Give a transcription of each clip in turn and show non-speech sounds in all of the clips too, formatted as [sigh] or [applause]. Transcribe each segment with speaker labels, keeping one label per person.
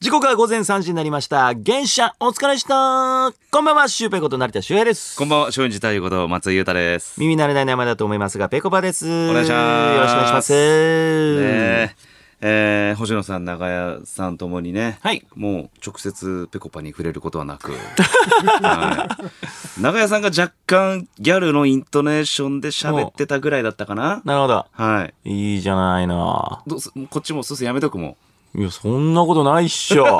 Speaker 1: 時刻は午前3時になりました。現社、お疲れでした。こんばんは、シュウペイこと成田修平です。
Speaker 2: こんばんは、松陰寺太陽こと松井裕太です。ね
Speaker 1: 耳慣れない名前だと思いますが、ペコパです。お
Speaker 2: 願いします
Speaker 1: よろしくお願いします。
Speaker 2: ええー星野さん、長屋さんともにね、
Speaker 1: はい
Speaker 2: もう直接ペコパに触れること
Speaker 1: [laughs]
Speaker 2: はなく、はい、長屋さんが若干ギャルのイントネーションで喋ってたぐらいだったかな。
Speaker 1: なるほど。
Speaker 2: はい。
Speaker 1: いいじゃないの。
Speaker 2: どうすこっちもすすやめとくもん。
Speaker 1: いや、そんなことないっし
Speaker 2: [laughs]
Speaker 1: ょ。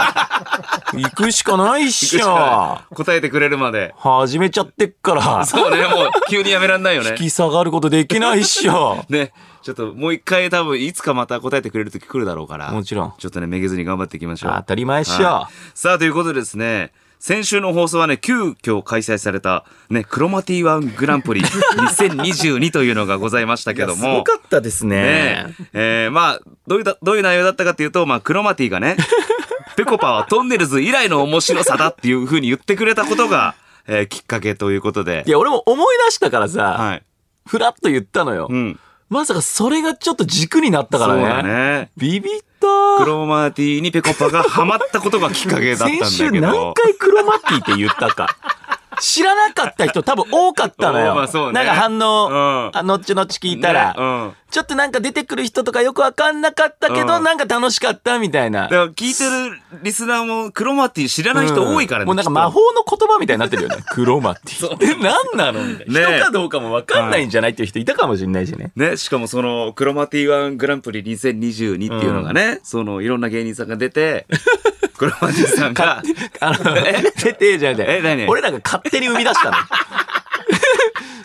Speaker 1: 行くしかないっしょ。
Speaker 2: 答えてくれるまで。
Speaker 1: 始めちゃってっから、
Speaker 2: そうね、もう急にやめらんないよね。
Speaker 1: 引。き下がることできないっしょ
Speaker 2: ね、ちょっともう一回多分いつかまた答えてくれる時来るだろうから。
Speaker 1: もちろん。
Speaker 2: ちょっとね、めげずに頑張っていきましょう。
Speaker 1: 当たり前っしょ。
Speaker 2: はいさあ、ということでですね、先週の放送はね、急遽開催された、ね、クロマティワングランプリ2022というのがございましたけど
Speaker 1: いやすご
Speaker 2: も。
Speaker 1: かったですね
Speaker 2: ね。え、えーまあ、どういった、どういう内容だったかというと、まあ、クロマティ
Speaker 1: [laughs]
Speaker 2: がね、ぺこぱはトンネルズ以来の面白さだっていうふうに言ってくれたことが、えーきっかけということで
Speaker 1: い。や、俺も思い出したからさ、
Speaker 2: はい。
Speaker 1: ふらっと言ったのよ。
Speaker 2: うん。
Speaker 1: まさかそれがちょっと軸になったから
Speaker 2: そう
Speaker 1: ね。
Speaker 2: だね。
Speaker 1: ビビった
Speaker 2: ク
Speaker 1: ー。
Speaker 2: ロマティにぺこぱがハマったことがきっかけだったんだけど。
Speaker 1: 先週何回クロマティって言ったか。
Speaker 2: [laughs]
Speaker 1: 知らなかった人多分多かったの
Speaker 2: お
Speaker 1: よ。
Speaker 2: ーまあそうね
Speaker 1: なんか反応、
Speaker 2: うん
Speaker 1: あのっちのっち聞いたら、
Speaker 2: ねうん
Speaker 1: ちょっとなんか出てくる人とかよくわかんなかったけど、
Speaker 2: うん
Speaker 1: なんか楽しかったみたいな
Speaker 2: だ。から聞いてるリスナーもクロマティ知らない人多いからね。
Speaker 1: もうなんか魔法の言葉みたいになってるよ
Speaker 2: [laughs]
Speaker 1: ね。クロマティ。え、何なのみたいな。
Speaker 2: ねえ
Speaker 1: 人かどうかもわかんないんじゃないっていう人いたかもしれないしね。
Speaker 2: ね、しかもそのクロマティワングランプリ2022っていうのがね、そのいろんな芸人さんが
Speaker 1: [laughs]
Speaker 2: 出て、クロマティさんが、
Speaker 1: あの、出てじゃなくて
Speaker 2: え何
Speaker 1: 俺らが勝手に生み出した
Speaker 2: [laughs]
Speaker 1: の。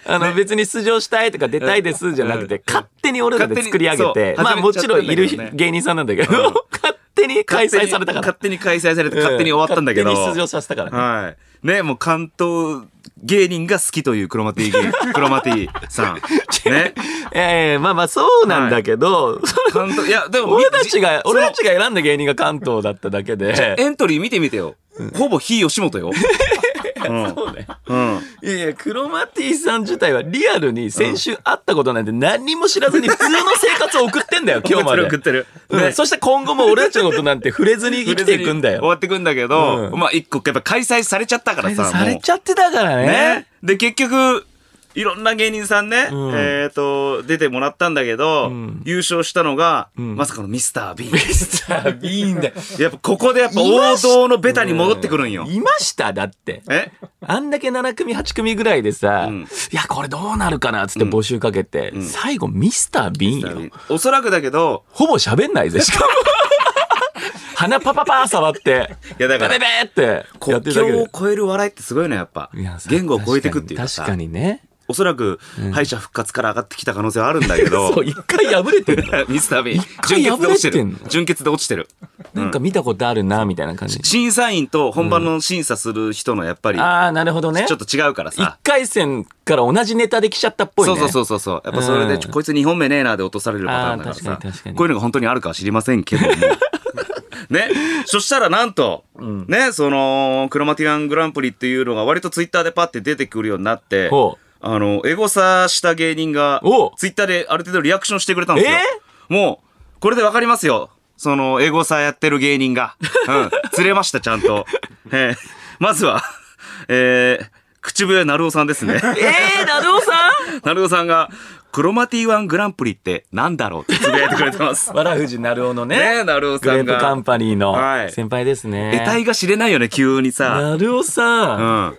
Speaker 1: あの、別に出場したいとか出たいですじゃなくて、勝手に俺らで作り上げ
Speaker 2: 勝手
Speaker 1: て
Speaker 2: に、そう
Speaker 1: まあもちろんいる
Speaker 2: 始めちゃったんだけどね
Speaker 1: 芸人さんなんだけど、勝手に開催されたから
Speaker 2: 勝。手に開催されて勝手に終わったんだけど。
Speaker 1: 勝手に出場させたからね。
Speaker 2: はい。ね、もう関東芸人が好きというクロマティ
Speaker 1: [laughs]
Speaker 2: 芸、クロマティさん。ね。
Speaker 1: ええ、まあまあそうなんだけど、
Speaker 2: 関東、いや、でも、
Speaker 1: 俺たちが、
Speaker 2: じ
Speaker 1: 俺たちが選んだ芸人が関東だっただけで、
Speaker 2: エントリー見てみてよ。ほぼ非吉本よ。うん
Speaker 1: そうね。
Speaker 2: うん。
Speaker 1: いやいや、クロマティさん自体はリアルに先週会ったことなんて何にも知らずに普通の生活を送って
Speaker 2: [laughs]
Speaker 1: んだよ、今日まで。
Speaker 2: 食ってる。食って
Speaker 1: う
Speaker 2: る
Speaker 1: ん
Speaker 2: ね
Speaker 1: そして今後も俺たちのことなんて触れずに生きていくんだ
Speaker 2: 終
Speaker 1: よ。
Speaker 2: わってくんだけど、
Speaker 1: うん
Speaker 2: まあ一個やっぱ開催されちゃったからさ。
Speaker 1: され
Speaker 2: も
Speaker 1: ちゃってたから
Speaker 2: うね
Speaker 1: ね。。
Speaker 2: で、結局、いろんな芸人さんね、
Speaker 1: ん
Speaker 2: えっ、と、出てもらったんだけど、
Speaker 1: ん
Speaker 2: 優勝したのが、
Speaker 1: ん
Speaker 2: まさかのミスター B。
Speaker 1: ミスター・ビーンだよ。
Speaker 2: やっぱここでやっぱ王道のベタに戻ってくるんよ。
Speaker 1: いましただって。
Speaker 2: え
Speaker 1: あんだけ7組8組ぐらいでさ、
Speaker 2: うん
Speaker 1: いや、これどうなるかなっつって募集かけて、最後ミスター・ビーンよ。
Speaker 2: おそらくだけど、
Speaker 1: ほぼ喋んないぜ、しかも。鼻パパパー触って。
Speaker 2: いやだから
Speaker 1: ベベベーって。やっ
Speaker 2: 国
Speaker 1: てるだけ
Speaker 2: 境
Speaker 1: で
Speaker 2: を超える笑いってすごいね、やっぱ
Speaker 1: いや。さ
Speaker 2: 言語を超えてくっていうか
Speaker 1: 確
Speaker 2: さ。
Speaker 1: かにね。
Speaker 2: おそらく、敗者復活から上がってきた可能性はあるんだけど
Speaker 1: そう、、一回破れてる。
Speaker 2: [laughs] ミスター B
Speaker 1: 一、回
Speaker 2: 純潔で落ちて
Speaker 1: 破れて
Speaker 2: る
Speaker 1: んの。
Speaker 2: 純潔で落ちてる。
Speaker 1: なんか見たことあるな、みたいな感じ。
Speaker 2: 審査員と本番の審査する人のやっぱり、
Speaker 1: ああ、なるほどね。
Speaker 2: ちょっと違うから
Speaker 1: 一
Speaker 2: さ。
Speaker 1: 回戦から同じネタできちゃったっぽい
Speaker 2: そ
Speaker 1: ね。
Speaker 2: うそうそううそうそう。やっぱそれで、
Speaker 1: うん
Speaker 2: ちょこいつ2本目ねえなで落とされるパターンだから
Speaker 1: あー
Speaker 2: さ。
Speaker 1: 確かに確かに
Speaker 2: こういうのが本当にあるかは知りませんけど
Speaker 1: [laughs]
Speaker 2: も。ね。そしたらなんと、ね、その、クロマティアングランプリっていうのが割とツイッターでパッて出てくるようになって
Speaker 1: ほ、
Speaker 2: あの、エゴサした芸人が
Speaker 1: お、
Speaker 2: ツイッターである程度リアクションしてくれたんですよ。もう、これでわかりますよ。その、エゴサやってる芸人が。うん。
Speaker 1: [laughs]
Speaker 2: 釣れました、ちゃんと。えーまずは、えー、口笛なるおさんで
Speaker 1: [laughs]
Speaker 2: すね。
Speaker 1: ええー、なるおさん
Speaker 2: なるおさんが、クロマティワングランプリってなんだろうってつぶやいてくれてます。ね
Speaker 1: わらふじなるおのね
Speaker 2: え、。なる
Speaker 1: グ
Speaker 2: おさ
Speaker 1: レ
Speaker 2: ん
Speaker 1: ープ
Speaker 2: が。
Speaker 1: カンパニーの
Speaker 2: はい
Speaker 1: 先輩ですね。
Speaker 2: 得体が知れないよね、急にさ。
Speaker 1: なるお
Speaker 2: う
Speaker 1: さん。
Speaker 2: ん。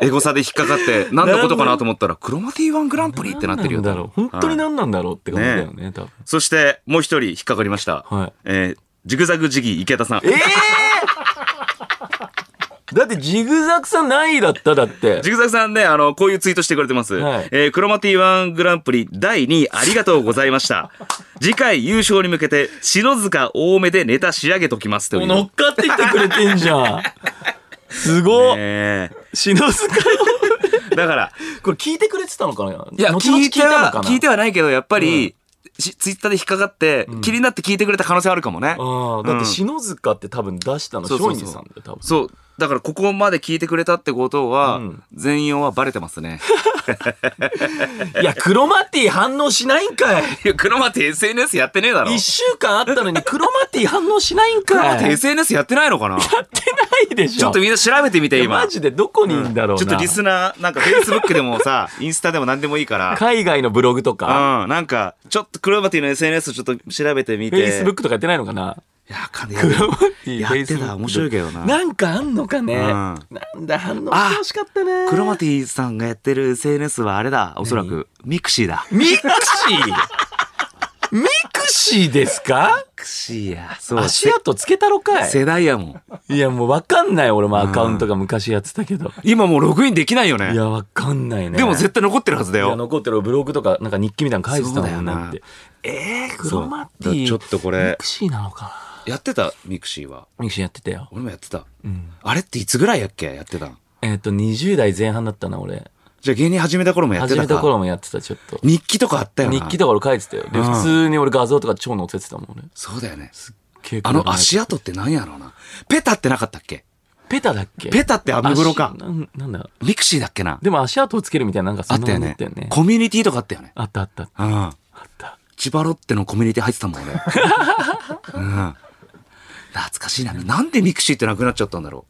Speaker 2: エゴサで引っかかって、何のことかなと思ったら、クロマティワングランプリってなってるよ。
Speaker 1: 何なんだろう。本当に
Speaker 2: はい
Speaker 1: 何なんだろうって感じだよね、多分。
Speaker 2: そして、もう一人引っかかりました。
Speaker 1: はい
Speaker 2: えージグザグジギー池田さん。
Speaker 1: ええ [laughs] ー、だってジグザグさん何位だっただって。
Speaker 2: ジグザグさんね、あの、こういうツイートしてくれてます。
Speaker 1: はい
Speaker 2: えークロマティワングランプリ第2位ありがとうございました。次回優勝に向けて、篠塚多めでネタ仕上げときますという。
Speaker 1: 乗っかってきてくれてんじゃん。すごっ。
Speaker 2: え
Speaker 1: 篠塚よ。
Speaker 2: ーだから、
Speaker 1: [laughs] これ聞いてくれてたのかない
Speaker 2: や、
Speaker 1: 後々
Speaker 2: 聞いては、
Speaker 1: のかな
Speaker 2: 聞いてはないけど、やっぱり、しツイッターで引っかかって、気になって聞いてくれた可能性あるかもね。
Speaker 1: ああ、だっ
Speaker 2: う
Speaker 1: て
Speaker 2: ん
Speaker 1: 篠塚って多分出したの、松
Speaker 2: そうそうそう
Speaker 1: 陰寺さんで多分。
Speaker 2: そう。だからここまで聞いてくれたってことは、
Speaker 1: うん
Speaker 2: 全容はバレてますね。
Speaker 1: いや、クロマティ反応しないんかい。
Speaker 2: [laughs] いや、クロマティ SNS やってねえだろ。
Speaker 1: 一週間あったのにクロマティ反応しないん
Speaker 2: クロマ
Speaker 1: かい。
Speaker 2: ティ
Speaker 1: やっ
Speaker 2: SNS やってないのかなち
Speaker 1: てないでしょ。
Speaker 2: ょっとみんな調べてみて、
Speaker 1: いや
Speaker 2: 今
Speaker 1: マ。ジでどこにいんだろうな。
Speaker 2: ちょっとリスナー、なんか Facebook でも [laughs] さ、インスタでも何でもいいから。
Speaker 1: 海外のブログとか、
Speaker 2: うん、なんか、ちょっとクロマティの SNS ちょっと調べてみて。
Speaker 1: Facebook とかやってないのかな。
Speaker 2: いや、かん
Speaker 1: クロマティ、
Speaker 2: やってた
Speaker 1: Facebook
Speaker 2: 面白いけどな
Speaker 1: なんかあんのかね。
Speaker 2: うん
Speaker 1: なんだ、反応してほしかったね。
Speaker 2: クロマ
Speaker 1: テ
Speaker 2: ティさんがやってる SNS はあれだ、おそらく。ミクシーだ。
Speaker 1: ィ。ミクシーミクシーですか
Speaker 2: ミクシーや。そう。
Speaker 1: 足跡つけたろか
Speaker 2: せ
Speaker 1: い。
Speaker 2: 世代やもん。
Speaker 1: いや、もうわかんない。俺もアカウントが昔やってたけど。
Speaker 2: 今もうログインできないよ
Speaker 1: い
Speaker 2: ね。
Speaker 1: や、わかんないね。
Speaker 2: でも絶対残ってるはずだ
Speaker 1: いや
Speaker 2: よ。
Speaker 1: 残ってるブログとかなんか日記みたいなの書いてたもん
Speaker 2: そうだよな
Speaker 1: だってえー、ク
Speaker 2: そう
Speaker 1: ロマテ
Speaker 2: だから
Speaker 1: ィ
Speaker 2: ちょっとこれ
Speaker 1: ミクシーなのか
Speaker 2: やってたミクシーは。
Speaker 1: なミクシーやってたよ
Speaker 2: 俺もやってた。
Speaker 1: うん
Speaker 2: あれっていつぐらいやっけやってたん
Speaker 1: えっ、と20代前半だったな俺
Speaker 2: じゃあ芸人始めた頃もやって
Speaker 1: 始
Speaker 2: たか
Speaker 1: めた頃もやってたちょっと
Speaker 2: 日記とかあったよな。
Speaker 1: 日記とか俺書いてたよで
Speaker 2: うん
Speaker 1: 普通に俺画像とか超載せてたもん俺
Speaker 2: そうだよね。
Speaker 1: 結構
Speaker 2: あの足跡って何やろうな。ペタってなかったっけ
Speaker 1: ペタだっけ
Speaker 2: ペタってアメブロか
Speaker 1: 足。なんなんだ
Speaker 2: ミクシーだっけな。
Speaker 1: でも足跡をつけるみたいななんかそ
Speaker 2: あ
Speaker 1: ん
Speaker 2: っ
Speaker 1: な
Speaker 2: たよ
Speaker 1: のあ
Speaker 2: ね
Speaker 1: ったよね
Speaker 2: コミュニティとかあったよね。
Speaker 1: あったあった
Speaker 2: うん。
Speaker 1: あった
Speaker 2: 千葉ロッテのコミュニティ入ってたもんね。うん。懐かしいな。なんでミクシーってなくなっちゃったんだろ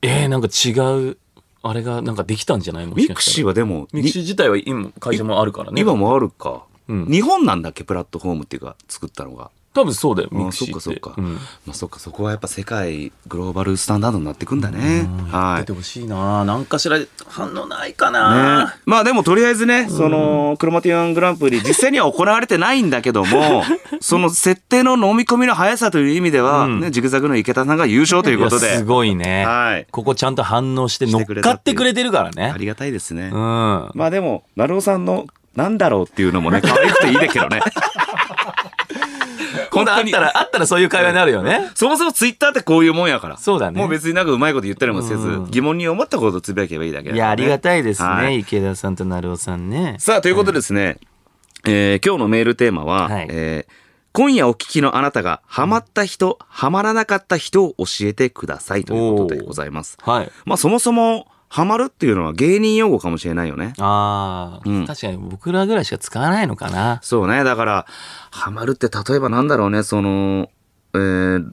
Speaker 1: えー、なんか違うあれがなんかできたんじゃないも
Speaker 2: う。ミクシー
Speaker 1: は
Speaker 2: はでも、
Speaker 1: ミクシー自体は今会社もあるからね
Speaker 2: に今もあるか。
Speaker 1: うん
Speaker 2: 日本なんだっけプラットフォームっていうか、作ったのが。
Speaker 1: 多分そうだよ、
Speaker 2: ああ
Speaker 1: ミクシーって。
Speaker 2: そっかそっ
Speaker 1: う
Speaker 2: か
Speaker 1: ん
Speaker 2: まあそっか、そこはやっぱ世界グローバルスタンダードになってくんだね。は
Speaker 1: 出
Speaker 2: い
Speaker 1: て。ほしいな何かしら反応ないか
Speaker 2: ね
Speaker 1: な、、
Speaker 2: まあでもとりあえずね、その、クロマティアングランプリ、実際には行われてないんだけど
Speaker 1: [laughs]
Speaker 2: も、その設定の飲み込みの速さという意味では、
Speaker 1: うん
Speaker 2: ね、ジグザグの池田さんが優勝ということ
Speaker 1: いや
Speaker 2: で、
Speaker 1: すごいね。
Speaker 2: はい
Speaker 1: ここちゃんと反応して乗っかってくれてるからね
Speaker 2: あ。りがたいですね。
Speaker 1: うん。ま
Speaker 2: まあでも、なるおさんの、なんだろうっていう
Speaker 1: [laughs]
Speaker 2: のもね、可愛くていいだけどね。
Speaker 1: 今度あったら、あったらそういう会話になるよね。
Speaker 2: そもそもツイッターってこういうもんやから。
Speaker 1: そうだね
Speaker 2: もう別になんかうまいこと言ったりもせず、
Speaker 1: うん
Speaker 2: 疑問に思ったことをつぶやけばいいだけだ
Speaker 1: いや、ありが
Speaker 2: い。
Speaker 1: たいですね。
Speaker 2: はい
Speaker 1: 池田さんと成尾さんね。
Speaker 2: さあ、ということでですね、えー今日のメールテーマは、
Speaker 1: はい
Speaker 2: えー今夜お聞きのあなたがハマった人、ハマらなかった人を教えてくださいということでございます。
Speaker 1: はい。
Speaker 2: まあそもそも、ハマるっていうのは芸人用語かもしれないよね。
Speaker 1: ああ、
Speaker 2: うん
Speaker 1: 確かに僕らぐらいしか使わないのかな。
Speaker 2: そうね。だから、ハマるって例えばなんだろうね、その、えー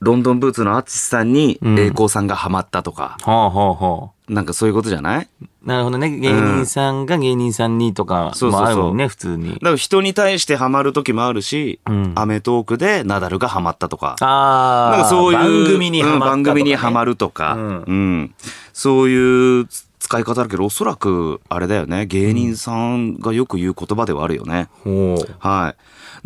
Speaker 2: ロンドンブーツのアーティスさんに
Speaker 1: うん
Speaker 2: 栄光さんがハマったとか、
Speaker 1: ほうほうほ。
Speaker 2: なんかそういうことじゃないう
Speaker 1: なるほどね。芸人さんが芸人さんにとか
Speaker 2: そうそうそう
Speaker 1: もあるもんね、普通に
Speaker 2: だ。から人に対してハマる時もあるし、
Speaker 1: うん
Speaker 2: アメトークでナダルがハマったとか、
Speaker 1: ああ、
Speaker 2: なんかそういう
Speaker 1: 番組にハマったとか
Speaker 2: うん
Speaker 1: ね
Speaker 2: 番組にハマるとか、
Speaker 1: う
Speaker 2: うんんそういう使い方だけど、おそらくあれだよね、芸人さんがよく言う言葉ではあるよね。
Speaker 1: ほう。
Speaker 2: はい。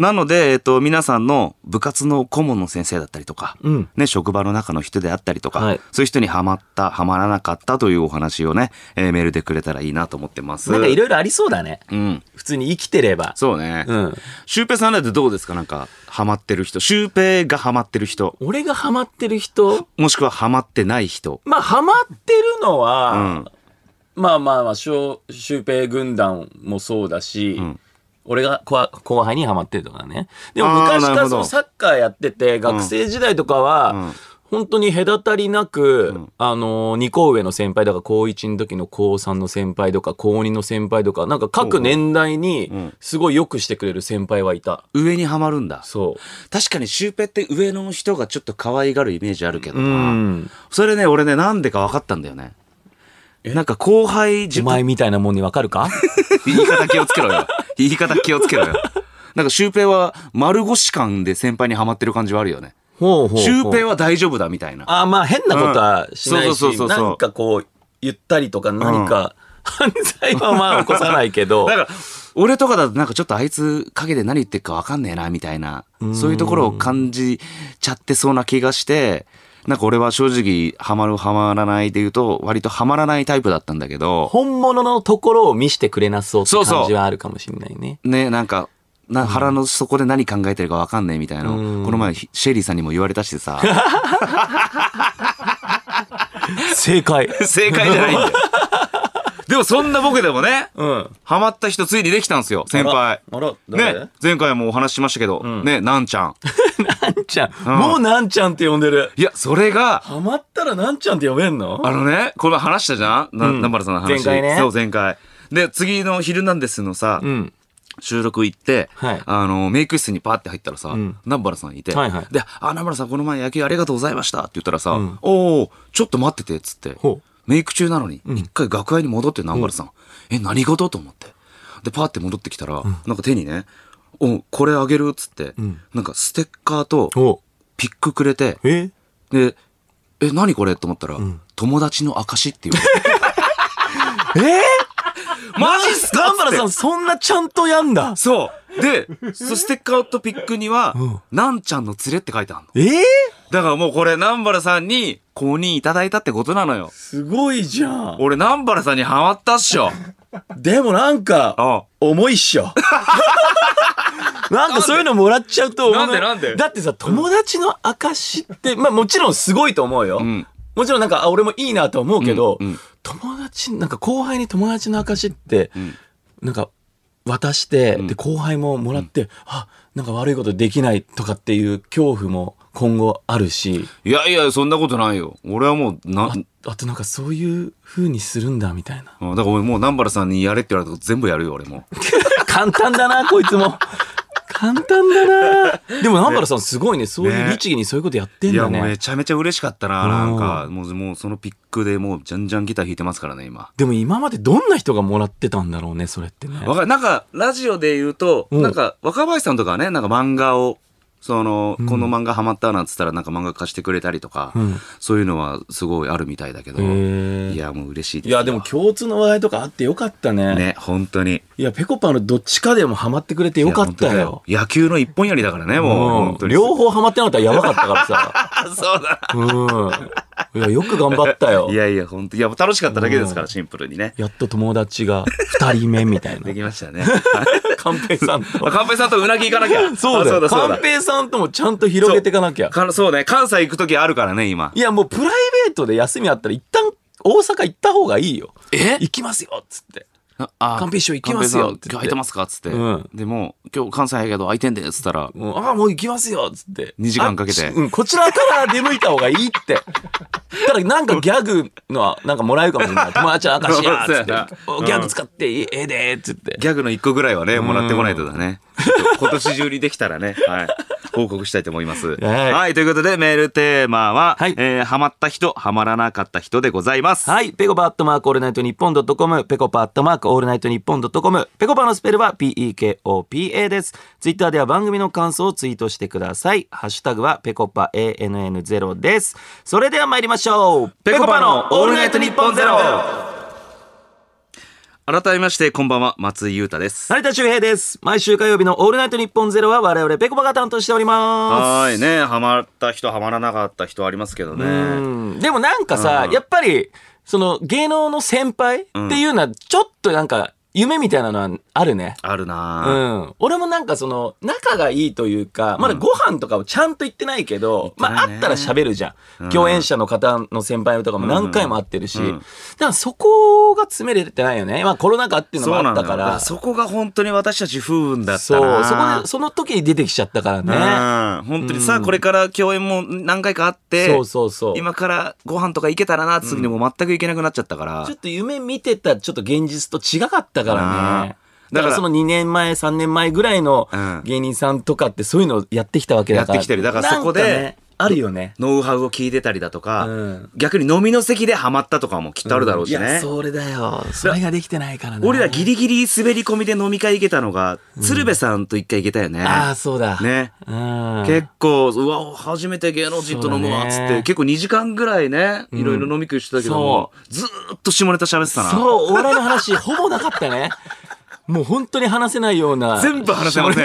Speaker 2: なので、えっと、皆さんの部活の顧問の先生だったりとか、
Speaker 1: うん。
Speaker 2: ね、職場の中の人であったりとか、
Speaker 1: はい
Speaker 2: そういう人にハマった、ハマらなかったというお話をね、えーメールでくれたらいいなと思ってます。
Speaker 1: なんかいろいろありそうだね。
Speaker 2: うん。
Speaker 1: 普通に生きてれば。
Speaker 2: そうね。
Speaker 1: うん。
Speaker 2: シュウペイさんだってどうですかなんか、ハマってる人。シュウペイがハマってる人。
Speaker 1: 俺がハマってる人
Speaker 2: もしくはハマってない人。
Speaker 1: まあ、ハマってるの
Speaker 2: う
Speaker 1: は、
Speaker 2: ん。
Speaker 1: まあまあまあ、シュシュウペイ軍団もそうだし、
Speaker 2: ん
Speaker 1: 俺が後後輩にハマってるとかね。でも
Speaker 2: あー
Speaker 1: 昔か
Speaker 2: な
Speaker 1: ら
Speaker 2: るほ
Speaker 1: そ
Speaker 2: ど
Speaker 1: のサッカーやってて、学生時代とかは、
Speaker 2: うん
Speaker 1: 本当に隔たりなく、
Speaker 2: ん
Speaker 1: あのー、2校上の先輩とか、高1の時の高3の先輩とか、高2の先輩とか、なんか各年代
Speaker 2: ほうほうう
Speaker 1: に
Speaker 2: ん、
Speaker 1: すごい良くしてくれる先輩はいた。
Speaker 2: 上にハマるんだ。
Speaker 1: そ
Speaker 2: 確かにシュウペイって上の人がちょっと可愛がるイメージあるけど
Speaker 1: う。う
Speaker 2: な。
Speaker 1: ん。
Speaker 2: それね、俺ね、なんでか分かったんだよね。なんか後輩
Speaker 1: お
Speaker 2: 自分、
Speaker 1: 前みたいなもんにわかるか
Speaker 2: 言い方気をつけろよ。言い方気をつけろよ。なんかシュウペイは丸腰感で先輩にハマってる感じはあるよね。
Speaker 1: ほうほうほう
Speaker 2: シュウペイは大丈夫だみたいな。
Speaker 1: あまあ変なことはしな
Speaker 2: う
Speaker 1: い
Speaker 2: んそうそう
Speaker 1: し、
Speaker 2: そうそうそう
Speaker 1: なんかこう、言ったりとか何か、犯罪はまあ起こさないけど、
Speaker 2: だから、俺とかだとなんかちょっとあいつ陰で何言ってるかわかんねえな、みたいな。そういうところを感じちゃってそうな気がして、なんか俺は正直、ハマるハマらないで言うと、割とハマらないタイプだったんだけど、
Speaker 1: 本物のところを見せてくれなそうって
Speaker 2: そうそう
Speaker 1: 感じはあるかもしれないね。
Speaker 2: ね、なんか、な腹の底で何考えてるかわかんねえみたいな
Speaker 1: う
Speaker 2: の
Speaker 1: ん
Speaker 2: この前、シェリーさんにも言われたしさ、
Speaker 1: 正解。
Speaker 2: [laughs] 正解じゃないんだよ。でもそんな僕でもね、
Speaker 1: うん。
Speaker 2: ハマった人ついにできたんですよ、先輩。
Speaker 1: あら、あら
Speaker 2: ね、前回もお話ししましたけど、ね、なんちゃん。
Speaker 1: なんちゃん、もうなんちゃんって呼んでる。
Speaker 2: いや、そ
Speaker 1: [laughs]
Speaker 2: れが、
Speaker 1: ハマったらなんちゃんって呼べんの
Speaker 2: あのね、これ話したじゃん、な
Speaker 1: うん
Speaker 2: 南原さんの話。
Speaker 1: 前回ね
Speaker 2: そう、前回。で、次の昼なんですのさ、
Speaker 1: うん。
Speaker 2: 収録行って、
Speaker 1: はい
Speaker 2: あの、メイク室にパーって入ったらさ、
Speaker 1: ん
Speaker 2: 南原さんいて、
Speaker 1: はいはい
Speaker 2: で、あ、南原さんこの前野球ありがとうございましたって言ったらさ、
Speaker 1: ん
Speaker 2: おおちょっと待ってて、っつって
Speaker 1: ほう、
Speaker 2: メイク中なのに、一回楽屋に戻って南原さん、え、何事と思って。で、パーって戻ってきたら、なんか手にね、おこれあげるっつって、なんかステッカーと
Speaker 1: お
Speaker 2: ピックくれて、
Speaker 1: え
Speaker 2: で、え、何これと思ったら、友達の証っていう。
Speaker 1: えー、
Speaker 2: [laughs] マジっすか
Speaker 1: 南原さ
Speaker 2: っつっ
Speaker 1: ん
Speaker 2: て
Speaker 1: そんなちゃんとやんだ。
Speaker 2: そう。で、そステッカーとピックには、なんちゃんの連れって書いてあるの。
Speaker 1: えー、
Speaker 2: だからもうこれ、南原さんに公認いただいたってことなのよ。
Speaker 1: すごいじゃん。
Speaker 2: 俺、南原さんにハマったっし [laughs] ょ。
Speaker 1: でもなんか、
Speaker 2: あ
Speaker 1: 重いっしょ。なんかそういうのもらっちゃうと思う
Speaker 2: なんでなんで
Speaker 1: だってさ、友達の証って、まあもちろんすごいと思うよ。
Speaker 2: ん
Speaker 1: もちろんなんか、あ、俺もいいなと思うけど、
Speaker 2: うんうん
Speaker 1: 友達、なんか後輩に友達の証って、
Speaker 2: ん
Speaker 1: なんか渡して、
Speaker 2: ん
Speaker 1: で後輩ももらって、あ、なんか悪いことできないとかっていう恐怖も今後あるし、
Speaker 2: いやいや、そんなことないよ。俺はもう、な
Speaker 1: あ、あとなんかそういう風にするんだみたいな。
Speaker 2: うんだから俺もう南原さんにやれって言われたこと全部やるよ、俺も。
Speaker 1: 簡単だな、こいつも。簡単だな。でも南原さんすごいね、そういう
Speaker 2: ね
Speaker 1: 律儀にそういうことやって
Speaker 2: い
Speaker 1: ん
Speaker 2: や、
Speaker 1: だ
Speaker 2: もう
Speaker 1: ね。
Speaker 2: めちゃめちゃ嬉しかったな、なんか。もう、もうそのピックでもう、じゃんじゃんギター弾いてますからね、今。
Speaker 1: でも今までどんな人がもらってたんだろうね、それってね。
Speaker 2: わかるなんか、ラジオで言うと、
Speaker 1: うん
Speaker 2: なんか、若林さんとかはね、なんか漫画を、その、この漫画ハマったなんつったら、なんか漫画貸してくれたりとか、
Speaker 1: うん
Speaker 2: そういうのはすごいあるみたいだけど、
Speaker 1: へー
Speaker 2: いや、もう嬉しいです
Speaker 1: い
Speaker 2: よ
Speaker 1: や、でも共通の話題とかあってよかったね。
Speaker 2: ね、本当に。
Speaker 1: いや、ぺこぱのどっちかでもハマってくれてよかった
Speaker 2: いや
Speaker 1: よ
Speaker 2: 本。当野球の一本やりだからね、もう、本
Speaker 1: う
Speaker 2: 当
Speaker 1: ん、
Speaker 2: に。
Speaker 1: 両方ハマってなかったらやばかったから
Speaker 2: [laughs]
Speaker 1: さ。
Speaker 2: あ、 [laughs] そうだ。
Speaker 1: うん。いや、よく頑張ったよ
Speaker 2: い。やいや、本当いや、楽しかっただけですから、シンプルにね。
Speaker 1: やっと友達が2人目みたいな
Speaker 2: で。きました [laughs] ね。
Speaker 1: 寛平さんと。
Speaker 2: まあ、カンペイさんとうなぎ行かなきゃ。
Speaker 1: [laughs] そう
Speaker 2: あ
Speaker 1: だ
Speaker 2: そう
Speaker 1: よ。
Speaker 2: だ、そう
Speaker 1: 寛
Speaker 2: だ。
Speaker 1: 平さんともちゃんと広げていかなきゃ。
Speaker 2: かそうね、関西行くときあるからね、今。
Speaker 1: いや、もうプライベートで休みあったら一旦大阪行った方がいいよ。
Speaker 2: え
Speaker 1: 行きますよっつって。
Speaker 2: ああ
Speaker 1: 寛平師匠行きますよ
Speaker 2: 寛平さん今日空いてますかっつって。
Speaker 1: うん
Speaker 2: でも、今日関西やけど空いてんで、っつったら、
Speaker 1: もうああ、もう行きますよっつって。
Speaker 2: 二時間かけて
Speaker 1: あうん、こちらから出向いた方がいいって。 [laughs] ただなんかギャグのはなんかもらえるかもしれない。友達の証やっつって
Speaker 2: [laughs] そうやな。
Speaker 1: おギャグ使っていいええでっつって。
Speaker 2: ギャグの一個ぐらいはね、もらってこないとだね。今年中にできたらね、 [laughs] はい。報告したいと思います。
Speaker 1: はい
Speaker 2: はい。ということで、メールテーマは、
Speaker 1: はい
Speaker 2: えーハマった人、ハマらなかった人でございます。
Speaker 1: はい。ペコパアットマークオールナイトニッポンドットコム。ペコパアットマークオールナイトニッポンドットコム。ペコパのスペルは PEKOPA です。ツイッターでは番組の感想をツイートしてください。ハッシュタグはペコパ ANN0 です。それでは参りましょう。
Speaker 2: ぺこぱのオールナイトニッポンゼロ改めまして、こんばんは、松井裕太です。
Speaker 1: 成田修平です。毎週火曜日のオールナイトニッポンゼロは我々ペコパが担当しております。
Speaker 2: はい。ね、ハマった人、ハマらなかった人ありますけどね。
Speaker 1: うんでもなんかさ、
Speaker 2: うん
Speaker 1: やっぱり、その芸能の先輩っていうのはちょっとなんか夢みたいなのはあるね。
Speaker 2: あるなぁ
Speaker 1: うん、俺もなんかその仲がいいというかまだご飯とかをちゃんと行ってないけど、
Speaker 2: てないね
Speaker 1: まああったら喋るじゃん、
Speaker 2: うん
Speaker 1: 共演者の方の先輩とかも何回も会ってるし、
Speaker 2: うんう
Speaker 1: だ
Speaker 2: ん
Speaker 1: からそこが詰めれてないよねまあコロナ禍っていうのもあった
Speaker 2: よ
Speaker 1: か
Speaker 2: だかららそこが本当に私たち不運だった
Speaker 1: そう
Speaker 2: な
Speaker 1: そこでその時に出てきちゃったからね、
Speaker 2: ね本当にさ、
Speaker 1: うん
Speaker 2: これから共演も何回かあって
Speaker 1: そうそうそう
Speaker 2: 今からご飯とか行けたらな次にもう全く行けなくなっちゃったから、
Speaker 1: ちょっと夢見てたちょっと現実と違かったからね
Speaker 2: うん
Speaker 1: だ
Speaker 2: だ
Speaker 1: から
Speaker 2: か
Speaker 1: らその2年前3年前ぐらいの
Speaker 2: うん
Speaker 1: 芸人さんとかってそういうのをやってきたわけだから
Speaker 2: やってきてるだからそこで
Speaker 1: なんねあるよね
Speaker 2: ノウハウを聞いてたりだとか、
Speaker 1: うん
Speaker 2: 逆に飲みの席でハマったとかもきっとあるだろうし
Speaker 1: いや
Speaker 2: ね、
Speaker 1: それだよそれができてないからね
Speaker 2: 俺らギリギリ滑り込みで飲み会行けたのが、鶴瓶さんと一回行けたよね
Speaker 1: ああそうだ
Speaker 2: ね
Speaker 1: うん
Speaker 2: 結構、うわ、初めて芸能人と飲むわ、
Speaker 1: そう
Speaker 2: つって、
Speaker 1: だね
Speaker 2: 結構2時間ぐらいね、いろいろ飲み食いしてたけども、ずーっと下ネタ喋ってたな。
Speaker 1: そう俺の話 [laughs] ほぼなかったねもう本当に話せないような
Speaker 2: 全部話せません。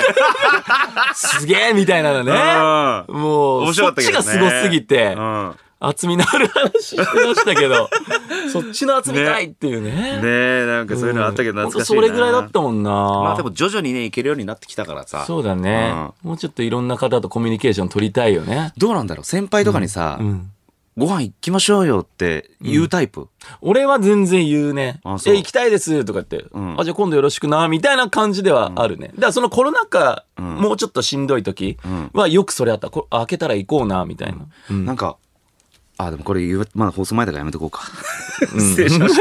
Speaker 1: すげえみたいなのね
Speaker 2: うん
Speaker 1: もう
Speaker 2: 面白か
Speaker 1: そ
Speaker 2: っ
Speaker 1: った
Speaker 2: け
Speaker 1: ち
Speaker 2: どね
Speaker 1: がすごすぎて
Speaker 2: うん
Speaker 1: 厚みのある話してましたけ
Speaker 2: [laughs]
Speaker 1: どそっちの厚みたいっていうね
Speaker 2: ねえ、なんかそういうのあったけど
Speaker 1: うん
Speaker 2: 懐かしいな。
Speaker 1: ほんとそれぐらいだったもんな、
Speaker 2: まあでも徐々にね、行けるようになってきたからさ。
Speaker 1: そうだね、もうちょっといろんな方とコミュニケーション取りたいよね
Speaker 2: どうなんだろう先輩とかにさ
Speaker 1: う、ん
Speaker 2: ご飯行きましょうよって言うタイプ、
Speaker 1: 俺は全然言うね。
Speaker 2: あそう
Speaker 1: え、行きたいですとかって、
Speaker 2: うん
Speaker 1: あ、じゃあ今度よろしくな、みたいな感じではあるね。だからそのコロナ禍、
Speaker 2: ん
Speaker 1: もうちょっとしんどい時はよくそれあった。こ開けたら行こうな、みたいな。うん
Speaker 2: なんか、あ、でもこれ言う、まだ放送前だからやめとこうか。失礼しまし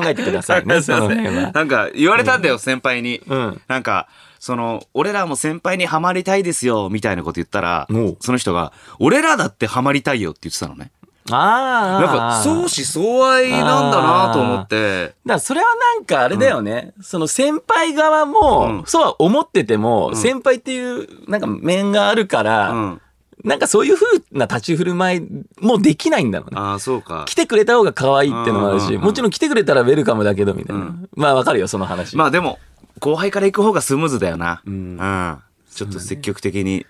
Speaker 1: [laughs] 考えてください
Speaker 2: [laughs]
Speaker 1: ね、その辺は。
Speaker 2: なんか言われたんだよ、先輩に。
Speaker 1: うん
Speaker 2: なんか、その、俺らも先輩にはまりたいですよ、みたいなこと言ったら
Speaker 1: おう、
Speaker 2: その人が、俺らだってはまりたいよって言ってたのね。
Speaker 1: ああ。
Speaker 2: なんか、
Speaker 1: だ
Speaker 2: 相
Speaker 1: か
Speaker 2: 思相愛なんだなと思って。
Speaker 1: らそれはなんかあれだよね。その先輩側も、
Speaker 2: うん
Speaker 1: そうは思ってても、先輩っていうなんか面があるから、
Speaker 2: うん。
Speaker 1: なんかそういう風な立ち振る舞いもできないんだろうね。
Speaker 2: ああ、そうか
Speaker 1: 来。てくれた方が可愛いってのもある
Speaker 2: うんうん
Speaker 1: し、
Speaker 2: うん
Speaker 1: もちろん来てくれたらウェルカムだけどみたいな。
Speaker 2: うん
Speaker 1: まあわかるよ、その話。
Speaker 2: まあでも、後輩から行く方がスムーズだよな。
Speaker 1: ん
Speaker 2: うん。ちょっと積極的に。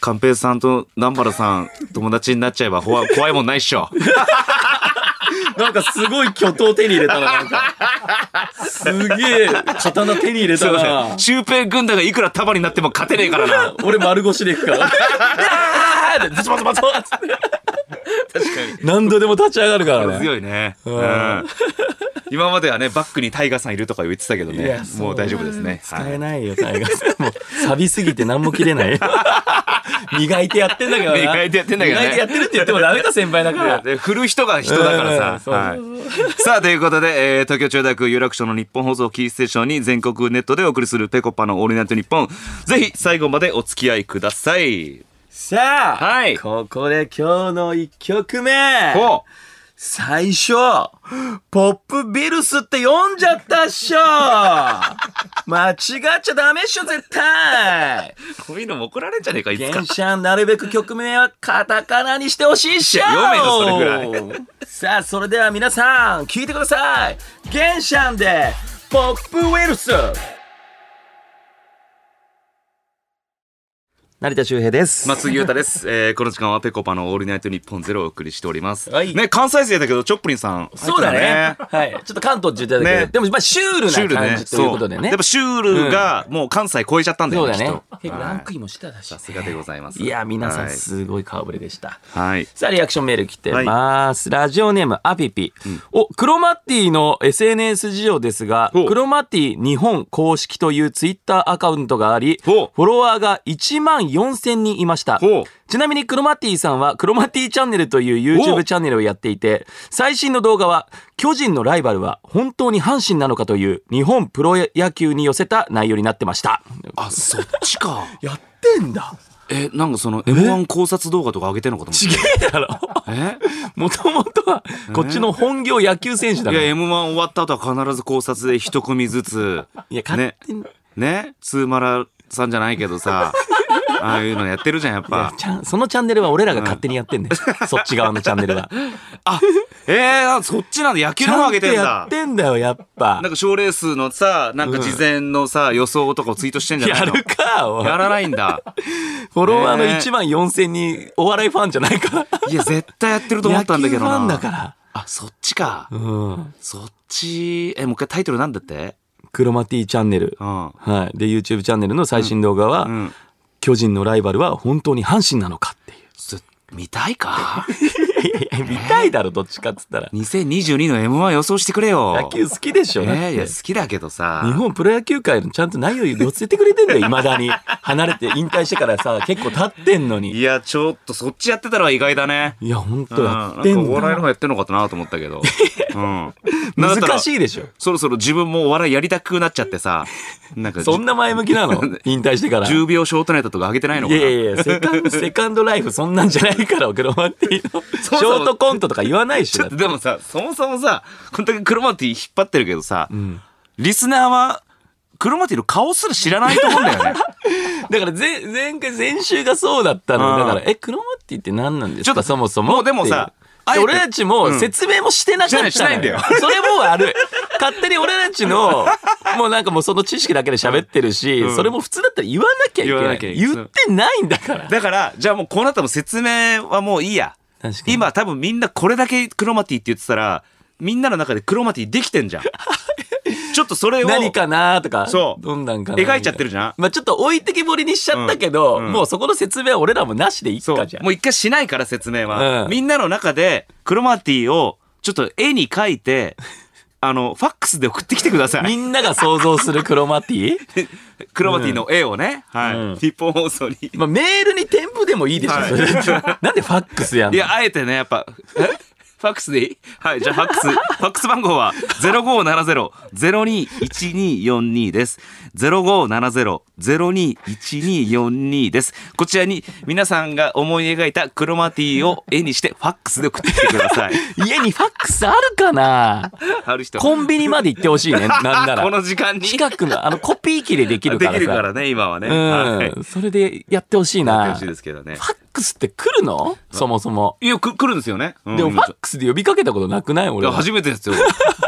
Speaker 2: 寛平さんと南原さん友達になっちゃえば怖い怖いもんないっし
Speaker 1: [laughs]
Speaker 2: ょ。
Speaker 1: なんかすごい巨頭手に入れたな、なんか。 [laughs] すげえ、刀手に入れ
Speaker 2: すいません。シュウペイ軍団がいくら束になっても勝てねえからな。
Speaker 1: 俺丸腰でいく [laughs] から。あーってズバズバズバつって
Speaker 2: 確かに。
Speaker 1: 何度でも立ち上がるからね。
Speaker 2: 強いね。うんん。今まではね、バックにタイガーさんいるとか言ってたけど
Speaker 1: い
Speaker 2: ね
Speaker 1: や。そう
Speaker 2: もう大丈夫ですね。
Speaker 1: 使
Speaker 2: は
Speaker 1: え
Speaker 2: い
Speaker 1: ないよ、タイガーさん。もう、錆びすぎて何も切れ [laughs] ない。磨いてやってんだけどな。
Speaker 2: 磨いてやってんだけどね
Speaker 1: 磨いてやってるって言ってもダメか、先輩だか
Speaker 2: いや
Speaker 1: ら。
Speaker 2: で振る人が人だか
Speaker 1: う
Speaker 2: らさ。
Speaker 1: ん
Speaker 2: はいさあ、ということで、えー東京千代田区有楽町の日本放送キーステーションに全国ネットでお送りするペコパのオールナイトニッポン。ぜひ最後までお付き合いください。
Speaker 1: [laughs] さあ、
Speaker 2: はい
Speaker 1: ここで今日の一曲目。
Speaker 2: お
Speaker 1: 最初、ポップビルスって読んじゃったっ
Speaker 2: [laughs]
Speaker 1: しょ間違っちゃダメっしょ、絶対
Speaker 2: こういうのも怒られんじゃねえか、いつか
Speaker 1: 原。シャンなるべく曲名はカタカナにしてほしいっしょ
Speaker 2: 読めよそれぐ
Speaker 1: らい。 [laughs] さあ、それでは皆さん、聞いてください原シャンで、ポップウェルス成田修平です。
Speaker 2: 松井裕太です。えーこの時間はペコパのオールナイトニッポンゼロをお送りしております。
Speaker 1: はい
Speaker 2: ね、関西勢だけど、チョップリンさん。
Speaker 1: そうだね。はい。ちょっと関東って言ってたけど、
Speaker 2: ね
Speaker 1: でもまあシュ
Speaker 2: シュ
Speaker 1: ー
Speaker 2: ー
Speaker 1: ル
Speaker 2: ル
Speaker 1: な感
Speaker 2: ね。
Speaker 1: じということでね。
Speaker 2: やっぱシュールがもう関西超えちゃったんだ
Speaker 1: そ
Speaker 2: よ
Speaker 1: う
Speaker 2: ね。
Speaker 1: だ
Speaker 2: きっ
Speaker 1: ね
Speaker 2: と。
Speaker 1: 結構ランク
Speaker 2: はい
Speaker 1: インもしてたし、ね。
Speaker 2: さすがでございます
Speaker 1: いや、皆さん
Speaker 2: はい
Speaker 1: すごい顔ぶれでした。
Speaker 2: はい。
Speaker 1: さあ、リアクションメール来てます。ラジオネーム、アピピ。お、クロマティの SNS 事情ですが、
Speaker 2: ほう
Speaker 1: クロマティ日本公式というツイッターアカウントがあり、フ
Speaker 2: ほう
Speaker 1: ォロワーが1万4000人いました。
Speaker 2: ほう
Speaker 1: ちなみにクロマティさんはクロマティチャンネルという
Speaker 2: お
Speaker 1: YouTube チャンネルをやっていて、最新の動画は巨人のライバルは本当に阪神なのかという日本プロ野球に寄せた内容になってました。
Speaker 2: あ、そっち
Speaker 1: [laughs]
Speaker 2: か。
Speaker 1: やってんだ。
Speaker 2: え、なんかその M1 考察動画とか上げてんのかと思っ
Speaker 1: ち
Speaker 2: て。
Speaker 1: げ [laughs] えだろ。
Speaker 2: え
Speaker 1: もともとはこっちの本業野球選手だ
Speaker 2: い
Speaker 1: か
Speaker 2: や、
Speaker 1: ら。い
Speaker 2: M1 終わった後は必ず考察で一組ずつ。
Speaker 1: や、勝手に。
Speaker 2: ね。ツーマラさんじゃないけ
Speaker 1: [laughs]
Speaker 2: どさ。ああいうのやってるじゃん、やっぱ。
Speaker 1: ちゃんそのチャンネルは俺らが勝手にやってんだ
Speaker 2: [laughs]
Speaker 1: よ。そっち側のチャンネルは。
Speaker 2: あ、えー、そっちなんだ。野球
Speaker 1: ち
Speaker 2: の
Speaker 1: ゃ
Speaker 2: 方
Speaker 1: ん
Speaker 2: 上げ
Speaker 1: と
Speaker 2: てん
Speaker 1: や
Speaker 2: だ
Speaker 1: っ。てんだよ、やっぱ
Speaker 2: な。んか賞レースのさ、なんか事前のさ、予想とかをツイートしてんじゃな
Speaker 1: や
Speaker 2: いの
Speaker 1: るか、おい
Speaker 2: やらないんだ。
Speaker 1: フォロワーの
Speaker 2: ねえ
Speaker 1: 1万4000人、お笑いファンじゃないから。
Speaker 2: いや、絶対やってると思ったんだけど
Speaker 1: 野球
Speaker 2: な。
Speaker 1: ファンだから。
Speaker 2: あ、そっちか。
Speaker 1: うん。
Speaker 2: そっち。え、もう一回タイトルなんだって
Speaker 1: クロマティチャンネル。
Speaker 2: うん。
Speaker 1: はい。で、YouTube チャンネルの最新動画は、
Speaker 2: うん。
Speaker 1: 巨人のライバルは本当に阪神なのかっていう。
Speaker 2: そ見たい
Speaker 1: [laughs]
Speaker 2: か
Speaker 1: いやいや、見たいだろ、どっちかっつったら。
Speaker 2: 2022の M1 予想してくれよ。
Speaker 1: 野球好きでしょ、
Speaker 2: え
Speaker 1: だって
Speaker 2: ーいや、好きだけどさ。
Speaker 1: 日本プロ野球界のちゃんと内容に寄せてくれてんだよ、未だに。離れて引退してからさ、結構経ってんのに。
Speaker 2: いや、ちょっとそっちやってたら意外だね。
Speaker 1: いや、ほん
Speaker 2: う
Speaker 1: と
Speaker 2: ん、
Speaker 1: や
Speaker 2: な
Speaker 1: っ
Speaker 2: ん
Speaker 1: て
Speaker 2: か
Speaker 1: ん
Speaker 2: お笑いの
Speaker 1: だ。
Speaker 2: 方やってんのかなと思った
Speaker 1: [laughs]
Speaker 2: けど。うん。
Speaker 1: 難し
Speaker 2: い。
Speaker 1: いでしょ。
Speaker 2: そろそろ自分もお笑いやりたくなっちゃってさ。なんか、
Speaker 1: そんな前向き [laughs] なの引退してから。い
Speaker 2: 10秒ショートネタとか上げてないのか
Speaker 1: や
Speaker 2: ない
Speaker 1: やいや、セカンド、セカンドライフそんなんじゃないから、クロマテ [laughs] ィの。シ
Speaker 2: もそも
Speaker 1: ョートコントとか言わないでし
Speaker 2: [laughs] ち
Speaker 1: ょ
Speaker 2: ょっ。とでもさ、そもそもさ、こんだけクロマティ引っ張ってるけどさ、リスナーは、クロマティの顔すら知らないと思うん
Speaker 1: [laughs]
Speaker 2: だよね。
Speaker 1: だから前、前回、前週がそうだったの。
Speaker 2: う
Speaker 1: だ
Speaker 2: ん
Speaker 1: から、え、クロマティって何なんです
Speaker 2: ちょ
Speaker 1: か
Speaker 2: っと
Speaker 1: そもそも。
Speaker 2: もうでもさ
Speaker 1: っていう
Speaker 2: あえて
Speaker 1: で俺たちも説明もしてなかったの
Speaker 2: してないしてないんだよ
Speaker 1: それも悪い。勝手に俺たち
Speaker 2: [laughs]
Speaker 1: の、もうなんかもうその知識だけで喋ってるし、
Speaker 2: うん
Speaker 1: それも普通だったら言わなきゃいけ
Speaker 2: 言わ
Speaker 1: な。
Speaker 2: ないきゃいけない
Speaker 1: 言ってないんだから。
Speaker 2: だから、じゃあもうこうなったらもう説明はもういいや。
Speaker 1: 確かに。
Speaker 2: 今多
Speaker 1: [laughs]
Speaker 2: 分みんなこれだけクロマティって言ってたら、みんなの中でクロマティできてんじゃん。ちょっとそれを
Speaker 1: 何かなーとか、
Speaker 2: そう
Speaker 1: どんなんかな
Speaker 2: 描いちゃってるじゃん。
Speaker 1: まあちょっと置いてきぼりにしちゃったけど、
Speaker 2: うんうん
Speaker 1: もうそこの説明は俺らもなしでいっ
Speaker 2: そ
Speaker 1: か
Speaker 2: う
Speaker 1: じゃ。ん。
Speaker 2: もう一回しないから説明は。
Speaker 1: うん
Speaker 2: みんなの中で、クロマティをちょっと絵に描
Speaker 1: [laughs]
Speaker 2: いて、あの、ファックスで送ってきてくださ
Speaker 1: み
Speaker 2: い。
Speaker 1: んなが想像するクロマティ
Speaker 2: クロマティの絵をね。はい、
Speaker 1: うん
Speaker 2: 日本放送に。い
Speaker 1: まあメールに添付でもいいでしょ、
Speaker 2: はい
Speaker 1: それ [laughs] なんでファックスやんの
Speaker 2: や、あえてね、やっぱ、えファックスでいいはい、じゃあファック
Speaker 1: [laughs]
Speaker 2: ス、ファックス番号は0570-021242です。0570-021242です。こちらに皆さんが思い描いたクロマティを絵にしてファックスで送ってきてくだ
Speaker 1: [laughs]
Speaker 2: さい。
Speaker 1: 家にファックスあるかな
Speaker 2: ある人。
Speaker 1: コンビニまで行ってほしい
Speaker 2: [laughs]
Speaker 1: ね、なんな
Speaker 2: こ
Speaker 1: [laughs] ら。
Speaker 2: の時間に。
Speaker 1: 近くの、あの、コピー機でできるからさ。
Speaker 2: できるからね、今はね。はい。
Speaker 1: うん。それでやってほしい
Speaker 2: やって
Speaker 1: な。
Speaker 2: ほしい
Speaker 1: フ
Speaker 2: ですけどね。
Speaker 1: ァックスって来るのそもそも。
Speaker 2: いや、く来るんですよね。うん
Speaker 1: でもファックスで呼びかけたことなくない
Speaker 2: い
Speaker 1: 俺
Speaker 2: や
Speaker 1: は。
Speaker 2: 初めてですよ。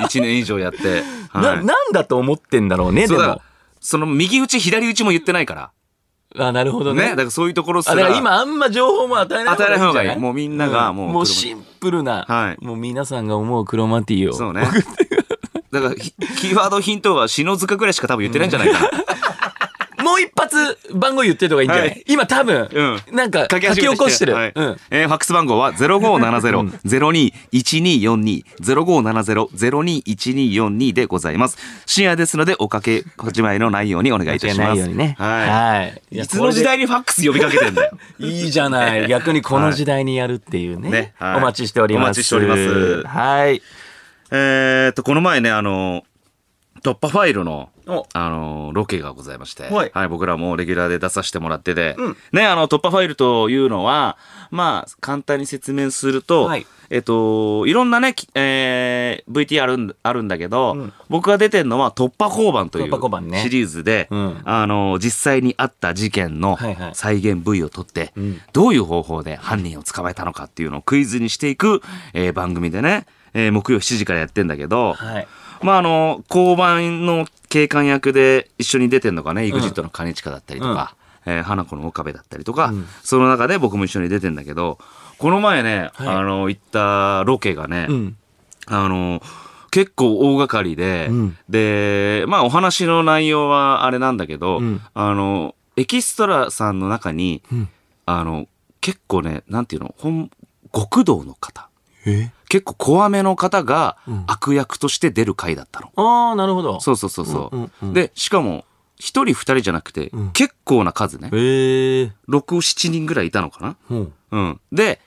Speaker 2: 1年以上やって。
Speaker 1: な、
Speaker 2: はい
Speaker 1: なんだと思ってんだろうね、で
Speaker 2: そうだ
Speaker 1: も。
Speaker 2: その右打ち、左打ちも言ってないか
Speaker 1: あ、なるほ
Speaker 2: ら。
Speaker 1: ど
Speaker 2: ね。だ
Speaker 1: ね。
Speaker 2: からそういうところす。
Speaker 1: あ、だからら今あんま情報も与えない
Speaker 2: 与えない方がいい。も
Speaker 1: う
Speaker 2: うみんながもう。
Speaker 1: もうシンプル
Speaker 2: は
Speaker 1: な、
Speaker 2: い
Speaker 1: もう皆さんが思うクロマティを。
Speaker 2: そうね。だからひ、キーワードヒントは篠塚ぐらいしか多分言ってないんじゃないかな。
Speaker 1: もう一発番号言ってた方がいいんじゃな
Speaker 2: はい
Speaker 1: 今多分
Speaker 2: う、
Speaker 1: なんか書き
Speaker 2: 始め
Speaker 1: 起こしてる
Speaker 2: はい。
Speaker 1: うん。
Speaker 2: えーファックス番号は0570-021242、0570-021242でございます。深夜ですので、おかけ始まりのないようにお願いいたし
Speaker 1: 間
Speaker 2: ま
Speaker 1: 違いない
Speaker 2: す。
Speaker 1: ようにね。。
Speaker 2: はいい。いつの時代にファックス呼びかけてんだよ。
Speaker 1: いいじゃない。
Speaker 2: [laughs]
Speaker 1: 逆にこの時代にやるっていうね。
Speaker 2: ねはい
Speaker 1: お待ちしております。
Speaker 2: お待ちしております
Speaker 1: はい。
Speaker 2: [laughs] えーっと、この前ね、あの、突破ファイルの、
Speaker 1: お
Speaker 2: あの、ロケがございまして、
Speaker 1: はい
Speaker 2: 僕らもレギュラーで出させてもらってて、
Speaker 1: うん
Speaker 2: ね、あの、突破ファイルというのは、まあ、簡単に説明すると、
Speaker 1: はい
Speaker 2: えっと、いろんなね、きえー VT あるんあるんだけど、
Speaker 1: うん
Speaker 2: 僕が出てるのは、突破交番とい
Speaker 1: 突破交番
Speaker 2: う
Speaker 1: ね
Speaker 2: シリーズで、
Speaker 1: うん
Speaker 2: あの、実際にあった事件の
Speaker 1: はいはい
Speaker 2: 再現部位を取って、
Speaker 1: うん
Speaker 2: どういう方法で犯人を捕まえたのかっていうのをクイズにしていく、えー番組でね、えー木曜7時からやってんだけど、
Speaker 1: はい。
Speaker 2: まああの、交番の警官役で一緒に出てんのがね、EXIT の兼近だったりとか、えー花子の岡部だったりとか、
Speaker 1: ん
Speaker 2: その中で僕も一緒に出てんだけど、この前ね、
Speaker 1: はい
Speaker 2: あの、行ったロケがね、
Speaker 1: うん。
Speaker 2: あの、結構大掛かりで、
Speaker 1: うん
Speaker 2: で、まあお話の内容はあれなんだけど、
Speaker 1: うん
Speaker 2: あの、エキストラさんの中に、
Speaker 1: うん
Speaker 2: あの、結構ね、なんていうの、ほん極道の方、
Speaker 1: え
Speaker 2: 結構怖めの方が
Speaker 1: うん
Speaker 2: 悪役として出る回だったの。
Speaker 1: ああ、なるほど。
Speaker 2: そうそうそうそう。
Speaker 1: うんうんうん
Speaker 2: で、しかも、一人二人じゃなくて、
Speaker 1: うん
Speaker 2: 結構な数ね、
Speaker 1: へえ。
Speaker 2: 六七人ぐらいいたのかな。
Speaker 1: うん。
Speaker 2: うん。で、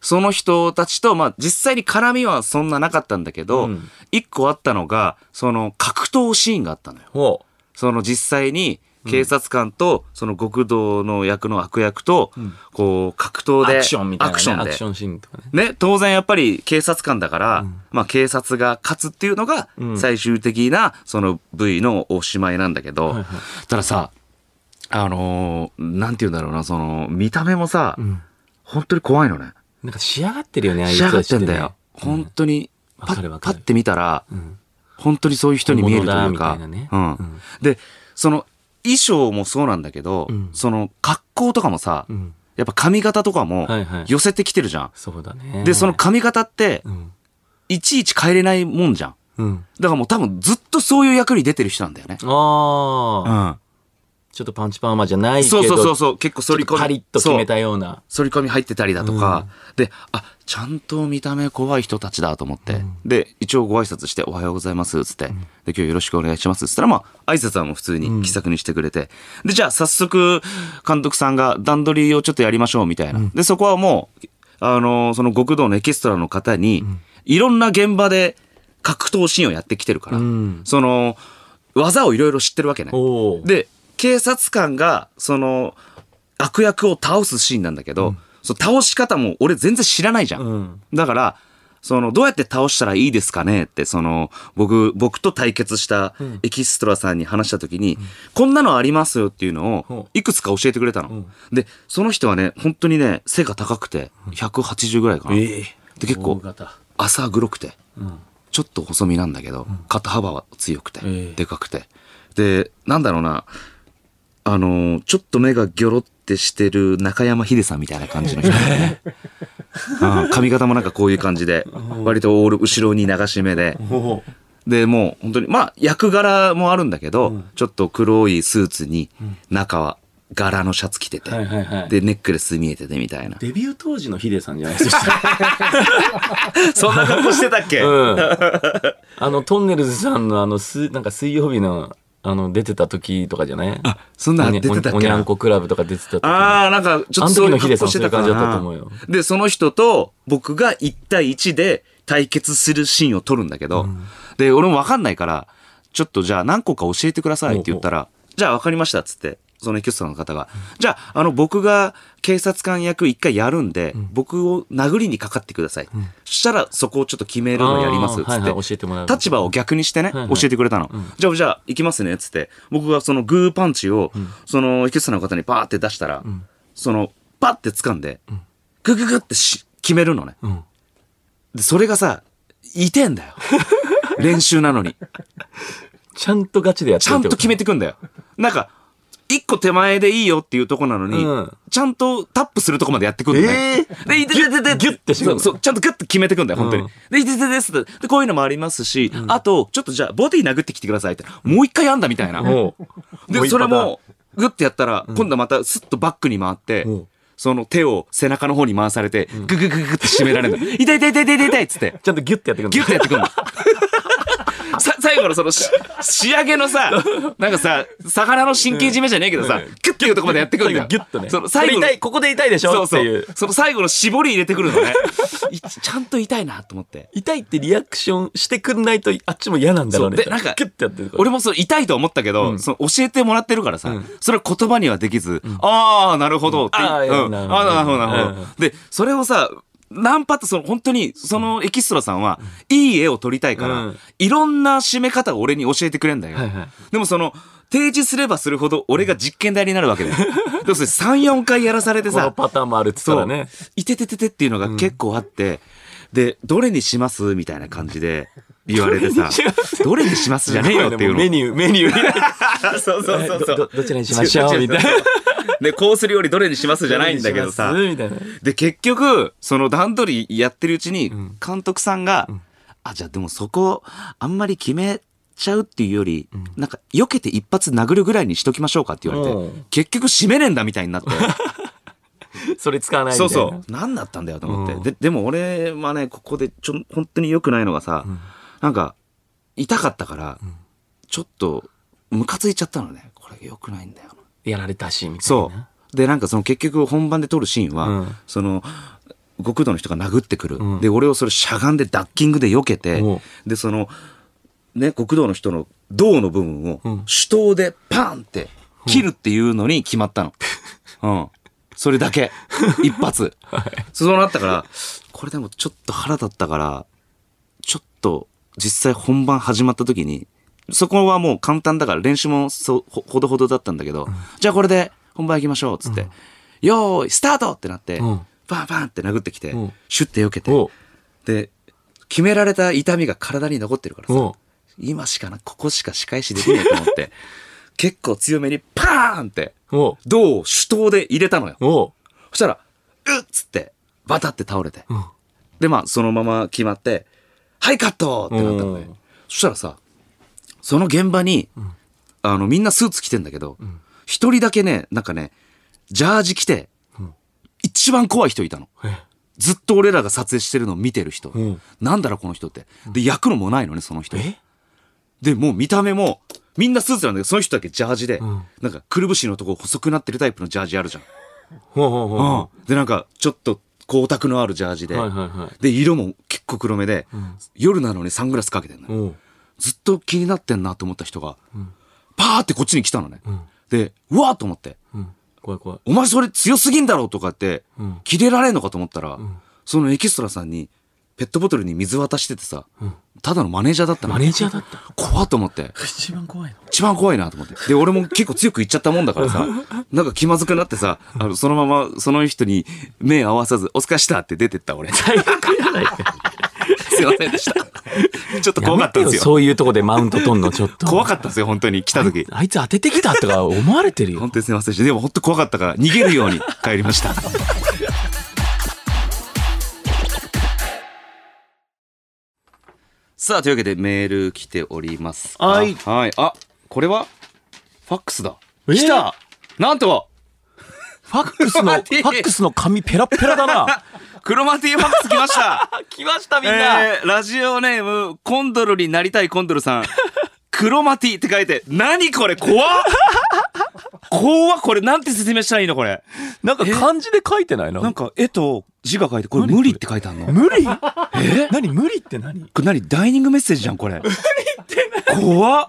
Speaker 2: その人たちと、まあ、実際に絡みはそんななかったんだけ
Speaker 1: う
Speaker 2: ど
Speaker 1: ん、
Speaker 2: 一、個あったのが、その格闘シーンがあったのよ。
Speaker 1: ほ
Speaker 2: その実際に警察官と、その極道の役の悪役と、
Speaker 1: ん
Speaker 2: こう、格闘
Speaker 1: う。ア
Speaker 2: で、
Speaker 1: クションみたいなね。
Speaker 2: アクション
Speaker 1: ア
Speaker 2: で
Speaker 1: クションシーンとかね。
Speaker 2: ね、当然やっぱり警察官だから、まあ警察が勝つっていうのが
Speaker 1: うん
Speaker 2: 最終的なその部位のおしまいなんだけど、
Speaker 1: はいはい
Speaker 2: たださ、あのーなんて言うんだろうな、その見た目もさ、
Speaker 1: うん。
Speaker 2: 本当に怖いのね。
Speaker 1: なんか仕上がってるよね、ああいう
Speaker 2: 仕
Speaker 1: 人
Speaker 2: 上が
Speaker 1: た
Speaker 2: っ
Speaker 1: ち
Speaker 2: て
Speaker 1: って
Speaker 2: ん
Speaker 1: ね
Speaker 2: だよ。。本当に、
Speaker 1: わ
Speaker 2: パ
Speaker 1: かる
Speaker 2: ッ
Speaker 1: わ
Speaker 2: パ
Speaker 1: か
Speaker 2: ッ
Speaker 1: る
Speaker 2: て見たら、
Speaker 1: うん
Speaker 2: 本当にそういう人に見えるというか。
Speaker 1: 本物だみたいなね
Speaker 2: うん
Speaker 1: うん
Speaker 2: で、その衣装もそうなんだけど、
Speaker 1: うん
Speaker 2: その格好とかもさ、
Speaker 1: うん。
Speaker 2: やっぱ髪型とかも
Speaker 1: はいはい
Speaker 2: 寄せてきてるじゃん。
Speaker 1: そうだね。
Speaker 2: で、その髪型って
Speaker 1: う、ん。
Speaker 2: いちいち変えれないもんじゃん。
Speaker 1: うん。
Speaker 2: だからもう多分ずっとそういう役に出てる人なんだよね。
Speaker 1: ああ、
Speaker 2: う
Speaker 1: ちょっとパンチパーマじゃない
Speaker 2: ん。
Speaker 1: けど。
Speaker 2: そうそうそう
Speaker 1: そ
Speaker 2: そう。結構反り込み。
Speaker 1: パリッと決め
Speaker 2: そう
Speaker 1: たような。
Speaker 2: 反り込み入ってたりだとか、で、あ、ちゃんと見た目怖い人たちだと思って、で、一応ご挨拶して、おはようございます、つって、で、今日よろしくお願いします、つったら、まあ、挨拶はもう普通に気さくにしてくれて、で、じゃあ早速、監督さんが段取りをちょっとやりましょう、みたいな。で、そこはもう、あのーその極道のエキストラの方に、いろんな現場で格闘シーンをやってきてるから、
Speaker 1: うん
Speaker 2: その、技をいろいろ知ってるわけね。
Speaker 1: おお。
Speaker 2: で、警察官が、その、悪役を倒すシーンなんだけど、その倒し方も俺全然知らないじゃん。
Speaker 1: うん。
Speaker 2: だから、その、どうやって倒したらいいですかねって、その、僕、僕と対決したエキストラさんに話した時に、こんなのありますよっていうの
Speaker 1: ほ
Speaker 2: を、いくつか教えてくれたの。で、その人はね、本当にね、背が高くて、180ぐらいかな。
Speaker 1: ええ
Speaker 2: で、結
Speaker 1: 大
Speaker 2: 構、
Speaker 1: 型
Speaker 2: 浅黒くて、
Speaker 1: ん
Speaker 2: ちょっと細身なんだけど、肩幅は強くて、
Speaker 1: ええ
Speaker 2: でかくてでなんだろうなあのーちょっと目がギョロってしてる中山秀さんみたいな感じの人だ [laughs] ね、うん、髪型もなんかこういう感じで割とオール後ろに流し目で
Speaker 1: おお。
Speaker 2: で、もう本当に、まあ役柄もあるんだけど、ちょっと黒いスーツに、中は柄のシャツ着てて、
Speaker 1: はいはいはい
Speaker 2: で、ネックレス見えててみたいな。
Speaker 1: デビュー当時のヒデさんじゃないですか。
Speaker 2: そんな格好してたっけ、
Speaker 1: うん。 [laughs] あの、トンネルズさんのあの、す、なんか水曜日の、あの、出てた時とかじゃないあ
Speaker 2: そんなん出てたっけな
Speaker 1: おにゃんこクラブとか出てた時。
Speaker 2: ああ、なんか、ちょっとそういう格好してたか
Speaker 1: あの時のヒデさんそういう感じだったと
Speaker 2: ら
Speaker 1: 思う
Speaker 2: な
Speaker 1: よ。
Speaker 2: で、その人と僕が1対1で対決するシーンを撮るんだけど、で、俺もわかんないから、ちょっとじゃあ何個か教えてくださいって言ったら、じゃあわかりましたっつって、そのエキストラの方が、じゃあ、あの、僕が警察官役一回やるんで、僕を殴りにかかってください。そしたら、そこをちょっと決めるのやりますっつって、
Speaker 1: あーはいはい教えてもらう
Speaker 2: 立場を逆にしてね、
Speaker 1: はいはい
Speaker 2: 教えてくれたの。じゃあ、じゃあ、行きますね、っつって。僕がそのグーパンチを、その、エキストラの方にパーって出したら、その、パって掴んで、グググってし決めるのね。
Speaker 1: ん
Speaker 2: で、それがさ、いて
Speaker 1: [laughs]
Speaker 2: んだよ。練習なのに。
Speaker 1: ちゃんとガチでやって
Speaker 2: ち
Speaker 1: る
Speaker 2: ゃ
Speaker 1: っ
Speaker 2: ん
Speaker 1: て
Speaker 2: と
Speaker 1: こと
Speaker 2: 決めてくんだよ。なんか、一個手前でいいよっていうとこなのに、
Speaker 1: うん
Speaker 2: ちゃんとタップするとこまでやってくんだね。
Speaker 1: えー
Speaker 2: で、いてててて
Speaker 1: ギュッギュッてしてくん
Speaker 2: そ
Speaker 1: の
Speaker 2: う、そう、ちゃんとグッて決めてくんだよ、本当に。
Speaker 1: うん
Speaker 2: で、いてててててで、こういうのもありますし、あと、ちょっとじゃあ、ボディ殴ってきてくださいって、もう一回やんだみたいな。
Speaker 1: おうう
Speaker 2: で、
Speaker 1: 一
Speaker 2: それ
Speaker 1: パターン
Speaker 2: も、グッてやったら、今度またスッとバックに回って
Speaker 1: うん、
Speaker 2: その手を背中の方に回されて、グググググって締められるの。痛い痛い痛い痛い痛い痛いっつって。
Speaker 1: ちゃんとギュッてやってくるん
Speaker 2: ギュッてやってくんの。 [laughs] さ最後のそのし仕上げのさ、なんかさ、魚の神経締めじゃねえけどさ、ギュッていうとこまでやってくるんだよ。
Speaker 1: ギュッとね。
Speaker 2: その最後
Speaker 1: こ
Speaker 2: の
Speaker 1: れ痛い、ここで痛いでしょ
Speaker 2: そうそ
Speaker 1: っていう
Speaker 2: う。。その最後の絞り入れてくる
Speaker 1: [laughs]
Speaker 2: のね。いちゃんと痛いなと思って。
Speaker 1: 痛いってリアクションしてくんないと、あっちも嫌なんだろうね。
Speaker 2: そうでなんか
Speaker 1: ギュッてやってるから。
Speaker 2: 俺もそう痛いと思ったけど、その教えてもらってるからさ、
Speaker 1: うん
Speaker 2: それは言葉にはできず、ああ、なるほどって、
Speaker 1: うんあーいや
Speaker 2: うん
Speaker 1: な
Speaker 2: あ
Speaker 1: る
Speaker 2: ー
Speaker 1: ほど
Speaker 2: なるほど、なるほど。
Speaker 1: うん
Speaker 2: で、それをさ、何パッとその本当にそのエキストラさんは、いい絵を撮りたいから、
Speaker 1: うん
Speaker 2: いろんな締め方を俺に教えてくれんだよ。
Speaker 1: はいはい
Speaker 2: でもその、提示すればするほど俺が実験台になる
Speaker 1: [laughs]
Speaker 2: わけだよ。でもそれ3、4回やらされて
Speaker 1: こ
Speaker 2: さ
Speaker 1: の、パターンもあるっつったらね。
Speaker 2: そう。いててててっていうのが結構あって、で、どれにしますみたいな感じで言われて
Speaker 1: どれ
Speaker 2: さ
Speaker 1: にしま、
Speaker 2: どれにしますじゃねえよっていう
Speaker 1: もう
Speaker 2: の。
Speaker 1: メニュー、メニュー。
Speaker 2: そうそうそうそ
Speaker 1: どど
Speaker 2: う。
Speaker 1: どちらにしましょう
Speaker 2: どちらにしましょ
Speaker 1: み
Speaker 2: う。で、コース料理どれにしますじゃないんだけどさ。
Speaker 1: みたいな。
Speaker 2: で、結局、その段取りやってるうちに、監督さんが、あ、じゃあでもそこ、あんまり決めちゃうっていうより、なんか、避けて一発殴るぐらいにしときましょうかって言われ
Speaker 1: う
Speaker 2: て
Speaker 1: ん、
Speaker 2: 結局締めねえんだみたいになって。
Speaker 1: それ使わないみた
Speaker 2: そ
Speaker 1: いうな。
Speaker 2: そう。何だったんだよと思って。
Speaker 1: うん
Speaker 2: で、でも俺はね、ここでちょ、本当に良くないのがさ、なんか、痛かったから、ちょっと、ムカついちゃったのね。これ良くないんだよな。
Speaker 1: やられたし、みたいな。
Speaker 2: そう。で、なんかその結局本番で撮るシーンは、
Speaker 1: うん
Speaker 2: その、極道の人が殴ってくる。
Speaker 1: うん
Speaker 2: で、俺をそれしゃがんでダッキングで避けて
Speaker 1: おう、
Speaker 2: で、その、ね、極道の人の胴の部分を
Speaker 1: うん
Speaker 2: 手刀でパンって切るっていうのに決まっ
Speaker 1: [laughs]
Speaker 2: たの。うん。それだけ。一発。そうなったから、これでもちょっと腹立ったから、ちょっと実際本番始まった時に、そこはもう簡単だから練習もそうほほどほどだったんだけど、じゃあこれで本番行きましょうっつって、よーい、スタートってなって、
Speaker 1: うん
Speaker 2: バンバンって殴ってきて、
Speaker 1: うん
Speaker 2: シュッて避けて、
Speaker 1: おう
Speaker 2: で、決められた痛みが体に残ってるから
Speaker 1: お
Speaker 2: さ
Speaker 1: う、
Speaker 2: 今しかな、ここしか仕返しできないと思って、 [laughs] 結構強めにパーンって、
Speaker 1: おう
Speaker 2: 銅を手刀で入れたのよ。
Speaker 1: おう
Speaker 2: そしたら、うっつって、バタって倒れて。
Speaker 1: ん
Speaker 2: で、まあ、そのまま決まって、はい、カットってなったの
Speaker 1: う
Speaker 2: ね
Speaker 1: ん。
Speaker 2: そしたらさ、その現場に、あの、みんなスーツ着てんだけど、一人だけね、なんかね、ジャージ着て、一番怖い人いたの。
Speaker 1: え
Speaker 2: ずっと俺らが撮影してるのを見てる人
Speaker 1: ん。
Speaker 2: なんだろ、この人って。で、焼くのもないのね、その人。
Speaker 1: え
Speaker 2: で、もう見た目も、みんなスーツなんだけど、その人だけジャージで、
Speaker 1: ん
Speaker 2: なんか、くるぶしのとこ細くなってるタイプのジャージあるじゃん。
Speaker 1: ほうほうほ
Speaker 2: うん。で、なんか、ちょっと光沢のあるジャージで、
Speaker 1: う。はいはいはい。
Speaker 2: で、色も結構黒目で、夜なのにサングラスかけてんのよ、
Speaker 1: おう
Speaker 2: ずっと気になってんなと思った人が、パーってこっちに来たのね。で、うわーと思って、
Speaker 1: うん。怖い怖い。
Speaker 2: お前それ強すぎんだろうとかって、切れられんのかと思ったら、そのエキストラさんに、ペットボトルに水渡しててさ、ただのマネージャーだったの。
Speaker 1: マネージャーだった。
Speaker 2: 怖っと思って。
Speaker 1: 一番怖い [laughs] の。
Speaker 2: 一番怖いなと思って。で、俺も結構強く言っちゃったもんだか
Speaker 1: [laughs]
Speaker 2: らさ、なんか気まずくなってさ、あの、そのまま、その人に目合わさず、お疲れしたって出てった俺。す
Speaker 1: 最悪じゃないか。
Speaker 2: いませんでした。 [laughs] ちょっと怖かったんですよ。
Speaker 1: そういうとこでマウント取んの、ちょっと。
Speaker 2: 怖かったんですよ、本当に。来た時。
Speaker 1: あいつ当ててきたとか思われてる [laughs] よ
Speaker 2: 本。当にすいませんでした。でも本当怖かったから、逃げるように帰りました。 [laughs] さあ、というわけでメール来ておりますか
Speaker 1: はい
Speaker 2: はい。あ、これはファックスだ。
Speaker 1: えー
Speaker 2: 来たなんと
Speaker 1: ファック [laughs] スの、フ
Speaker 2: 待て
Speaker 1: ァックスの紙ペラペラだな。
Speaker 2: クロマティファックス来ました
Speaker 1: [laughs] 来ました、みんな。
Speaker 2: えーラジオネーム、コンドルになりたいコンド
Speaker 1: [laughs]
Speaker 2: ルさん。クロマティって書いて、何これ怖っ怖っこれなんて説明したらいいのこれ。
Speaker 1: なんか漢字で書いてないな。
Speaker 2: なんか絵と字が書いて、これ
Speaker 1: 何これ
Speaker 2: 無理って書いてあるのこ
Speaker 1: 無理 [laughs] え何無理って何
Speaker 2: れ何ダイニングメッセージじゃんこれ。無理って怖っ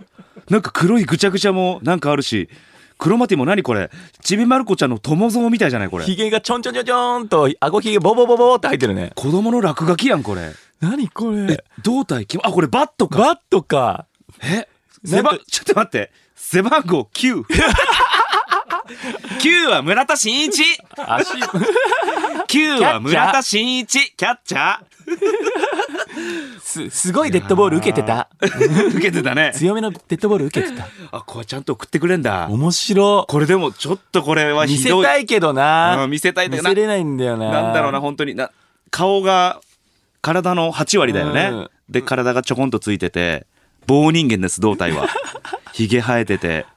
Speaker 2: なんか黒いぐちゃぐちゃもなんかあるし、クロマティも何これちびまる子ちゃんの友蔵みたいじゃないこれ。
Speaker 1: ひげがちょんちょんちょんちょんと、あごひげボボボボボって入ってるね。
Speaker 2: 子供の落書きやんこれ。
Speaker 1: 何これ
Speaker 2: 胴体きあ、これバットか。
Speaker 1: バットか。
Speaker 2: え
Speaker 1: な
Speaker 2: 背
Speaker 1: んか
Speaker 2: 番ちょっと待って背番号9 9は村田真一
Speaker 1: [laughs] 足、
Speaker 2: 9は村田真一キャッチャ
Speaker 1: す、すごいデッドボール受けてた。
Speaker 2: ー受けてたね
Speaker 1: 強めのデッドボール受けてた。
Speaker 2: あこれちゃんと送ってくれんだ
Speaker 1: 面白。
Speaker 2: これでもちょっとこれは
Speaker 1: 見
Speaker 2: ひ
Speaker 1: せ
Speaker 2: どい
Speaker 1: たいけどな。
Speaker 2: うん見せたい
Speaker 1: 見
Speaker 2: だ
Speaker 1: せ
Speaker 2: な
Speaker 1: れないんだよな。
Speaker 2: なんだろうな本当にな顔が体の8割だよね、
Speaker 1: うん
Speaker 2: で体がちょこんとついてて棒人間です胴体
Speaker 1: [laughs]
Speaker 2: はひげ生えてて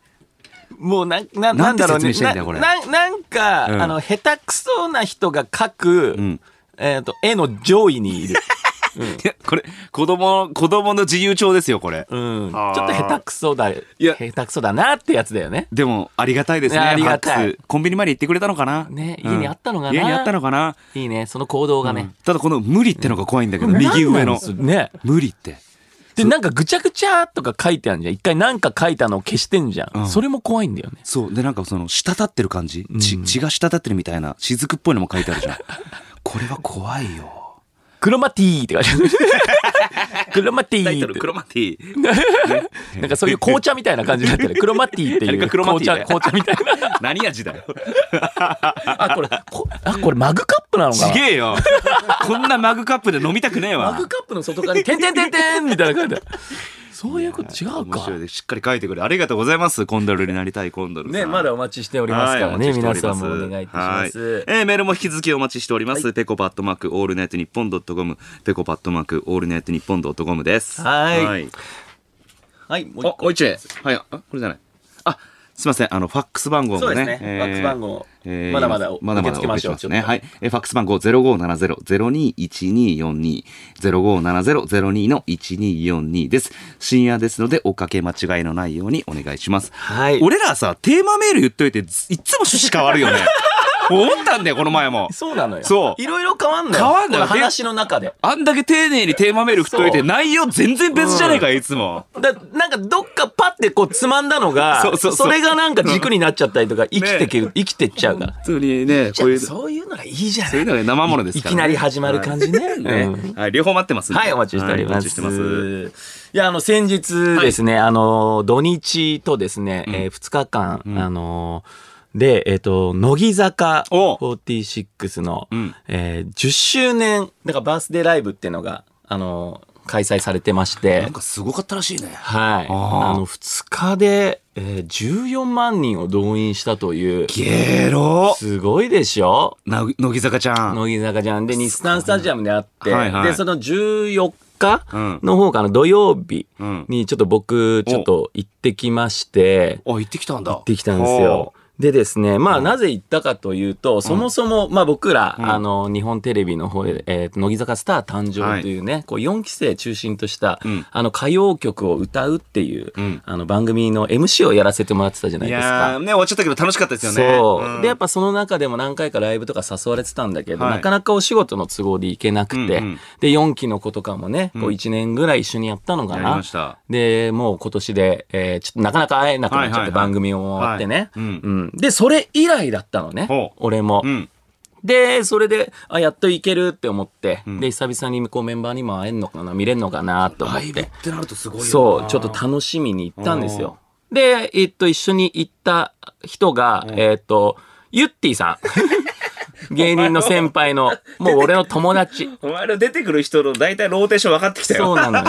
Speaker 1: もうなん、な、な
Speaker 2: なんん
Speaker 1: だ
Speaker 2: て
Speaker 1: ろうね。
Speaker 2: 説明したらいいんだよこれ
Speaker 1: なななんか、
Speaker 2: うん
Speaker 1: あの、下手くそな人が描く、
Speaker 2: うん
Speaker 1: えっ、と、絵の上位にいる。
Speaker 2: いやこれ子供子供の自由帳ですよこれ
Speaker 1: うん。ちょ
Speaker 2: [laughs] あー
Speaker 1: っと下手くそだ、
Speaker 2: いや
Speaker 1: 下手くそだなってやつだよね。
Speaker 2: でもありがたいですね。
Speaker 1: いやありがたい
Speaker 2: ハックスコンビニまで行ってくれたのかな。
Speaker 1: ね
Speaker 2: うん
Speaker 1: 家にあったのかな
Speaker 2: 家にあったのかな。
Speaker 1: いいね、その行動がね。
Speaker 2: ただこの無理ってのが怖いんだけど、右上の
Speaker 1: ね。
Speaker 2: 無理って。
Speaker 1: で、なんかぐちゃぐちゃとか書いてあるじゃん。一回なんか書いたのを消してんじゃん。
Speaker 2: うん
Speaker 1: それも怖いんだよね。
Speaker 2: そうでなんかその滴ってる感じ、血血が滴ってるみたいな雫っぽいのも書いてあるじゃん。 [laughs] これは怖いよ。
Speaker 1: クロマティーって書いてある。
Speaker 2: [laughs]
Speaker 1: クロマティーって。
Speaker 2: ロマティ。
Speaker 1: なんかそういう紅茶みたいな感じになってる。クロマティーって
Speaker 2: あ [laughs]
Speaker 1: い
Speaker 2: れ
Speaker 1: う
Speaker 2: かクロマ
Speaker 1: 紅
Speaker 2: ティー
Speaker 1: 茶、
Speaker 2: ね
Speaker 1: 紅茶みたいな。
Speaker 2: 何味だよ。
Speaker 1: あ、これ、こあ、これマグカップなのか
Speaker 2: ち
Speaker 1: な
Speaker 2: げえよ。こんなマグカップで飲みたくねえ
Speaker 1: マ
Speaker 2: わ
Speaker 1: グ。カップの外側に、てんてんてんてんみたいな感じで。そういうこと違う
Speaker 2: 面
Speaker 1: か。
Speaker 2: 白いですしっかり書いてくれありがとうございますコンドルになりたいコンドルさん
Speaker 1: ね、まだお待ちしておりますからね。
Speaker 2: はいお
Speaker 1: 皆
Speaker 2: 待ちしており
Speaker 1: さ
Speaker 2: ま
Speaker 1: ん
Speaker 2: す
Speaker 1: もお願いいたします。
Speaker 2: はいえーメールも引き続きお待ちしております。ペコパットマークオールナイトニッポンドットコム、ペコパットマークオールナイトニッポンドットコムです。
Speaker 1: はい
Speaker 2: はい。
Speaker 1: はい、もう
Speaker 2: お、おいちえ。はい。あ、これじゃない。あ、すいません。あの、ファックス番号もね。
Speaker 1: そうですね
Speaker 2: えー
Speaker 1: ファックス番号
Speaker 2: えー
Speaker 1: まだまだ
Speaker 2: 今まだま
Speaker 1: 受
Speaker 2: だ
Speaker 1: け付けましょう
Speaker 2: お受ね。
Speaker 1: ちょっと
Speaker 2: はい。えーファックス番号0570-021242、0570-02の1242です。深夜ですので、おかけ間違いのないようにお願いします。
Speaker 1: はい。
Speaker 2: 俺らさ、テーマメール言っといて、ずいっつも趣旨変わ
Speaker 1: [laughs]
Speaker 2: るよね。思ったんだよ、この前も。
Speaker 1: そうなのよ。
Speaker 2: そう
Speaker 1: いろいろ変わんのよ。
Speaker 2: 変わんのよ
Speaker 1: こ話の中で。
Speaker 2: あんだけ丁寧にテーマメール振っといて、
Speaker 1: そう
Speaker 2: 内容全然別じゃねえかよ、いつも。
Speaker 1: だなんかどっかパってこうつまんだのが、 [laughs]
Speaker 2: そうそうそう
Speaker 1: れがなんか軸になっちゃったりとか、生きてける、生きてっちゃうから。
Speaker 2: 普通にね、こういう、そ
Speaker 1: そういうのがいいじゃな
Speaker 2: ういう
Speaker 1: い。
Speaker 2: のが生ものです
Speaker 1: い
Speaker 2: から、
Speaker 1: きなり始まる感じね。
Speaker 2: ね
Speaker 1: うん
Speaker 2: はい、両方待ってますんで
Speaker 1: はい、お待ちしており
Speaker 2: はいお
Speaker 1: ま
Speaker 2: 待
Speaker 1: す。
Speaker 2: ちしてます。
Speaker 1: い、や、あの、先日ですね、あの、土日とですね、えー、2日間、あの、で、えっ、と、乃木坂
Speaker 2: お
Speaker 1: 46の、
Speaker 2: うん
Speaker 1: えー10周年、だからバースデーライブっていうのが、あの、開催されてまして
Speaker 2: なん、かすごかったらしいね。
Speaker 1: はい。
Speaker 2: あ
Speaker 1: あの、2日で、えー14万人を動員したという、
Speaker 2: ゲロ
Speaker 1: すごいでしょ
Speaker 2: な乃木坂ちゃん。
Speaker 1: 乃木坂ちゃんで日産スタジアムであって、
Speaker 2: はいはい
Speaker 1: でその14日
Speaker 2: うん
Speaker 1: の方かな土曜日
Speaker 2: うん。
Speaker 1: にちょっと僕ちょっと行ってきまして
Speaker 2: あ、行ってきたんだ。行
Speaker 1: 行ってきたんですよ。。でですね、まあなぜ行ったかというと、そもそも、まあ僕ら、
Speaker 2: ん
Speaker 1: あの、日本テレビの方で、えーと乃木坂スター誕生というね、こう4期生中心とした、
Speaker 2: うん
Speaker 1: あの歌謡曲を歌うっていう、
Speaker 2: うん
Speaker 1: あの番組の MC をやらせてもらってたじゃない
Speaker 2: い
Speaker 1: ですか。
Speaker 2: やー、ね、終わっちゃったけど楽しかったですよね。
Speaker 1: そう、
Speaker 2: ん
Speaker 1: でやっぱその中でも何回かライブとか誘われてたんだけど、
Speaker 2: はい
Speaker 1: なかなかお仕事の都合で行けなくて、
Speaker 2: うんうん
Speaker 1: で4期の子とかもねこう
Speaker 2: う
Speaker 1: ん1年ぐらい一緒にやったのか
Speaker 2: やり
Speaker 1: な、
Speaker 2: ました。
Speaker 1: でもう今年で、えーちょっとなかなか会えなくなっちゃって、
Speaker 2: はいはいはい
Speaker 1: 番組も終わってね、
Speaker 2: はいうん
Speaker 1: うんでそれ以来だったのね
Speaker 2: ほう
Speaker 1: 俺も、
Speaker 2: うん。
Speaker 1: でそれであやっと行けるって思って、
Speaker 2: ん
Speaker 1: で久々にこうメンバーにも会えるのかな見れるのかなと思って、
Speaker 2: てなるとすごいよな
Speaker 1: そう、ちょっと楽しみに行ったんですよ。で、えっと、一緒に行った人が、えっと、ゆってぃさん。
Speaker 2: [laughs]
Speaker 1: 芸人の先輩の、もう俺の友達。
Speaker 2: お前の出てくる人の大体ローテーション分かってきたよ。
Speaker 1: そうなのよ。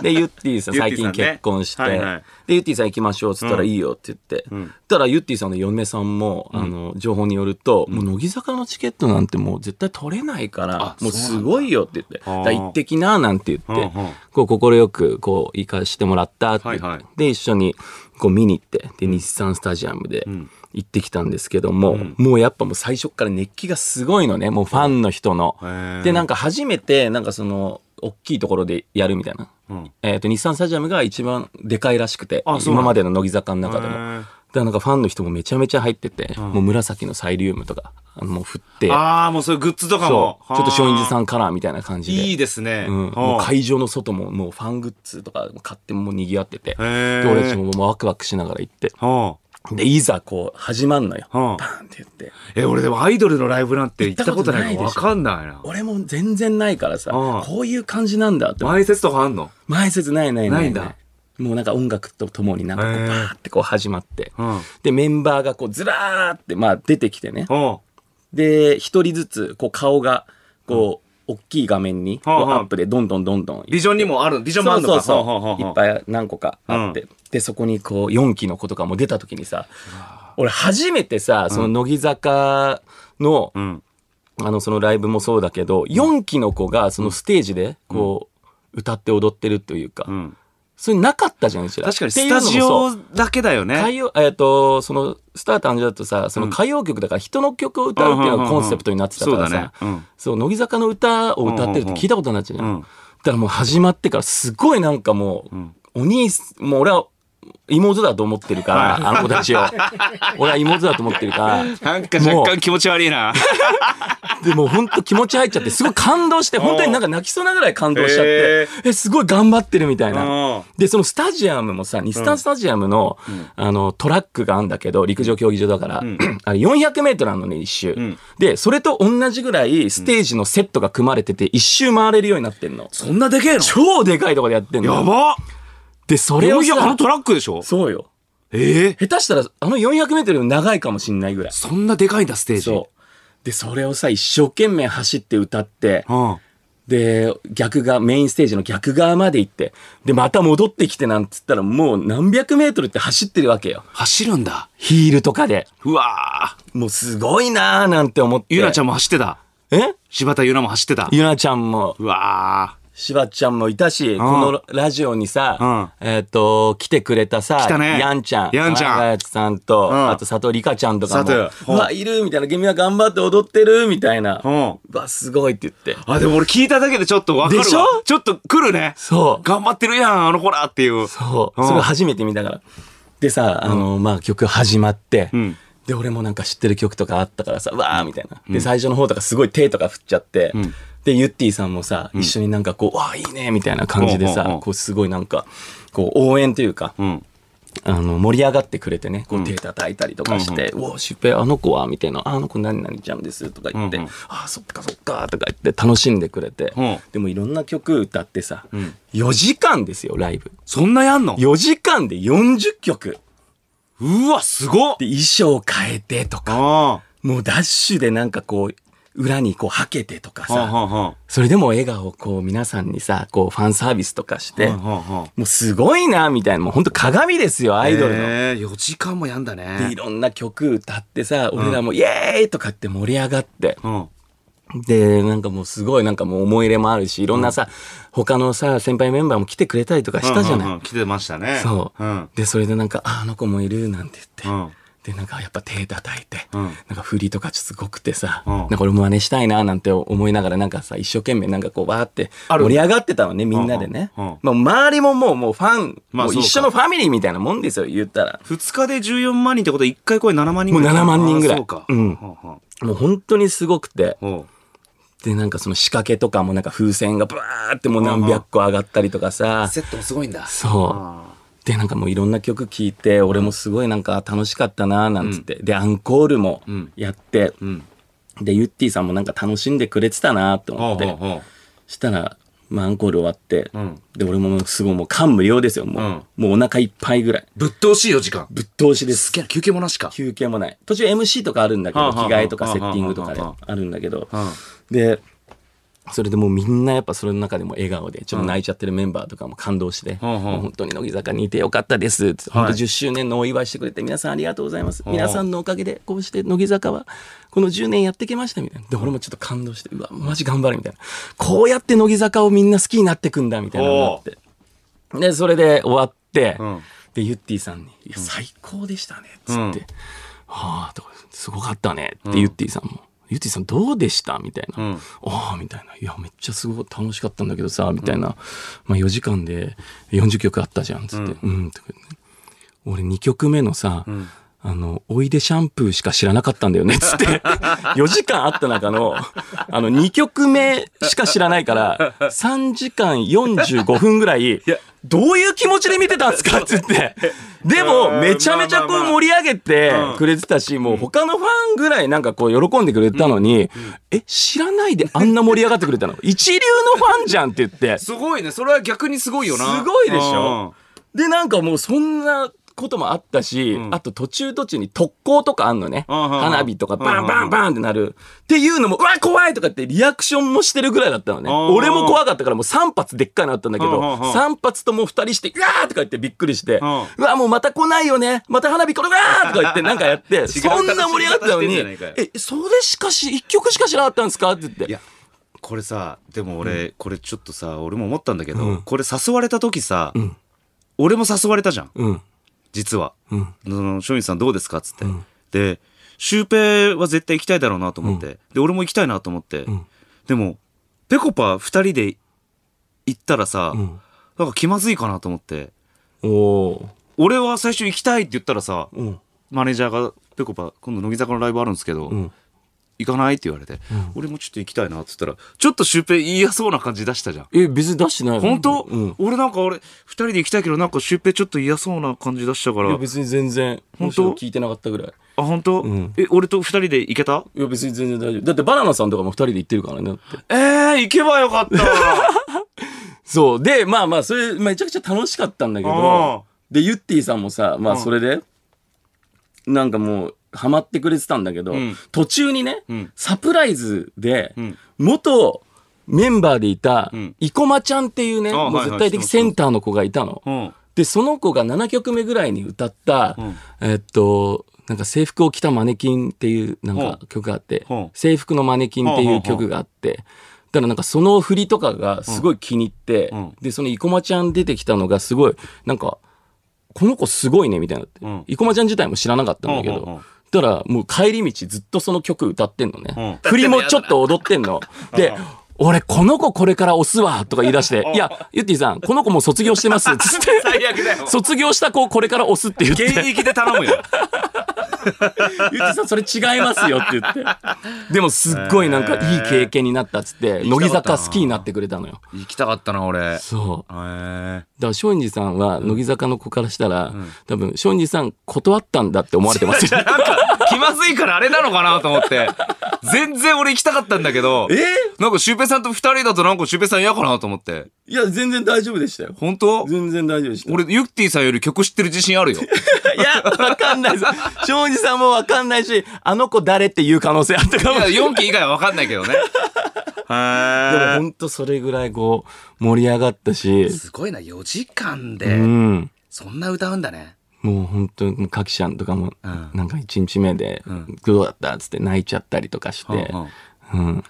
Speaker 1: で、ユッティさん、
Speaker 2: ユッ
Speaker 1: 最
Speaker 2: ティさん
Speaker 1: 近
Speaker 2: ね
Speaker 1: 結婚して、
Speaker 2: はいはい
Speaker 1: で、ユッティさん行きましょう、つったらいいよって言って。
Speaker 2: うん
Speaker 1: たら、ユッティさんの嫁さんも、あの、情報によると、もう乃木坂のチケットなんてもう絶対取れないから
Speaker 2: あ、
Speaker 1: もうすごいよって言って、
Speaker 2: そうなん
Speaker 1: だ
Speaker 2: だ
Speaker 1: 行ってきな、なんて言って
Speaker 2: うんうん、
Speaker 1: こう、快く、こう、行かしてもらったって言って
Speaker 2: はいはい
Speaker 1: で、一緒に、こう、見に行って、で、日産スタジアムで
Speaker 2: ん、
Speaker 1: 行ってきたんですけども、
Speaker 2: ん
Speaker 1: もうやっぱもう最初から熱気がすごいのね、もうファンの人の。で、なん
Speaker 2: か、
Speaker 1: んか初めて、なんかその、大きいところでやるみたいな。
Speaker 2: うん
Speaker 1: えっ、と、日産スタジアムが一番でかいらしくて
Speaker 2: あ、そ
Speaker 1: 今
Speaker 2: うなの
Speaker 1: までの乃木坂の中でも。
Speaker 2: へ
Speaker 1: だか
Speaker 2: ー
Speaker 1: らなんかファンの人もめちゃめちゃ入ってて、
Speaker 2: ん
Speaker 1: もう紫のサイリウムとか、あのもう振って、
Speaker 2: ああ、もうそういうグッズとか
Speaker 1: そ
Speaker 2: も。
Speaker 1: う、ちょっと松陰寺さ
Speaker 2: ん。
Speaker 1: んカラーみたいな感じで。
Speaker 2: いいですね。
Speaker 1: うん、
Speaker 2: はあ
Speaker 1: もう会場の外ももうファングッズとか買ってもう賑わってて、
Speaker 2: へー
Speaker 1: で俺たちももうワクワクしながら行って、
Speaker 2: は
Speaker 1: で、いざこう始まんのよ。
Speaker 2: あはあ
Speaker 1: バーンって言って。
Speaker 2: え、俺でもアイドルのライブなんて行ったことないから
Speaker 1: 行っ
Speaker 2: わ
Speaker 1: た
Speaker 2: かんないな。
Speaker 1: 俺も全然ないからさ、
Speaker 2: うん
Speaker 1: こういう感じなんだって思って
Speaker 2: 前説とかあんの
Speaker 1: 前説ないない
Speaker 2: ないんだ
Speaker 1: もうなんか音楽とともになんかこう
Speaker 2: へ
Speaker 1: バ
Speaker 2: ー
Speaker 1: ーってこう始まって、
Speaker 2: うん。
Speaker 1: でメンバーがこうずらーってまあ出てきてね
Speaker 2: お
Speaker 1: で一人ずつこう顔がこう、大きい画面にこう
Speaker 2: はあはあ
Speaker 1: アップでどんどんどんどん
Speaker 2: ビジョンにもある、ビジョンもあ
Speaker 1: そ
Speaker 2: る
Speaker 1: う
Speaker 2: の
Speaker 1: そうそ
Speaker 2: か。
Speaker 1: う
Speaker 2: はあはあはあ
Speaker 1: いっぱい何個かあって、でそこにこう4期の子とかも出た時にさ俺初めてさその乃木坂の、
Speaker 2: うん。
Speaker 1: あの、そのライブもそうだけど、4期の子がそのステージで、こう、歌って踊ってるというか、
Speaker 2: うん。
Speaker 1: それなかったじゃん、うちら。
Speaker 2: 確かに
Speaker 1: っていう
Speaker 2: ス
Speaker 1: の
Speaker 2: タ
Speaker 1: も
Speaker 2: ジ
Speaker 1: そう
Speaker 2: オだけだよね。
Speaker 1: 歌謡、えっ、と、その、スター誕生だとさ、その歌謡曲だから人の曲を歌うっていうのがコンセプトになってたから
Speaker 2: うんうんうん
Speaker 1: さ
Speaker 2: そうだねうん、
Speaker 1: そう、乃木坂の歌を歌ってるって聞いたことになっちゃうじゃ。
Speaker 2: うんん
Speaker 1: だからもう始まってからすごいなんかも
Speaker 2: ん
Speaker 1: う、お兄す、もう俺は妹だと思ってるから、あの子た
Speaker 2: [laughs]
Speaker 1: ちを。俺は妹だと思ってるから、
Speaker 2: なんか若干気持ち悪いな。
Speaker 1: でもうほんと気持ち入っちゃって、すごい感動して、本当になんか泣きそうなぐらい感動しちゃって、え、すごい頑張ってるみたいな。
Speaker 2: うん
Speaker 1: で、そのスタジアムもさ、日産スタジアムの、あの、トラックがあんだけど、陸上競技場だから、あれ400メートルあるのね、一周、
Speaker 2: ん
Speaker 1: で、それと同じぐらい、ステージのセットが組まれてて、一周回れるようになってんの。
Speaker 2: そんなでけえの
Speaker 1: 超でかいとこでやってんの。
Speaker 2: やば
Speaker 1: で、それを
Speaker 2: 400あの
Speaker 1: さ、
Speaker 2: トラックでしょ
Speaker 1: そうよ。
Speaker 2: ええ
Speaker 1: 下手したら、あの400メートルより長いかもしんないぐらい。
Speaker 2: そんなでかいんだ、ステージ。
Speaker 1: そう。で、それをさ、一生懸命走って歌って、
Speaker 2: うん。
Speaker 1: で、逆側、メインステージの逆側まで行って、で、また戻ってきてなんつったら、もう何百メートルって走ってるわけよ。
Speaker 2: 走るんだ。
Speaker 1: ヒールとかで。
Speaker 2: うわー
Speaker 1: もうすごいなーなんて思って。
Speaker 2: ゆなちゃ
Speaker 1: ん。
Speaker 2: んも走ってた。
Speaker 1: え
Speaker 2: 柴田ゆなも走ってた。
Speaker 1: ゆなちゃんも、
Speaker 2: うわ
Speaker 1: しばちゃんもいたし、このラジオにさ、えっと、来てくれたさ
Speaker 2: 来、たね
Speaker 1: やんちゃん。
Speaker 2: やんちゃん
Speaker 1: あやつさんと、
Speaker 2: ん
Speaker 1: あと佐藤里香ちゃんとかも。
Speaker 2: 佐藤
Speaker 1: うわ、いるみたいな、君は頑張って踊ってるみたいな。
Speaker 2: ーうん。
Speaker 1: うわ、すごいって言って。
Speaker 2: あ、でも俺聞いただけでちょっとわかるわ。
Speaker 1: でしょ
Speaker 2: ちょっと来るね。
Speaker 1: そう。
Speaker 2: 頑張ってるやん、あの子らっていう。
Speaker 1: そう。
Speaker 2: うん
Speaker 1: それ初めて見たから。でさ、あの、まあ、曲始まって、
Speaker 2: ん
Speaker 1: で、俺もなんか知ってる曲とかあったからさ、わーみたいな。で、最初の方とかすごい手とか振っちゃって、で、ユッティさんもさ、一緒になんかこう、わーいいねみたいな感じで
Speaker 2: うんうんう
Speaker 1: さ
Speaker 2: ん、
Speaker 1: こう、すごいなんか、こう、応援というか、
Speaker 2: うん。
Speaker 1: あの、盛り上がってくれてね、こう手叩いたりとかして、うおー、シュウペイ、あの子はみたいな、ああの子何々ちゃんですとか言って、
Speaker 2: うんうん
Speaker 1: ああ、そっかそっかとか言って楽しんでくれて、
Speaker 2: うん
Speaker 1: でもいろんな曲歌ってさ、4時間ですよ、ライブ。
Speaker 2: そんなやんの
Speaker 1: 4時間で40曲。
Speaker 2: うわ、すごっ
Speaker 1: で、衣装変えてとか、
Speaker 2: あ
Speaker 1: もうダッシュでなんかこう、裏にこう、はけてとか
Speaker 2: あ。はあ
Speaker 1: さ、
Speaker 2: は
Speaker 1: それでも笑顔をこう、皆さんにさ、こう、ファンサービスとかし
Speaker 2: あ。
Speaker 1: て、
Speaker 2: はあはあ。
Speaker 1: もうすごいな、みたいな、もうほんと鏡ですよ、アイドルの。
Speaker 2: えー、4時間もやんだ
Speaker 1: で、
Speaker 2: ね
Speaker 1: い。ろんな曲歌ってさ、俺らもイエーイとかって盛り上がって、
Speaker 2: うん。
Speaker 1: で、なんかもうすごいなんかもう思い入れもあるし、いろんなさ、他のさ、先輩メンバーも来てくれたりとかしたじゃない。
Speaker 2: うんうんうん来てましたね。
Speaker 1: そう、
Speaker 2: うん。
Speaker 1: で、それでなんか、あ、あの子もいるなんて
Speaker 2: う
Speaker 1: 言って。
Speaker 2: ん。
Speaker 1: で、なんかやっぱ手叩いて、
Speaker 2: うん
Speaker 1: なんか振りとかすごくてさ、
Speaker 2: うん
Speaker 1: なんか俺も真似したいななんて思いながらなんかさ、一生懸命なんかこうわーって
Speaker 2: ある
Speaker 1: 盛り上がってたのね、みんなでね。
Speaker 2: うんうん
Speaker 1: まあ周りももうもうファン、
Speaker 2: まあ
Speaker 1: もう一緒のファミリーみたいなもんですよ、言ったら。
Speaker 2: 2日で14万人ってことは1回これ7万人
Speaker 1: もう7万人ぐらい
Speaker 2: あそうか。
Speaker 1: うん
Speaker 2: はあは
Speaker 1: もう本当にすごくて。
Speaker 2: あほ
Speaker 1: で、なんかその仕掛けとかもなんか風船がブワーってもう何百個上がったりとか
Speaker 2: う
Speaker 1: さ。
Speaker 2: セットもすごいんだ。
Speaker 1: そう。で、なんかもういろんな曲聴いて、俺もすごいなんか楽しかったなーなんつって。で、アンコールもやって。
Speaker 2: ん
Speaker 1: で、ユッティさんもなんか楽しんでくれてたなーって
Speaker 2: ほ
Speaker 1: 思
Speaker 2: う
Speaker 1: っ
Speaker 2: ほう
Speaker 1: て。
Speaker 2: ほう
Speaker 1: したら、まあ、アンコール終わって、
Speaker 2: うん
Speaker 1: で、俺ももうすごいもう感無量ですよ、もう。もうお腹いっぱいぐらい。
Speaker 2: ぶっ通しいよ、時間。
Speaker 1: ぶっ通しです。
Speaker 2: すげえな、休憩もなしか。
Speaker 1: 休憩もない。途中 MC とかあるんだけ
Speaker 2: は
Speaker 1: ど、
Speaker 2: あ
Speaker 1: 着
Speaker 2: はあ
Speaker 1: 替えとかセッティングとかで
Speaker 2: はあは
Speaker 1: あるんだけど
Speaker 2: う。ん。
Speaker 1: で、それでもうみんなやっぱそれの中でも笑顔で、ちょっと泣いちゃってるメンバーとかも感動して、
Speaker 2: あはあ
Speaker 1: もう本当に乃木坂にいてよかったですって、
Speaker 2: はい
Speaker 1: 本当10周年のお祝いしてくれて皆さんありがとうございます。
Speaker 2: あ
Speaker 1: 皆さんのおかげでこうして乃木坂はこの10年やってきましたみたいな。で、俺もちょっと感動して、うわ、マジ頑張るみたいな。こうやって乃木坂をみんな好きになってくんだみたいなのがあって。で、それで終わって、
Speaker 2: うん
Speaker 1: で、ゆってぃさんに、いや、最高でしたね、つって、
Speaker 2: うん
Speaker 1: はあ、とか、すごかったね、ってゆってぃさんも。ゆってぃさんどうでしたみたいな。
Speaker 2: うん
Speaker 1: ああ、みたいな。いや、めっちゃすごい楽しかったんだけどさ、みたいな。まあ4時間で40曲あったじゃん、つって。うん、とかね。俺2曲目のさ、あの、おいでシャンプーしか知らなかったんだよね、つ [laughs] って。4時間あった中の、あの、2曲目しか知らないから、3時間45分ぐらい、どういう気持ちで見てたんですかつって。でも、めちゃめちゃこう盛り上げてくれてたし、もう他のファンぐらいなんかこう喜んでくれてたのに、え、知らないであんな盛り上がってくれたの一流のファンじゃんって言って。
Speaker 2: すごいね。それは逆にすごいよな。
Speaker 1: すごいでしょで、なんかもうそんなこともあったし、あと途中途中に特攻とかあんのね。
Speaker 2: うんうんうん
Speaker 1: 花火とかバ
Speaker 2: うん
Speaker 1: ン
Speaker 2: うんうん
Speaker 1: バンバンってなる。っていうのも、うわ、怖いとかってリアクションもしてるぐらいだったのね。
Speaker 2: うんうん
Speaker 1: 俺も怖かったからもう3発でっかいのあったんだけ
Speaker 2: う
Speaker 1: ど、
Speaker 2: んうんうん
Speaker 1: 3発とも2人して、うわーとか言ってびっくりして、うんわ、もうまた来ないよね。また花火これうわーとか言ってなんかや
Speaker 2: [laughs]
Speaker 1: って、そんな盛り上がってたのに
Speaker 2: 違う楽しみ方してんじゃないかよ、
Speaker 1: え、それしかし、1曲しか知らなかったんですかって言って。
Speaker 2: いや、これさ、でも俺、これちょっとさ、俺も思ったんだけど、これ誘われた時さ、俺も誘われたじゃん、
Speaker 1: うん。
Speaker 2: 実は。
Speaker 1: うん。
Speaker 2: その、松陰さんどうですかっつって。で、シュウペイは絶対行きたいだろうなと思って。で、俺も行きたいなと思って。でも、ぺこぱ二人で行ったらさ、
Speaker 1: ん
Speaker 2: なんか気まずいかなと思って。
Speaker 1: おー。
Speaker 2: 俺は最初行きたいって言ったらさ、
Speaker 1: うん。
Speaker 2: マネージャーが、ぺこぱ、今度乃木坂のライブあるんですけど、
Speaker 1: ん
Speaker 2: 行かないって言われて、俺もちょっと行きたいなって言ったら、ちょっとシュウペイ言いやそうな感じ出したじゃん。
Speaker 1: え、別に出してないの
Speaker 2: 本当、
Speaker 1: うん。
Speaker 2: 俺なんか俺、二人で行きたいけど、なんかシュウペイちょっと嫌そうな感じ出したか
Speaker 1: いや
Speaker 2: ら、
Speaker 1: 別に全然
Speaker 2: 本当
Speaker 1: むしろ聞いてなかったぐらい
Speaker 2: あ、本当、
Speaker 1: ん
Speaker 2: え、俺と二人で行けた
Speaker 1: いや別に全然大丈夫だってバナナさんとかも2人で行ってるからねだって
Speaker 2: えー、行けばよかった
Speaker 1: そうでまあまあそれめちゃくちゃ楽しかったんだけ
Speaker 2: ああ
Speaker 1: どでゆってぃさんもさま
Speaker 2: う
Speaker 1: あ
Speaker 2: ん
Speaker 1: それでなんかもうハマってくれてたんだけど、
Speaker 2: うん
Speaker 1: 途中にね、
Speaker 2: うん
Speaker 1: サプライズで
Speaker 2: うん
Speaker 1: 元メンバーでいた
Speaker 2: うん
Speaker 1: 生駒ちゃんっていうね、
Speaker 2: あ
Speaker 1: も
Speaker 2: は
Speaker 1: う
Speaker 2: いはい
Speaker 1: 絶対的センターの子がいたの、
Speaker 2: [laughs] うん。
Speaker 1: でその子が7曲目ぐらいに歌った、
Speaker 2: うん
Speaker 1: えっとなんか制服を着たマネキンっていうなん
Speaker 2: ほ
Speaker 1: か曲があって、
Speaker 2: ほう
Speaker 1: 制服のマネキンって
Speaker 2: ほう
Speaker 1: い
Speaker 2: ほう
Speaker 1: う
Speaker 2: ほう
Speaker 1: 曲があって、だからなんかその振りとかがすごい気に入って、
Speaker 2: うんうん
Speaker 1: でその生駒ちゃん出てきたのがすごいなんかこの子すごいねみたいになって、
Speaker 2: うん
Speaker 1: 生駒ちゃん自体も知らなかったんだけど、
Speaker 2: うんうんうん
Speaker 1: だからもう帰り道ずっとその曲歌ってんのね、
Speaker 2: うん
Speaker 1: 振りもちょっと踊ってん [laughs] ので俺この子これから押すわとか言い出して「いやゆってぃさんこの子もう卒業して [laughs] ます」っつって
Speaker 2: 最悪だよ。
Speaker 1: 卒業した子をこれから押すって言って、ゆっ
Speaker 2: 現役で頼むよ。
Speaker 1: てぃさんそれ違いますよって言って。でもすっごいなんかいい経験になったっつって、乃木坂好きになってくれたのよ。
Speaker 2: [laughs] 行きたかったな、俺。
Speaker 1: そう。
Speaker 2: えー、
Speaker 1: だから松陰寺さんは乃木坂の子からしたら、多分松陰寺さん断ったんだって思われて [laughs] ますよ。
Speaker 2: なんか、気まずいからあれなのかなと思って。全然俺行きたかったんだけど。なんかシュウペイさんと二人だとなんかシュウペイさん嫌かなと思って。
Speaker 1: いや、全然大丈夫でしたよ。
Speaker 2: 本当
Speaker 1: 全然大丈夫でし
Speaker 2: 俺、ユッティさんより曲知ってる自信ある
Speaker 1: [laughs]
Speaker 2: よ。
Speaker 1: いや、わかんないです。松陰寺さんもわかんないし、あの子誰っていう可能性あったかもしれない。
Speaker 2: いや、4期以外は分かんないけどね。
Speaker 1: でも
Speaker 2: [laughs] へ
Speaker 1: 本当それぐらいこう、盛り上がったし、
Speaker 2: すごいな、4時間
Speaker 1: う
Speaker 2: で、
Speaker 1: ん。
Speaker 2: そんな歌うんだね。
Speaker 1: もう本当にもうカキシャンとかも、
Speaker 2: ん
Speaker 1: なんか一日目で、どうだったっつって泣いちゃったりとかして、
Speaker 2: うんうん
Speaker 1: うん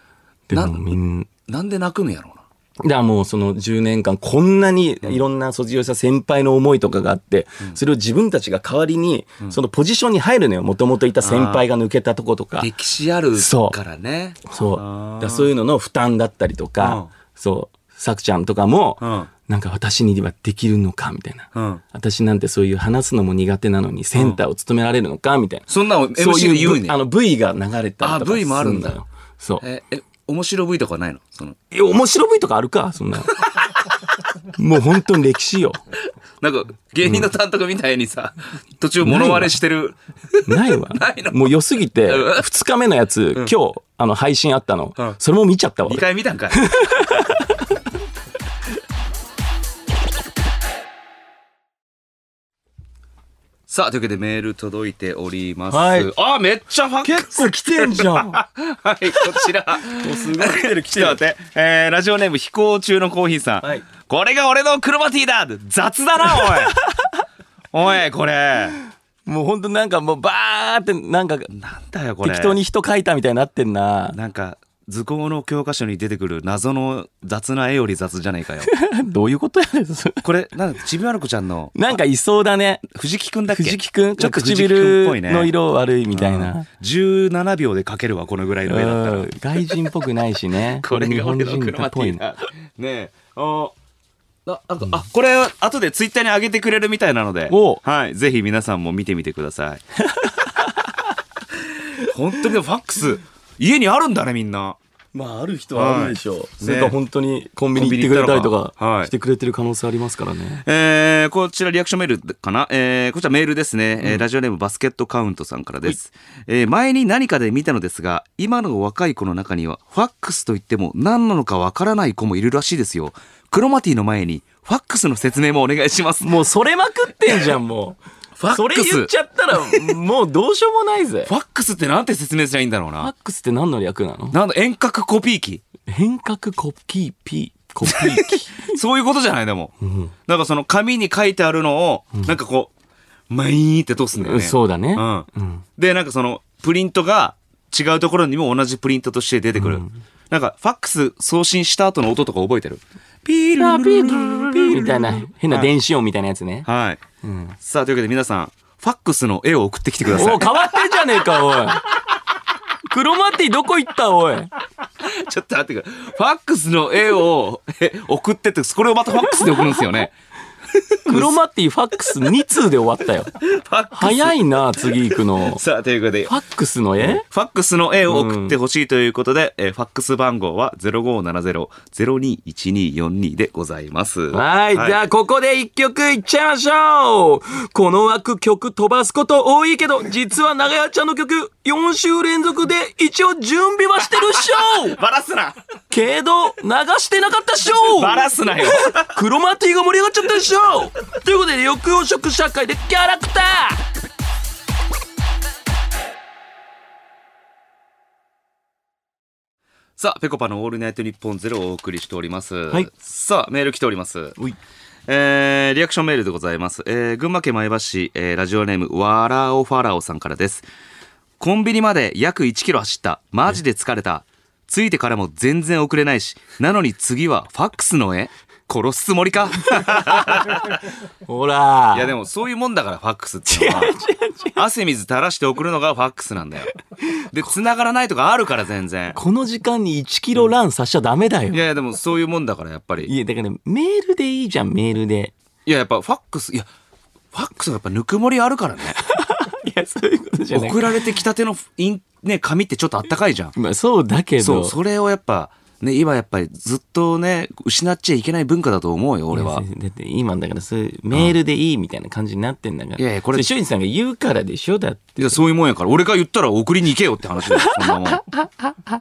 Speaker 1: で
Speaker 2: な
Speaker 1: もみんな、
Speaker 2: なんで泣くんやろうな。
Speaker 1: だからもうその10年間こんなにいろんな卒業した先輩の思いとかがあって、それを自分たちが代わりに、そのポジションに入るのよ。もともといた先輩が抜けたとことか。
Speaker 2: 歴史ある
Speaker 1: そう
Speaker 2: からね。
Speaker 1: そう。だ
Speaker 2: あー
Speaker 1: からそういうのの負担だったりと
Speaker 2: うん
Speaker 1: か、そう、さくちゃんとかも、
Speaker 2: うん
Speaker 1: なんか私にはできるのかみたいな。
Speaker 2: うん
Speaker 1: 私なんてそういう話すのも苦手なのにセンターを務められるのかみたいな。
Speaker 2: そんなの MC
Speaker 1: そう
Speaker 2: で
Speaker 1: い
Speaker 2: 言う
Speaker 1: う
Speaker 2: ね
Speaker 1: ぶあの V が流れたりとか
Speaker 2: あ V もあるんだ
Speaker 1: すよ。そう。
Speaker 2: え、え、面白 V とかないのその、
Speaker 1: いや、面白 V とかあるかそん
Speaker 2: [laughs]
Speaker 1: な。もう本当に歴史よ。
Speaker 2: なんか、芸人の監督みたいにさ、途中モノマネしてる。
Speaker 1: ないわ。
Speaker 2: [laughs] ないの
Speaker 1: もう良すぎて、
Speaker 2: うん
Speaker 1: 2日目のやつ、今日、あの、配信あったの
Speaker 2: ん。
Speaker 1: それも見ちゃったわ
Speaker 2: 2。回見たんかい。 [laughs] さあ、というわけでメール届いております。
Speaker 1: はい
Speaker 2: あ、めっちゃファックス。
Speaker 1: 結構来てんじゃん。
Speaker 2: はい、こちら。
Speaker 1: すごい来てる来
Speaker 2: ちょっと待って、えー、ラジオネーム飛行中のコーヒーさん、
Speaker 1: はい
Speaker 2: これが俺のクロマティだ雑だなお
Speaker 1: [laughs]
Speaker 2: いおいこれ
Speaker 1: もうほんとなんかもうバーってなんか
Speaker 2: なんだよこれ
Speaker 1: 適当に人書いたみたいになってんな。 [laughs]
Speaker 2: なんか図工の教科書に出てくる謎の雑な絵より雑じゃないかよ
Speaker 1: どういうことやねん。 [laughs]
Speaker 2: これなんだちびまる子ちゃんの
Speaker 1: なんかいそうだね。
Speaker 2: 藤木くんだっけ
Speaker 1: 藤木くん
Speaker 2: ちょっと
Speaker 1: 唇
Speaker 2: 唇っぽいね
Speaker 1: の色悪いみたいな。
Speaker 2: うん17秒で描けるわこのぐらいの絵だったら
Speaker 1: うん外人っぽくないしね
Speaker 2: [laughs] 。これが俺のクロマティ
Speaker 1: な。
Speaker 2: だねえあああとあこれは後でツイッターに上げてくれるみたいなので
Speaker 1: おう
Speaker 2: はい、ぜひ皆さんも見てみてく
Speaker 1: [laughs]
Speaker 2: ださい本当にでもファックス家にあるんだねみんな
Speaker 1: まあある人
Speaker 2: はあるでし
Speaker 1: ょう。それか本当にコンビニ行ってくれたりとかしてくれてる可能性ありますからね。
Speaker 2: えー、こちらリアクションメールかな、えー、こちらメールですね、えーラジオネームバスケットカウントさんからです、えー前に何かで見たのですが今の若い子の中にはファックスといっても何なのかわからない子もいるらしいですよクロマティの前にファックスの説明もお願いし [laughs] ます
Speaker 1: もうそれまくってんじゃんもう。
Speaker 2: [laughs] ファックス
Speaker 1: それ言っちゃったらもうどうしようもないぜ。
Speaker 2: ファックスってなんて説明すりゃいいんだろう
Speaker 1: ファッ
Speaker 2: な。
Speaker 1: クスって何の略なの
Speaker 2: なんだ、遠隔コピー機。
Speaker 1: 変革コピーピーコピー機。
Speaker 2: そういうことじゃないでも。なんかその紙に書いてあるのを、なんかこう、マイーンって通すんだよ
Speaker 1: うん
Speaker 2: [laughs] ね。
Speaker 1: そうだね。
Speaker 2: うん。で、なんかその、プリントが違うところにも同じプリントとして出てくる。なんか、ファックス送信した後の音とか覚えてるピー
Speaker 1: ラ
Speaker 2: ル
Speaker 1: ピールピールみたいな変な電子音みたいなやつね。
Speaker 2: はい。
Speaker 1: ん
Speaker 2: さあ、というわけで皆さん、ファックスの絵を送ってきてくださ
Speaker 1: お
Speaker 2: い
Speaker 1: お。変わってんじゃねえかおい。クロマティどこ行ったおい。
Speaker 2: ちょっと待ってくれ。ファックスの絵をえ送ってって、これをまたファックスで送るんですよね。
Speaker 1: クロマティファックス2通で終わったよ。
Speaker 2: ファックス。
Speaker 1: 早いな、次行くの。フ
Speaker 2: さあ、ということで、
Speaker 1: ァックスの絵
Speaker 2: ファックスの絵を送ってほしいということで、えーファックス番号は0570-021242でございます。
Speaker 1: はい。じゃあ、ここで一曲いっちゃいましょうこの枠曲飛ばすこと多いけど、実は長屋ちゃんの曲、4週連続で一応準備はしてるっしょ
Speaker 2: バラすな
Speaker 1: けど、流してなかったっしょ
Speaker 2: バラすなよ
Speaker 1: クロマティが盛り上がっちゃったでしょということで緑黄色社会でキャラクター
Speaker 2: [laughs] さあ、ぺこぱのオールナイトニッポンゼロをお送りしております。
Speaker 1: い
Speaker 2: さあ、メール来ております。
Speaker 1: おい
Speaker 2: えーリアクションメールでございます。えー群馬県前橋市、えーラジオネーム、わらおファラオさんからです。コンビニまで約1キロ走った。マジで疲れた。ついてからも全然遅れないし、なのに次はファックスの絵殺すつもり [laughs] か
Speaker 1: ほら
Speaker 2: いやでもそういうもんだからファックスってのは汗水垂らして送るのがファックスなんだよで繋がらないとかあるから全然
Speaker 1: この時間に1キロランさしちゃダメだよ
Speaker 2: いやいやでもそういうもんだからやっぱり
Speaker 1: いやだからねメールでいいじゃんメールで
Speaker 2: いややっぱファックスいやファックスはやっぱぬくもりあ
Speaker 1: [laughs]
Speaker 2: るからね
Speaker 1: いやそういうことじゃない
Speaker 2: 送られてきたてのイン、ね、紙ってちょっとあったかいじゃん
Speaker 1: まあそうだけど
Speaker 2: そうそれをやっぱね今やっぱりずっとね失っちゃいけない文化だと思うよ俺は
Speaker 1: 先生だって今だからそういうメールでいいみたいな感じになってんだから、
Speaker 2: いやいやこれ
Speaker 1: そ修二さんが言うからでしょだって
Speaker 2: いやそういうもんやから俺が言ったら送りに行けよって
Speaker 1: [laughs]
Speaker 2: 話だよそんなもん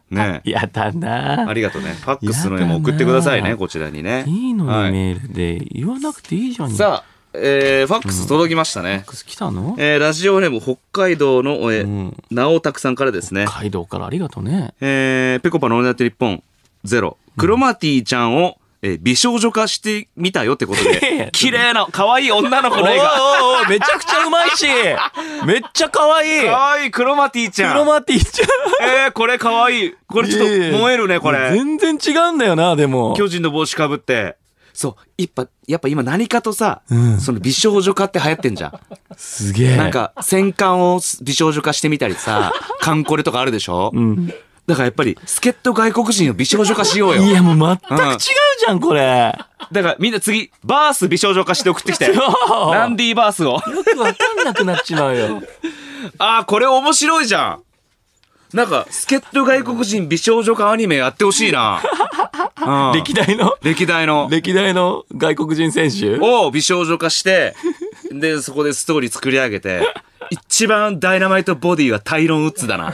Speaker 2: ねえ
Speaker 1: やだな
Speaker 2: ありがとうねファックスの絵も送ってくださいねこちらにね
Speaker 1: いいのに、
Speaker 2: はい
Speaker 1: メールで言わなくていいじゃんファ
Speaker 2: さあ、えー、ファックス届きましたね
Speaker 1: ッ。クス来たの
Speaker 2: えーラジオネーム北海道の、えー
Speaker 1: ん
Speaker 2: 直拓さんからですね。
Speaker 1: 街道からありがとうね
Speaker 2: えー、ペコパのオールナイトニッポンゼロ。クロマティちゃんを、えー美少女化してみたよってこと
Speaker 1: いや
Speaker 2: で
Speaker 1: いや、
Speaker 2: 綺麗な、可愛い女の子の絵が。
Speaker 1: おいおいおいめちゃくちゃうまい
Speaker 2: [laughs]
Speaker 1: しめっちゃ可愛い
Speaker 2: 可愛いクロマティちゃ
Speaker 1: 黒
Speaker 2: ん。
Speaker 1: マティちゃん
Speaker 2: えー、これ可愛い。これちょっ
Speaker 1: いやい
Speaker 2: と
Speaker 1: や
Speaker 2: 燃えるね、これ。
Speaker 1: 全然違うんだよなでも
Speaker 2: 巨人の帽子かぶって。そう、やっぱ、やっぱ今何かとさ、
Speaker 1: うん
Speaker 2: その美少女化って流行ってんじゃん。
Speaker 1: すげえ
Speaker 2: なんか、戦艦を美少女化してみたり
Speaker 1: [laughs]
Speaker 2: さ、カンコレとかあるでしょ
Speaker 1: うん
Speaker 2: だからやっぱり、助っ人外国人を美少女化しよう
Speaker 1: い
Speaker 2: よ。
Speaker 1: やもう全く違うじゃんこれ
Speaker 2: だからみんな次、バース美少女化して送ってきて。ランディバースを。
Speaker 1: よくわかんなくなっちまうよ
Speaker 2: [laughs] ああ、これ面白いじゃん。なんか、助っ人外国人美少女化アニメやってほし
Speaker 1: [laughs]
Speaker 2: いな。うん
Speaker 1: 歴代の
Speaker 2: 歴代の。
Speaker 1: 歴代の外国人選手
Speaker 2: を美少女化して、で、そこでストーリー作り上げて、一番ダイナマイトボディはタイロン・ウッズ
Speaker 1: [laughs]
Speaker 2: だな。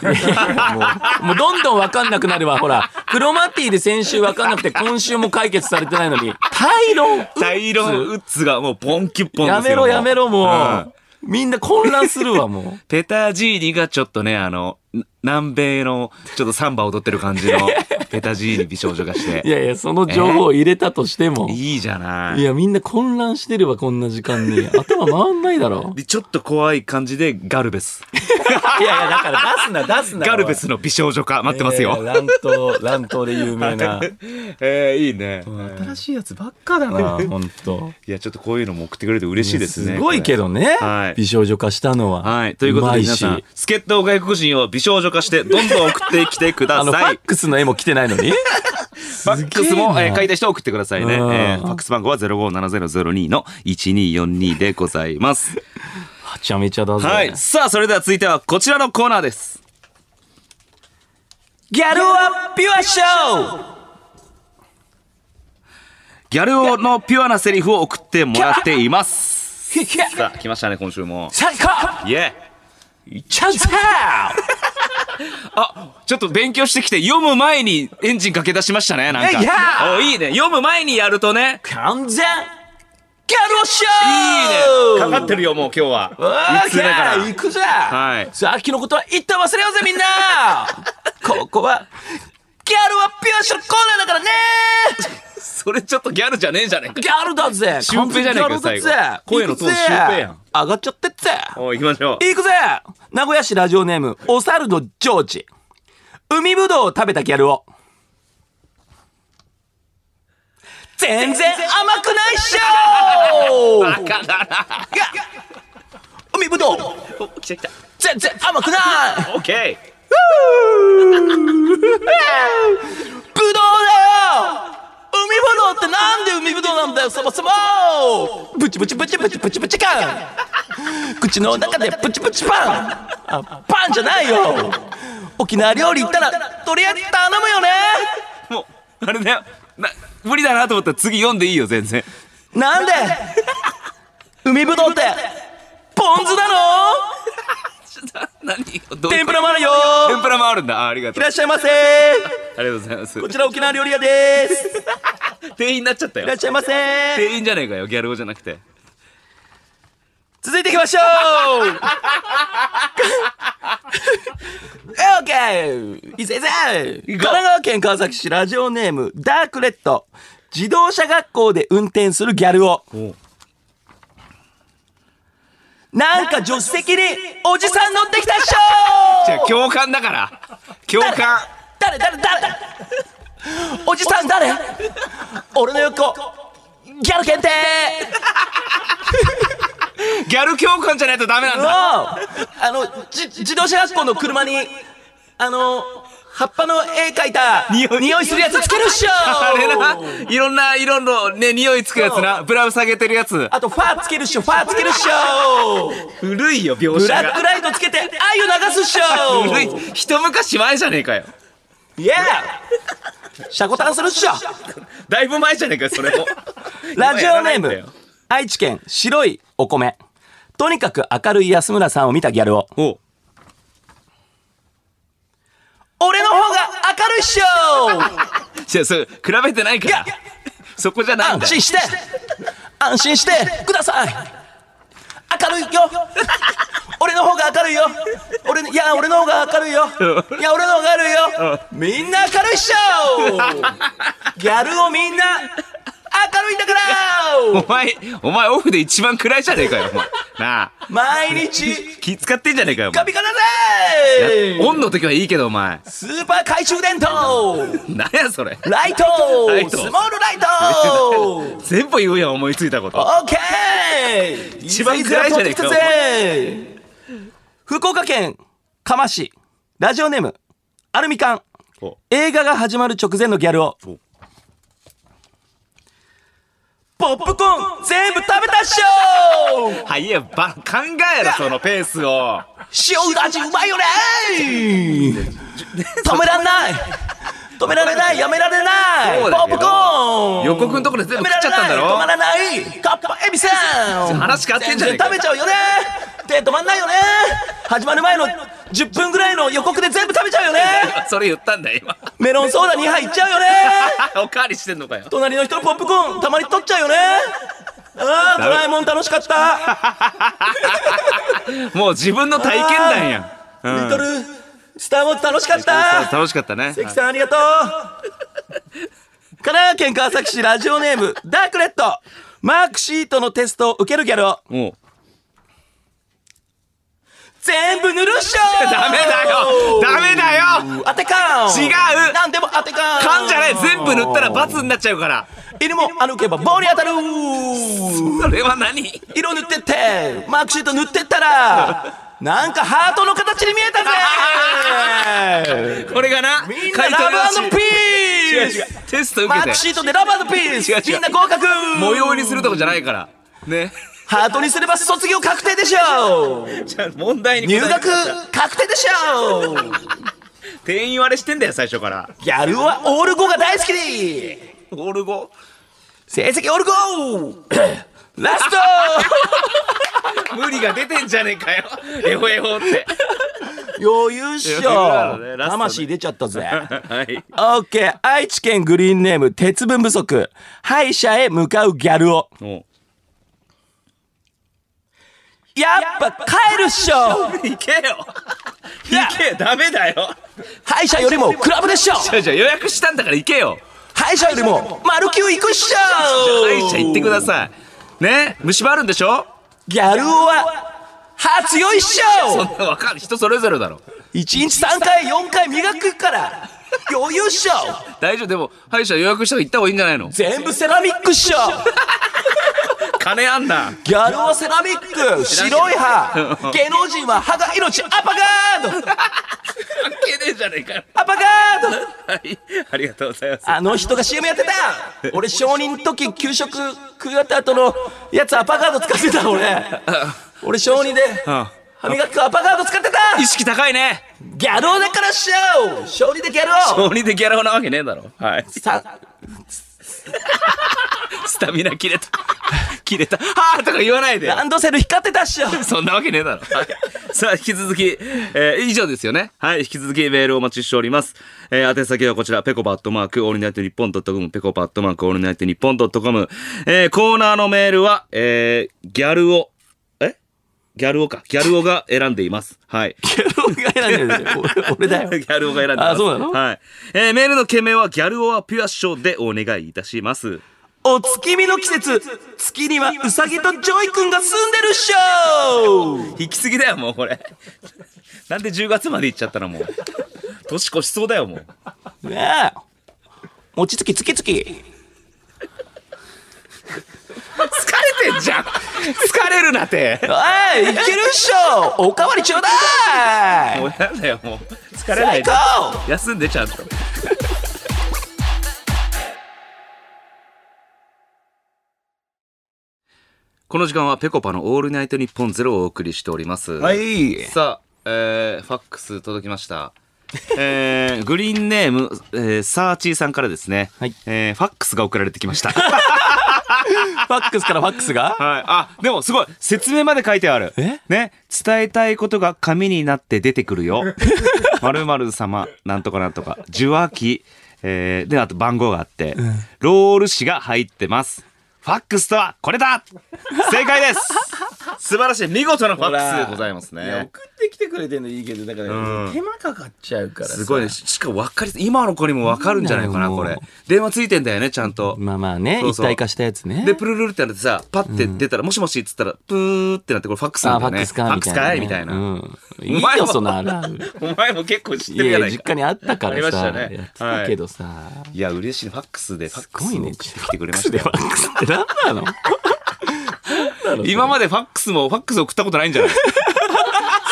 Speaker 1: もうどんどんわかんなくなるわほらクロマティで先週わかんなくて今週も解決されてないのにタイロン
Speaker 2: タイロン・ウッズがもうボンキュッポンですよ
Speaker 1: やめろやめろもう
Speaker 2: うん
Speaker 1: みんな混乱するわ、もう。
Speaker 2: ペタジーニがちょっとね、あの、な南米のちょっとサンバ踊ってる
Speaker 1: [laughs]
Speaker 2: 感じのペタジーニ美少女がして。
Speaker 1: いやいや、その情報を入れたとしても。
Speaker 2: いいじゃない。
Speaker 1: いや、みんな混乱してるわ、こんな時間 [laughs] に。頭回んないだろ。
Speaker 2: でちょっと怖い感じでガルベス。
Speaker 1: いやいや、だから出すな、出すな。
Speaker 2: [laughs] ガルベスの美少女化待ってます
Speaker 1: い
Speaker 2: よ。
Speaker 1: やいや乱闘、乱闘で有
Speaker 2: [laughs]
Speaker 1: 名な。
Speaker 2: えー、いいね。
Speaker 1: 新しいやつばっかだな、本当。
Speaker 2: いや、ちょっとこういうのも送ってくれて嬉しいですね。
Speaker 1: すごいけどね
Speaker 2: はい。
Speaker 1: 美少女化したのは。
Speaker 2: はい。ということで皆さ
Speaker 1: まい
Speaker 2: ん
Speaker 1: し、
Speaker 2: 助っ人外国人を美少女化して、どんどん送ってきてく
Speaker 1: あ
Speaker 2: だ
Speaker 1: の、フ
Speaker 2: さ
Speaker 1: ァッ
Speaker 2: い。
Speaker 1: クスの絵も来てないの
Speaker 2: [laughs]
Speaker 1: に。
Speaker 2: ファックスも、えー書いた人は送ってくださいね。え
Speaker 1: うん
Speaker 2: ーファックス番号は057002の1242でございます。
Speaker 1: はちゃめちゃだぞ。
Speaker 2: はい。さあ、それでは続いてはこちらのコーナーです。
Speaker 1: ギャルはピュアショー
Speaker 2: ギャル男のピュアなセリフを送ってもらっています。 [laughs] さあ、来ましたね、今週も。
Speaker 1: 最高
Speaker 2: イエ
Speaker 1: チャンス
Speaker 2: ーあ、ちょっと勉強してきて、読む前にエンジンかけ出しましたね、なん
Speaker 1: いや
Speaker 2: か。お、いいね。読む前にやるとね。
Speaker 1: 完全ギャルシ
Speaker 2: い
Speaker 1: ョー
Speaker 2: いね。かかってるよ、もう今日は。
Speaker 1: わ
Speaker 2: 一通目から
Speaker 1: ー行くぜはいさっきのことは一旦忘れようぜ
Speaker 2: [laughs]
Speaker 1: みんなここはギャルはピュアショーのコーナーだからね
Speaker 2: それちょっとギャルじゃねえじゃねえか。
Speaker 1: ギャルだぜ
Speaker 2: シュウペイじゃねえか
Speaker 1: 完
Speaker 2: よ
Speaker 1: 全ギャルだぜ
Speaker 2: 最後声のトーン
Speaker 1: 行くぜ
Speaker 2: シュウペイやん
Speaker 1: 上がっちゃってっぜ
Speaker 2: おい、行きましょう。
Speaker 1: 行くぜ名古屋市ラジオネームお猿のジョージ海ぶどうを食べたギャルを全然甘くないっしょ
Speaker 2: [laughs] バカだな。
Speaker 1: 海ぶどう
Speaker 2: お来た来た。
Speaker 1: 全然甘くない
Speaker 2: オッケー。
Speaker 1: ぶどうだよ海ぶどうってなんで海ぶどうなんだよそもそもブチブチブチブチブチブチ感口の中でプチプチパンあパンじゃないよ沖縄料理行ったらとりあえず頼むよね
Speaker 2: もう、あれだよ。な、無理だなと思ったら次読んでいいよ、全然。 [laughs]
Speaker 1: なんで海ぶどうってポン酢だろ
Speaker 2: 何どう
Speaker 1: 天ぷらもあるよ
Speaker 2: 天ぷらもあるんだ。あありが
Speaker 1: い
Speaker 2: とう。
Speaker 1: らっしゃいませ
Speaker 2: ありがとうございます。
Speaker 1: こちら沖縄料理屋です
Speaker 2: 店員になっちゃった
Speaker 1: い
Speaker 2: よ
Speaker 1: らっ。しゃいませ
Speaker 2: 店員じゃねえかよ、ギャル語じゃなくて。
Speaker 1: 続いていきましょう [laughs] オーケーいぜいぜ神奈川県川崎市ラジオネームダークレッド自動車学校で運転するギャルを
Speaker 2: お
Speaker 1: なんか助手席におじさん乗ってきたっし
Speaker 2: じ
Speaker 1: ょ
Speaker 2: ゃあ共感だから。共感。
Speaker 1: 誰誰誰おじさん誰俺の横ギャル検定
Speaker 2: ギャル共感じゃないとダメなん
Speaker 1: の
Speaker 2: だ。
Speaker 1: あのじ自動車学校の車にあの葉っぱの絵描いた
Speaker 2: 匂い
Speaker 1: 匂いするやつつけるっしょ
Speaker 2: [laughs] あれな。いろんな色のね、匂いつくやつな。ブラウ下げてるやつ。
Speaker 1: あとファーつけるっしょファーつけるっしょ
Speaker 2: 古いよ、描
Speaker 1: ブ
Speaker 2: 写
Speaker 1: ラック
Speaker 2: が。
Speaker 1: ライトつけて愛を流すっし
Speaker 2: 古
Speaker 1: ょ
Speaker 2: い。一昔前じゃねえかよ。
Speaker 1: イエーシャコタンするっしょ
Speaker 2: だいぶ前じゃねえかよ、それも。
Speaker 1: ラジオネー
Speaker 2: 今やらないんだよ
Speaker 1: ム愛知県白いお米とにかく明るい安村さんを見たギャルを
Speaker 2: おう
Speaker 1: 俺の方が明るいっしょ
Speaker 2: じゃあ、それ、比べてないから
Speaker 1: いや。
Speaker 2: そこじゃないんだ
Speaker 1: 安
Speaker 2: よ。
Speaker 1: 心して安心してください明るいよ俺の方が明るいよ俺のいや俺の方が明るいよいや俺の方が明るいよみんな明るいっしょギャルをみんな明るいんだから
Speaker 2: お前、お前オフで一番暗いじゃねえかよ、お前。なあ。
Speaker 1: 毎日
Speaker 2: 気使ってんじゃねえかよ、お
Speaker 1: カピ
Speaker 2: 前
Speaker 1: カだ
Speaker 2: いや
Speaker 1: ぜ
Speaker 2: オンの時はいいけど、お前。
Speaker 1: スーパー懐中電灯
Speaker 2: なんや、それ。
Speaker 1: ライ
Speaker 2: ライ
Speaker 1: トス
Speaker 2: ト
Speaker 1: モールライト
Speaker 2: 全部言うやん、思いついたこと。
Speaker 1: オッケー
Speaker 2: 一番暗いじゃねえかよ
Speaker 1: ぜ福岡県釜市ラジオネームアルミカン
Speaker 2: お
Speaker 1: 映画が始まる直前のギャルを
Speaker 2: お
Speaker 1: ポップコーン全部食べたっしょ
Speaker 2: はい、いや、ば、考えろ、そのペースを。
Speaker 1: 塩味うまいよね止められない止められないやめられない
Speaker 2: そ
Speaker 1: ポ
Speaker 2: うだ
Speaker 1: ッ
Speaker 2: けど
Speaker 1: プコーン
Speaker 2: 予告のところで
Speaker 1: や
Speaker 2: 全部
Speaker 1: めら
Speaker 2: 食っち
Speaker 1: れ
Speaker 2: ゃったん
Speaker 1: ない
Speaker 2: だ
Speaker 1: 止ま
Speaker 2: ろ
Speaker 1: らないカッパエビさん
Speaker 2: 話変わってんじゃね
Speaker 1: 全然
Speaker 2: えか
Speaker 1: 食べちゃうよねで止まんないよね始まる前の10分ぐらいの予告で全部食べちゃうよね
Speaker 2: それ言ったんだよ、今。
Speaker 1: メロンソーダ2杯いっちゃうよね
Speaker 2: [laughs] おかわりしてんのかよ。
Speaker 1: 隣の人のポップコーンたまに取っちゃうよねあードラえもん楽しかった
Speaker 2: もう自分の体験談やん。う
Speaker 1: リ
Speaker 2: ん
Speaker 1: トルスターウォーズ楽しかった
Speaker 2: 楽しかったね。
Speaker 1: 関さんありがとう神奈川県川崎市ラジオネームダークレットマークシートのテストを受けるギャルを
Speaker 2: もう。
Speaker 1: 全部ぬるっしょ
Speaker 2: [laughs] ダメだよダメだよ
Speaker 1: 当てかん
Speaker 2: 違う
Speaker 1: 何でも当てかん
Speaker 2: 噛んじゃない全部塗ったら罰になっちゃうから
Speaker 1: 犬も歩けば棒に当たる
Speaker 2: それは何
Speaker 1: 色塗ってってマークシート塗ってったらなんかハートの形に見えたぜ
Speaker 2: これがな
Speaker 1: みん
Speaker 2: 回
Speaker 1: な
Speaker 2: 答
Speaker 1: ラ
Speaker 2: 用
Speaker 1: ブ
Speaker 2: 紙
Speaker 1: ピ
Speaker 2: 違う
Speaker 1: ー
Speaker 2: 違う
Speaker 1: ス
Speaker 2: テスト
Speaker 1: マ
Speaker 2: 受け
Speaker 1: ー
Speaker 2: て
Speaker 1: クシートでラブピース
Speaker 2: 違う違う
Speaker 1: みんな合格
Speaker 2: 模様にするとこじゃないからね
Speaker 1: ハートにすれば卒業確定でしょう
Speaker 2: じゃあ問題に答え
Speaker 1: 入
Speaker 2: て
Speaker 1: 学確定でしょう
Speaker 2: 店員割れしてんだよ最初から
Speaker 1: ギャルはオール5が大好きで
Speaker 2: オール5
Speaker 1: 成績オール 5! ラスト
Speaker 2: 無理が出てんじゃねえかよエホエホって
Speaker 1: 余裕っし
Speaker 2: 余裕だ
Speaker 1: ょ、
Speaker 2: ねラストね
Speaker 1: 魂出ちゃったぜ
Speaker 2: はい
Speaker 1: オッケー愛知県グリーンネーム鉄分不足歯医者へ向かうギャルを
Speaker 2: も
Speaker 1: やっぱ帰るっしょ
Speaker 2: ういけよいけよダメだよ
Speaker 1: 歯医者よりもクラブでっしょ
Speaker 2: [laughs] じゃあじゃあ予約したんだから行けよ
Speaker 1: 歯医者よりも丸級行くっしょ
Speaker 2: 歯医者行ってくださいね虫歯あるんでしょ
Speaker 1: ギャル男は歯強いっし
Speaker 2: そ
Speaker 1: ょ
Speaker 2: んなわかる人それぞれだろ
Speaker 1: 一日3回4回磨くから余裕っしょ
Speaker 2: 大丈夫でも歯医者予約したら行った方がいいんじゃないの
Speaker 1: 全部セラミックっしょ
Speaker 2: 金あんな
Speaker 1: ギャル男はセラミック白い歯芸能人は歯が命アパガード
Speaker 2: 関係ねえじゃねえかよ
Speaker 1: アパガード
Speaker 2: はいありがとうございます
Speaker 1: あの人が CM やってた俺承認の時給食食い終わった後のやつアパガード使ってた俺俺承認で
Speaker 2: あ
Speaker 1: 歯磨き粉アパガード使ってた
Speaker 2: 意識高いね
Speaker 1: ギャル男だからっしょ承認でギャル男
Speaker 2: 鬼でギャラなわけねえだろはい
Speaker 1: さ
Speaker 2: スタミナ切れた切れたはあとか言わないでよ
Speaker 1: ランドセル光ってたっしょ
Speaker 2: [laughs] そんなわけねえだろ。はいさあ、引き続き、えー以上ですよね。はい、引き続きメールをお待ちしております。えー宛先はこちら、ペコパットマーク、オールナイトニッポンドットコム、ペコパットマーク、オールナイトニッポンドットコム。えーコーナーのメールは、えーギャルを、えギャルをか。ギャルをが選んでいます。はい。
Speaker 1: ギャル男が選んでるんだよ俺俺だよ
Speaker 2: ギャルをが選んでいます。
Speaker 1: あそうなの
Speaker 2: はい。えーメールの件名は、ギャルをはピュアショーでお願いいたします。
Speaker 1: お月見の季節月にはウサギとジョイくんが住んでるっしょ
Speaker 2: 行き過ぎだよ、もうこれ。なんで10月まで行っちゃったの、もう。年越しそうだよ、もう。
Speaker 1: ねえ餅つきつきつき
Speaker 2: 疲れてんじゃん疲れるなって
Speaker 1: おいいけるっしょおかわりちょうだい
Speaker 2: もうやだよもう疲れな
Speaker 1: 最
Speaker 2: いで
Speaker 1: 高
Speaker 2: 休んでちゃんと [laughs] この時間はぺこぱの「オールナイトニッポンゼロをお送りしております、
Speaker 1: い
Speaker 2: さあ、えー、ファックス届きました。えー、グリーンネーム、えー、サーチーさんからですね、
Speaker 1: はい
Speaker 2: えーファックスが送られてきました。
Speaker 1: ファックスからファックスが
Speaker 2: はい。あ、でもすごい。説明まで書いてある。
Speaker 1: え
Speaker 2: ね。伝えたいことが紙になって出てくるよ。 [laughs] 〇〇様、なんとかなんとか。受話器。えー、で、あと番号があって、ロール紙が入ってます。ファックスとはこれだ正解です素晴らしい。見事なファックスでございます
Speaker 1: いや
Speaker 2: ね。
Speaker 1: 送ってきてくれてんのいいけどだから、
Speaker 2: うん
Speaker 1: 手間かかっちゃうからさ
Speaker 2: すごいね。ししかも分かり、今の子にも分かるんじゃないかな、
Speaker 1: なん
Speaker 2: こ
Speaker 1: だよ
Speaker 2: れ。電話ついてんだよね、ちゃんと。
Speaker 1: まあまあね
Speaker 2: そうそう
Speaker 1: 一体化したやつね
Speaker 2: で、プルルルってなってさ、パッて出たら、もしもしっつったら、プーってなって、これファックスな
Speaker 1: あ
Speaker 2: ん
Speaker 1: フ
Speaker 2: だ
Speaker 1: ァ
Speaker 2: よ
Speaker 1: ッ
Speaker 2: ね。
Speaker 1: クスかみたいな、ね、
Speaker 2: みたいな。
Speaker 1: うん、いいよそのあら
Speaker 2: お前も結構知っ
Speaker 1: い
Speaker 2: てるや
Speaker 1: や
Speaker 2: ない
Speaker 1: 実
Speaker 2: か。
Speaker 1: 家にあったか
Speaker 2: あり
Speaker 1: ら
Speaker 2: まし
Speaker 1: さ、
Speaker 2: たね
Speaker 1: やってたけどさ、
Speaker 2: いや、嬉しい。ファックスで、ファッ
Speaker 1: す
Speaker 2: ク
Speaker 1: ごい
Speaker 2: スを送
Speaker 1: ね
Speaker 2: ってきてくれました
Speaker 1: ファ
Speaker 2: よ。
Speaker 1: ックスって何なの
Speaker 2: 今までファックスも、ファックス送ったことないんじゃない
Speaker 1: [laughs]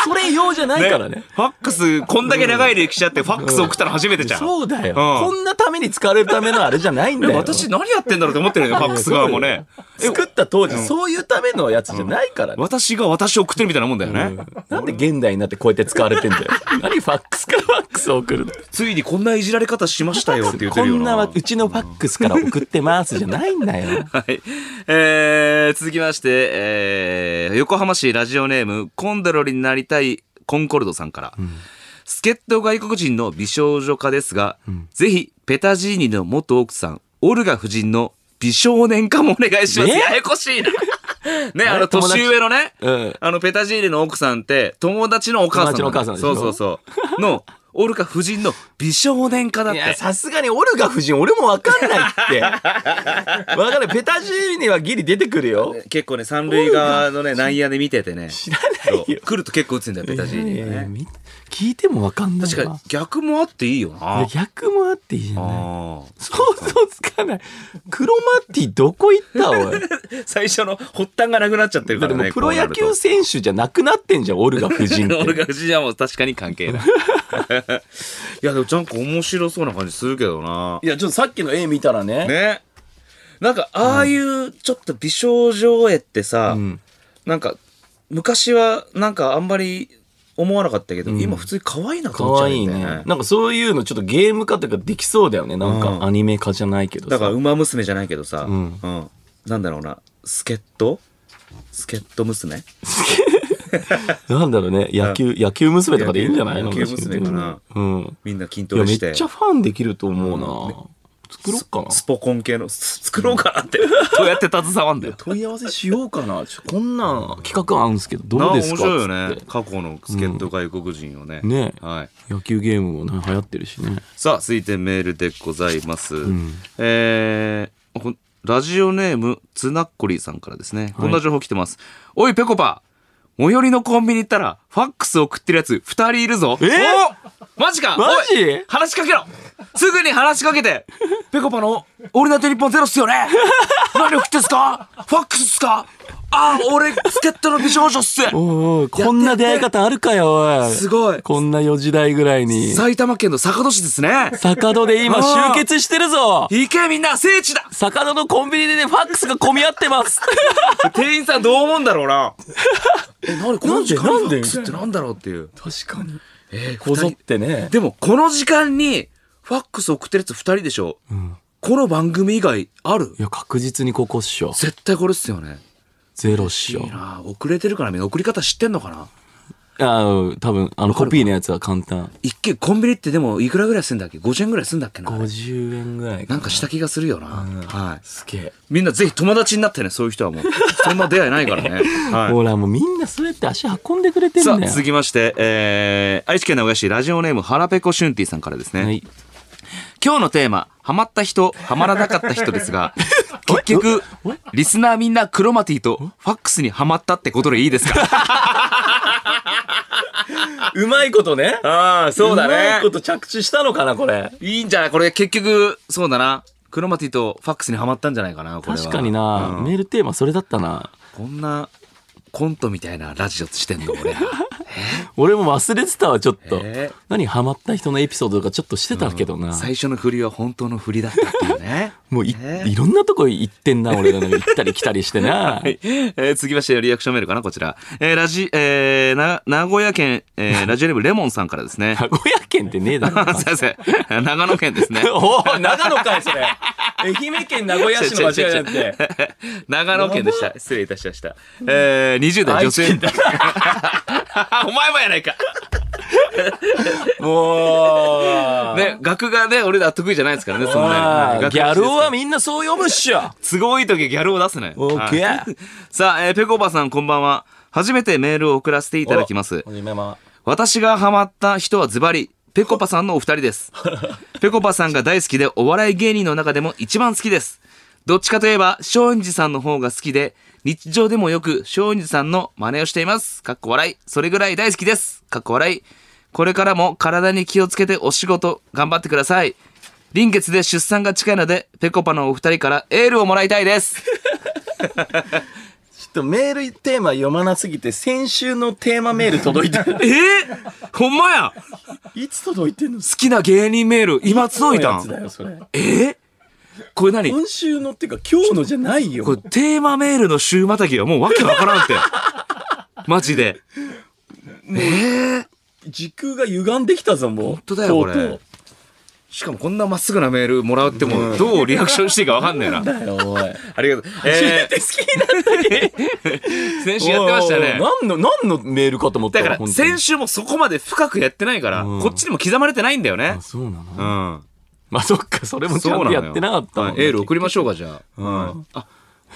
Speaker 1: それ用じゃないからね
Speaker 2: ファックス、こんだけ長い歴史あって、ファックス送ったの初めてじゃん。
Speaker 1: そうだよ、
Speaker 2: うん
Speaker 1: こんなために使われるためのあれじゃないんだ
Speaker 2: え
Speaker 1: よ
Speaker 2: 私何やってんだろうと思ってるよね、ファックス側も [laughs] ね。え、
Speaker 1: 作った当時、そういうためのやつじゃないからね、
Speaker 2: 私が私を送ってるみたいなもんだよね。
Speaker 1: なんで現代になってこうやって使われてんだよ。 [laughs] 何ファックスからファックスを送るの
Speaker 2: ついにこんないじられ方しましたよって言って
Speaker 1: こ
Speaker 2: るよ
Speaker 1: んな
Speaker 2: な。
Speaker 1: はうちのファックスから送ってますじゃないんだよ。
Speaker 2: はい。えー、続きまして、えー、横浜市ラジオネーム、コンドロリになりたいコンコルドさんから。助っ人外国人の美少女家ですが、ぜひ、ペタジーニの元奥さん、オルガ夫人の美少年化もお願いします。
Speaker 1: ね
Speaker 2: ややこし
Speaker 1: [laughs]
Speaker 2: いな。ね、あ
Speaker 1: あ
Speaker 2: の、
Speaker 1: れ友達
Speaker 2: 年上のね、
Speaker 1: うん
Speaker 2: あの、ペタジーリの奥さんって、友達のお母さんなの。
Speaker 1: 友達のお母さんでし
Speaker 2: そ
Speaker 1: ょ
Speaker 2: うそうそう。の、オルカ夫人の美少年化だっ
Speaker 1: い
Speaker 2: て
Speaker 1: や、。さすがにオルガ夫人、俺もわかんない [laughs] って。わかる。ペタジーニにはギリ出てくるよ。
Speaker 2: 結構ね、三塁側のね、内野で見ててね。
Speaker 1: 知らないよ
Speaker 2: そう。来ると結構打つんだよ、ペタジーリが
Speaker 1: いやいや
Speaker 2: ね。
Speaker 1: み聞いてもわかんないな。
Speaker 2: 確かに逆もあっていいよ
Speaker 1: いや
Speaker 2: な。
Speaker 1: 逆もあっていいじゃない。
Speaker 2: あー
Speaker 1: 想像つかない。クロマティどこ行 [laughs] ったおい。
Speaker 2: 最初の発端がなくなっちゃってる
Speaker 1: だ
Speaker 2: か
Speaker 1: って
Speaker 2: ら
Speaker 1: も
Speaker 2: ね。
Speaker 1: うプロ野
Speaker 2: こうな
Speaker 1: 球
Speaker 2: ると
Speaker 1: 選手じゃなくなってんじゃん、オルガ夫 [laughs] 人っ
Speaker 2: 俺
Speaker 1: て。。
Speaker 2: が藤はもう確かに関係ない。いや、でもちゃんこ面白そうな感じするけどない
Speaker 1: や、ちょっとさっきの絵見たらね。
Speaker 2: ね。なんか、ああいうちょっと美少女絵ってさ、
Speaker 1: ん
Speaker 2: なんか、昔はなんかあんまり思わなかったけど、
Speaker 1: ん
Speaker 2: 今普通に可愛いなと思っ
Speaker 1: 可
Speaker 2: ちゃう
Speaker 1: 愛い
Speaker 2: ん
Speaker 1: ね
Speaker 2: だよね。
Speaker 1: なんかそういうのちょっとゲーム化というかできそうだよね。なん
Speaker 2: うん
Speaker 1: かアニメ化じゃないけど
Speaker 2: だ
Speaker 1: さ。
Speaker 2: から、馬娘じゃないけどさ、う
Speaker 1: うんん。
Speaker 2: なんだろうな、助っ人助っ人娘
Speaker 1: なんだろうね。野球、野球娘とかでいいんじゃないの
Speaker 2: 野球娘かな。
Speaker 1: うん。
Speaker 2: みんな筋
Speaker 1: い
Speaker 2: ト
Speaker 1: や、
Speaker 2: レ
Speaker 1: め
Speaker 2: し。
Speaker 1: ってちゃファンできると思うな。作ろっかな。
Speaker 2: スポコン系の、す作ろうかなって。
Speaker 1: [laughs]
Speaker 2: どうやって携わんだよ。
Speaker 1: 問い合わせしようか [laughs] な。ちょこんな企画あるんですけど、
Speaker 2: な
Speaker 1: どうですか
Speaker 2: 面白いよね
Speaker 1: つって
Speaker 2: 過去の助っ人外国人をね、
Speaker 1: うんね
Speaker 2: はい
Speaker 1: 野球ゲームもね、流行ってるしね。
Speaker 2: さあ続いてメールでございます、
Speaker 1: ん
Speaker 2: えーこラジオネームつなっこりさんからですねこんな情報来てます、おいぺこぱ最寄りのコンビニ行ったらファックス送ってるやつ二人いるぞ
Speaker 1: えー
Speaker 2: おマジか
Speaker 1: マジ
Speaker 2: おい話しかけろすぐに話しか
Speaker 1: [laughs]
Speaker 2: けてぺこぱの「オールナイトニッポンゼロっすよね何送ってんすかファックスっすかあー俺助っ人の美少女っす
Speaker 1: おいおい、こんな出会い方あるかよ、おい。
Speaker 2: すごい
Speaker 1: こんな4時台ぐらいに。
Speaker 2: 埼玉県の坂戸市で
Speaker 1: [laughs]
Speaker 2: すね
Speaker 1: 坂戸で今
Speaker 2: あー
Speaker 1: 集結してるぞ
Speaker 2: 行けみんな聖地だ
Speaker 1: 坂戸のコンビニでね、ファックスが混み合ってます。
Speaker 2: 店員さんどう思うんだろうな [laughs] え、なにこの時間
Speaker 1: な
Speaker 2: に
Speaker 1: ん
Speaker 2: ファッ
Speaker 1: で
Speaker 2: クスってなんだろうっていう
Speaker 1: 確かに。
Speaker 2: え
Speaker 1: こぞってね。
Speaker 2: でもこの時間にファックス送ってるやつ2人でしょ、この番組以外ある
Speaker 1: いや、確実にここっしょ。
Speaker 2: 絶対これっすよね
Speaker 1: ゼロっしょ
Speaker 2: いい。な遅れてるからみんな送り方知ってんのかな
Speaker 1: あー多分、あの、コピーのやつは簡単。
Speaker 2: 一見コンビニってでもいくらぐらいすんだっけ50円ぐらいすんだっけなあれ
Speaker 1: 50円ぐらいか
Speaker 2: なんかした気がするよな、はい
Speaker 1: すげえ。
Speaker 2: みんなぜひ友達になってねそういう人はもうそんな出会いないからね、はい、
Speaker 1: ほら、もうみんなそうやって足運んでくれてんだ
Speaker 2: さ
Speaker 1: よ。
Speaker 2: あ続きまして、えー、愛知県名古屋市ラジオネームはらぺこしゅんてぃさんからですね、
Speaker 1: はい。
Speaker 2: 今日のテーマハマった人ハマらなかった人です [laughs] が結局リスナーみんなクロマティとファックスにハマったってことでいいですか
Speaker 1: うまいことね。
Speaker 2: ああ
Speaker 1: うまいこと着地したのかな、これ。
Speaker 2: [laughs] いいんじゃないこれ結局そうだなクロマティとファックスにハマったんじゃないかなこれは
Speaker 1: 確かにな、
Speaker 2: うん
Speaker 1: メールテーマそれだったな。
Speaker 2: こんなコントみたいなラジオしてんの俺ら [laughs]
Speaker 1: 俺も忘れてたわ、ちょっと。
Speaker 2: えー
Speaker 1: 何、ハマった人のエピソードとかちょっとしてたけどな。
Speaker 2: 最初の振りは本当の振りだったっていうね
Speaker 1: もうい、
Speaker 2: えー
Speaker 1: いろんなとこ行ってんな、俺が、ね、行ったり来たりして [laughs] な。
Speaker 2: はい。 [laughs] えー続きまして、リアクションメールかな、こちら。えーラジ、えーな、名古屋県、えーラジオネームレモンさんから [laughs] ですね。
Speaker 1: 名古屋県ってねえだろ。
Speaker 2: すいません。長野県ですね。
Speaker 1: [laughs] おお、長野かい、それ。愛媛県名古屋市の間違い
Speaker 2: [laughs]
Speaker 1: なんて。
Speaker 2: 長野県でした。失礼いたしました。えー、20代女性。 [laughs] お前もやないか。
Speaker 1: もう。
Speaker 2: ね、学がね、俺ら得意じゃないですからね、そんなに。学
Speaker 1: ギャル男はみんなそう読むっしょ。
Speaker 2: 都合いい時ギャルを出すね。
Speaker 1: オーケー
Speaker 2: はいさあ、えーペコバさんこんばんは。初めてメールを送らせていただきます。
Speaker 1: おじめま。
Speaker 2: 私がハマった人はズバリ、ぺこぱさんのお二人 [laughs] です。ぺこぱさんが大好きでお笑い芸人の中でも一番好きです。どっちかといえば、松陰寺さんの方が好きで、日常でもよく松陰寺さんの真似をしています。かっこ笑い。それぐらい大好きです。かっこ笑い。これからも体に気をつけてお仕事頑張ってください。臨月で出産が近いので、ぺこぱのお二人からエールをもらいたいです。
Speaker 1: ちょっとメールテーマ読まなすぎて、先週のテーマメール届い [laughs] た。
Speaker 2: えほんまや好
Speaker 1: いつ届いてんの
Speaker 2: きな芸人メール、今届いた
Speaker 1: つだ
Speaker 2: ん
Speaker 1: よ、それ。
Speaker 2: えーこれ何
Speaker 1: 今週のっていうか、今日のじゃないよ。
Speaker 2: これテーマメールの週またぎはもうわけわからん [laughs] って。マジで。
Speaker 1: 時空が歪んできたぞ、もう。本
Speaker 2: 当だよこれしかもこんなまっすぐなメールもらうってもどうリアクションしていいかわかんねえな。
Speaker 1: だよ、おい。
Speaker 2: ありがとう。え
Speaker 1: て好きになった [laughs]
Speaker 2: [laughs] ー、先週やってましたね。
Speaker 1: 何の、何のメールかと思った
Speaker 2: だ
Speaker 1: わ
Speaker 2: から
Speaker 1: 本当に
Speaker 2: 先週もそこまで深くやってないから、
Speaker 1: うん
Speaker 2: こっちにも刻まれてないんだよね
Speaker 1: あ。そうなの
Speaker 2: うん。
Speaker 1: [laughs] まあそっか、それもちゃんとやってなかったもんね、
Speaker 2: はいエール送りましょうか、じゃあ。うんあ、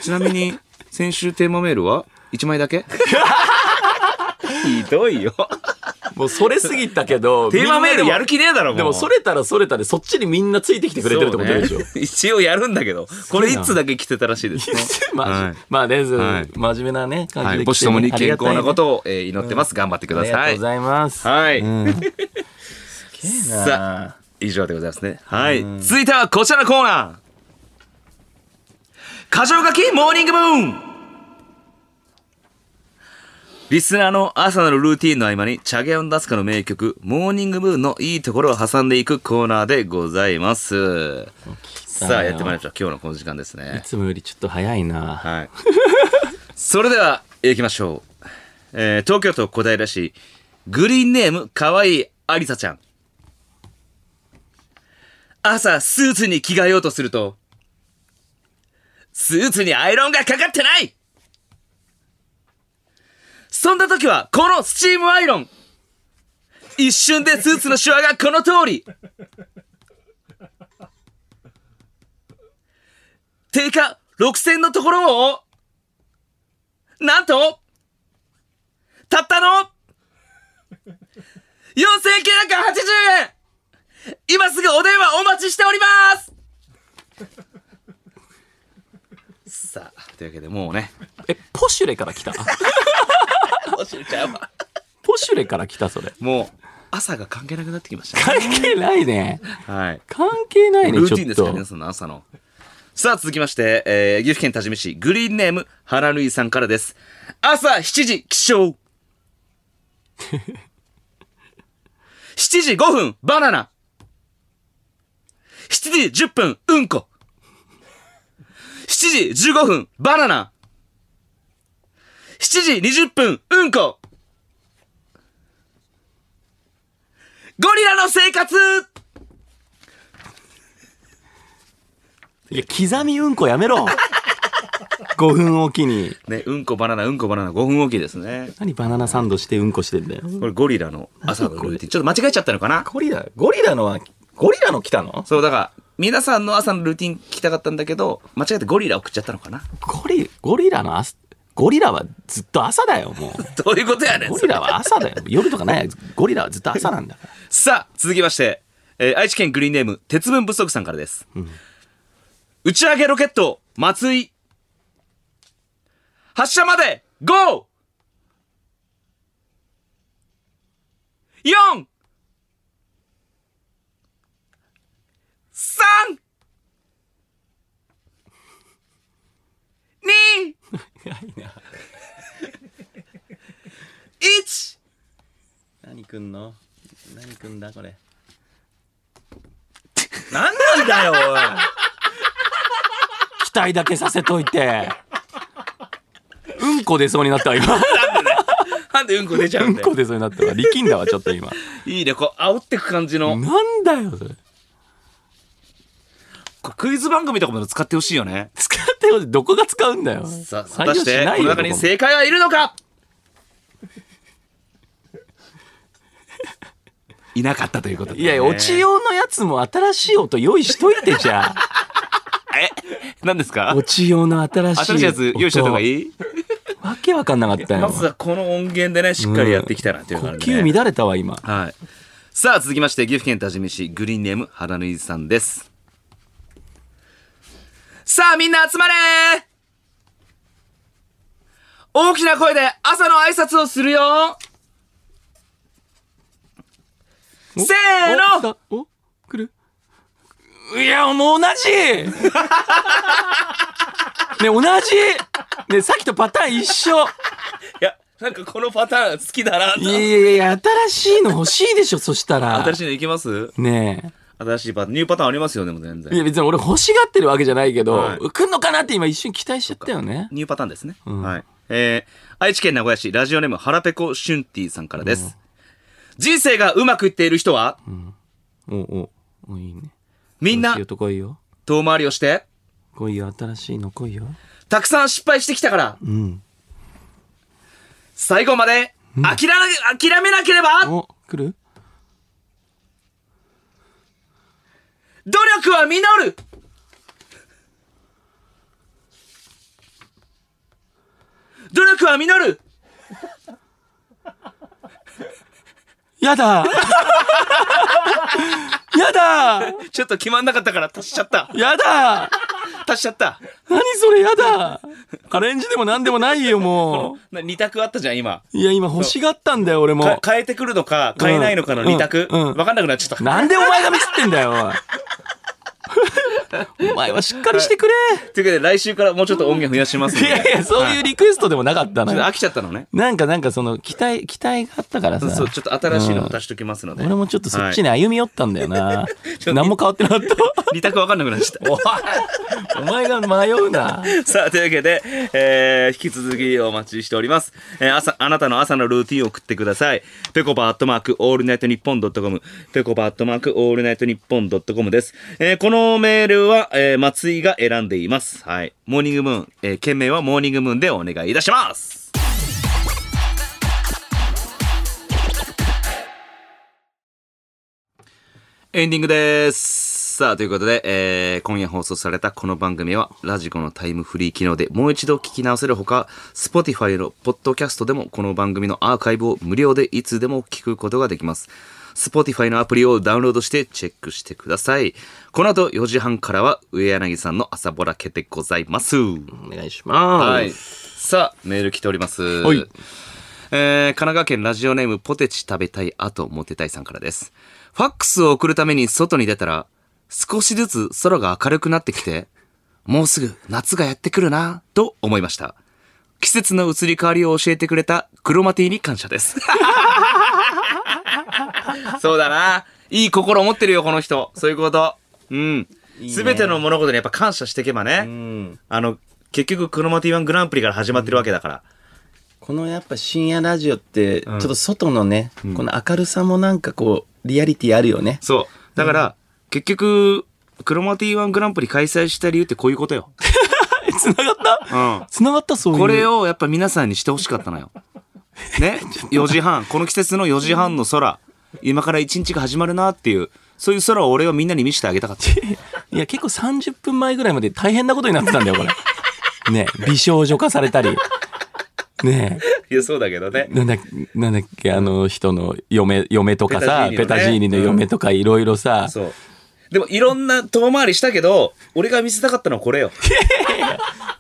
Speaker 2: ちなみに、先週テーマメールは一枚だけひどいよ。
Speaker 1: [laughs] もうそれすぎたけど、
Speaker 2: [laughs] [laughs] テーマメールやる気ねえだろ、もう。
Speaker 1: でもそれたらそれたでそっちにみんなついてきてくれてるってことでしょ。
Speaker 2: そうね [laughs] 一応やるんだけど、これ一通だけ来てたらしいですね。
Speaker 1: [laughs] まあ、
Speaker 2: はい
Speaker 1: まあね、ず
Speaker 2: はい
Speaker 1: 真面目なね、感
Speaker 2: は
Speaker 1: じで
Speaker 2: い、
Speaker 1: 来
Speaker 2: 母子
Speaker 1: て
Speaker 2: と
Speaker 1: ね、
Speaker 2: もに健康なこととを、えー祈ってます。頑張ってくだ
Speaker 1: ありが
Speaker 2: さ
Speaker 1: とう
Speaker 2: い。
Speaker 1: ございます。
Speaker 2: はい。
Speaker 1: すげえな
Speaker 2: さあ、以上でございますね。はい。続いてはこちらのコーナー。箇条書きモーニングムーンリスナーの朝のルーティンの合間に、チャゲオンダスカの名曲、モーニングムーンのいいところを挟んでいくコーナーでございます。さあ、やってまいりました。今日のこの時間ですね
Speaker 1: い。つもよりちょっと早いな。
Speaker 2: はい。それでは、行きましょう。えー東京都小平市、グリーンネーム、かわいいありさちゃん。朝、スーツに着替えようとすると、スーツにアイロンがかかってないそんな時は、このスチームアイロン一瞬でスーツのシワがこの通り定価6000のところを、なんと、たったの、4980円今すぐお電話お待ちしております [laughs] さあ、というわけでもう [laughs] ね、
Speaker 1: え、ポシュレから来た [laughs]
Speaker 2: おしるちゃんは
Speaker 1: ポシュレから来た、それ。
Speaker 2: もう、朝が関係なくなってきましたね。
Speaker 1: 関係ないね。
Speaker 2: はい。
Speaker 1: 関係ないね、
Speaker 2: ルー
Speaker 1: ちょ
Speaker 2: ティンで
Speaker 1: っ
Speaker 2: すから
Speaker 1: と
Speaker 2: ね、。その朝の。さあ、続きまして、えー、岐阜県多治見市、グリーンネーム、原縫さんからです。朝7時起 [laughs] 床。7時5分、バナナ。7時10分、うんこ。7時15分、バナナ。7時20分、うんこ。ゴリラの生活
Speaker 1: いや、刻みうんこやめろ。5分おきに。
Speaker 2: ね、うんこバナナ、うんこバナナ、5分おきですね。
Speaker 1: 何バナナサンドしてうんこしてんだよ。
Speaker 2: これゴリラの朝のルーティン。 [laughs] ちょっと間違えちゃったのかな
Speaker 1: ゴリラ、ゴリラのは、ゴリラの来たの
Speaker 2: そう、だから、皆さんの朝のルーティン聞きたかったんだけど、間違えてゴリラ送っちゃったのかな [laughs]
Speaker 1: ゴリ、ゴリラの朝、ゴリラはずっと朝だよ、 [laughs] も
Speaker 2: どういうことやね
Speaker 1: う。
Speaker 2: ん。
Speaker 1: ゴリラは朝だよ。夜とかないやゴリラはずっと朝なんだから。
Speaker 2: さあ、続きまして、えー愛知県グリーンネーム、鉄分不足さんからです。打ち上げロケット、松井。発射まで、5、4、3、2、1、
Speaker 1: 何くんの何くんだ、これ。
Speaker 2: なんなんだよ、おい。
Speaker 1: 期待だけさせといて。うんこ出そうになったわ、今。
Speaker 2: [laughs] なんでうんこ出ちゃう
Speaker 1: うんん
Speaker 2: だ
Speaker 1: こ
Speaker 2: よ。
Speaker 1: 出そうになったわ。力んだわ、ちょっと今。
Speaker 2: いいね、こう、煽ってく感じの。
Speaker 1: なんだよ、それ。
Speaker 2: これクイズ番組とかも使ってほしいよね。
Speaker 1: 使ってほしいどこが使うんだよ。
Speaker 2: さあ、
Speaker 1: 採
Speaker 2: 果
Speaker 1: 用
Speaker 2: たして、こ
Speaker 1: よ
Speaker 2: の中に
Speaker 1: どこも
Speaker 2: 正解はいるのか [laughs] いなかったということで、
Speaker 1: いやいや、落ち。用のやつも新しい音用意しといてじゃあ。
Speaker 2: 何で
Speaker 1: [laughs]
Speaker 2: すか
Speaker 1: 落ち用の新しい音。
Speaker 2: 新しいやつ用意しといた方がいい
Speaker 1: わけわかんなかったよ。
Speaker 2: まずはこの音源でね、しっかりやってきたなっていう
Speaker 1: 呼
Speaker 2: のがあるんでね
Speaker 1: 吸乱れたわ、今。
Speaker 2: はい。さあ、続きまして、岐阜県多治見市、グリーンネーム、原縫さんです。さあ、みんな集まれー大きな声で朝の挨拶をするよせー
Speaker 1: の
Speaker 2: の
Speaker 1: お来るいや、もう同じ [laughs] ね、同じね、さっきとパターン一緒
Speaker 2: いや、なんかこのパターン好きだない
Speaker 1: やいやいや、新しいの欲しいでしょ、そしたら。
Speaker 2: 新しいのいきます
Speaker 1: ね
Speaker 2: 新しいパターン、ニューパターンありますよね、もう全
Speaker 1: え。い
Speaker 2: 然。
Speaker 1: や、別に俺欲しがってるわけじゃないけど、
Speaker 2: はい
Speaker 1: 来んのかなって今一瞬期待しちゃったよね。
Speaker 2: ニューパターンですね。はい。えー、愛知県名古屋市、ラジオネーム、腹ペコシュンティさんからです。人生がうまくいっている人は、
Speaker 1: おお、おいいね。
Speaker 2: みんな
Speaker 1: 新しい、音来いよ。
Speaker 2: 遠回りをして、
Speaker 1: 来いよ、新しいの来いよ。
Speaker 2: たくさん失敗してきたから、
Speaker 1: うん。
Speaker 2: 最後まで、諦め、諦めなければ、
Speaker 1: お、来る
Speaker 2: 努力は実る努力は実る
Speaker 1: やだ [laughs] やだ
Speaker 2: ちょっと決まんなかったから足しちゃった
Speaker 1: やだ
Speaker 2: 足しちゃった
Speaker 1: 何それやだアレンジでも何でもないよ、も
Speaker 2: な二択あったじゃん今
Speaker 1: う。いや、今欲しがったんだよ、俺
Speaker 2: か
Speaker 1: も。
Speaker 2: 変えてくるのか変えないのかの二択、
Speaker 1: うんうん
Speaker 2: 分かんなくなっちゃった
Speaker 1: なんでお前がミスってんだよ、おい。お前はしっかりしてくれ。
Speaker 2: というわけで来週からもうちょっと音源増やしますん
Speaker 1: いやい
Speaker 2: で
Speaker 1: や、そういうリクエストでもなかった
Speaker 2: ちょっと
Speaker 1: な。
Speaker 2: 飽きちゃったのね
Speaker 1: なんか、なんかその、期待、期待があったからさ。
Speaker 2: そうちょっと新しいのを足しときますので、
Speaker 1: 俺もちょっとそっちに歩み寄ったんだよ
Speaker 2: [laughs]
Speaker 1: な。
Speaker 2: と
Speaker 1: 何も変わってなかった。
Speaker 2: [laughs]
Speaker 1: [laughs]
Speaker 2: 二択分かんなくなっちゃった
Speaker 1: お前が迷うな。
Speaker 2: [laughs] さあ、というわけで、えー、引き続きお待ちしております。えー、朝、あなたの朝のルーティンを送ってください。ぺこぱアットマークオールナイトニッポンドットコム。ぺこぱアットマークオールナイトニッポンドットコムです。えー、このメールは、えー、松井が選んでいます。はい。モーニングムーン、えー、件名はモーニングムーンでお願いいたします。エンディングです。さあ、ということで、えー今夜放送されたこの番組は、ラジコのタイムフリー機能でもう一度聞き直せるほか、Spotify のポッドキャストでもこの番組のアーカイブを無料でいつでも聞くことができます。Spotify のアプリをダウンロードしてチェックしてください。この後4時半からは、上柳さんの朝ぼらけでございます。
Speaker 1: お願いします。
Speaker 2: はい。さあ、メール来ております。
Speaker 1: い
Speaker 2: えー神奈川県ラジオネームポテチ食べたい後モテたいさんからです。ファックスを送るために外に出たら、少しずつ空が明るくなってきて、もうすぐ夏がやってくるなぁと思いました。季節の移り変わりを教えてくれたクロマティに感謝です。 [laughs] そうだな。いい心持ってるよ、この人。そういうこと。うん。すべての物事にやっぱ感謝していけばね。あの、結局、クロマティワングランプリから始まってるわけだから。
Speaker 1: このやっぱ深夜ラジオって、ちょっと外のね、この明るさもなんかこう、リアリティあるよね。
Speaker 2: そう。だから、結局、クロマティワングランプリ開催した理由ってこういうこと [laughs] よ。
Speaker 1: 繋がった
Speaker 2: うん。
Speaker 1: 繋がったそういう。
Speaker 2: これをやっぱ皆さんにしてほしかったの [laughs] よ。ね。4時半。この季節の4時半の空。今から1日が始まるなっていう、そういう空を俺はみんなに見せてあげたかった。
Speaker 1: [laughs] いや、結構30分前ぐらいまで大変なことになってたんだよ、これ。ね美少女化されたり。ね
Speaker 2: [laughs] いや、そうだけどね。
Speaker 1: なんだ、なんだっけ、あの人の嫁、嫁とかさ、ペ
Speaker 2: ペ
Speaker 1: タ
Speaker 2: タ
Speaker 1: ジ
Speaker 2: ジ
Speaker 1: ー
Speaker 2: ー
Speaker 1: ニ
Speaker 2: ニの
Speaker 1: の
Speaker 2: ね
Speaker 1: 嫁とかいろいろさ、
Speaker 2: そう。でもいろんな遠回りしたけど、俺が見せたかったのはこれよ。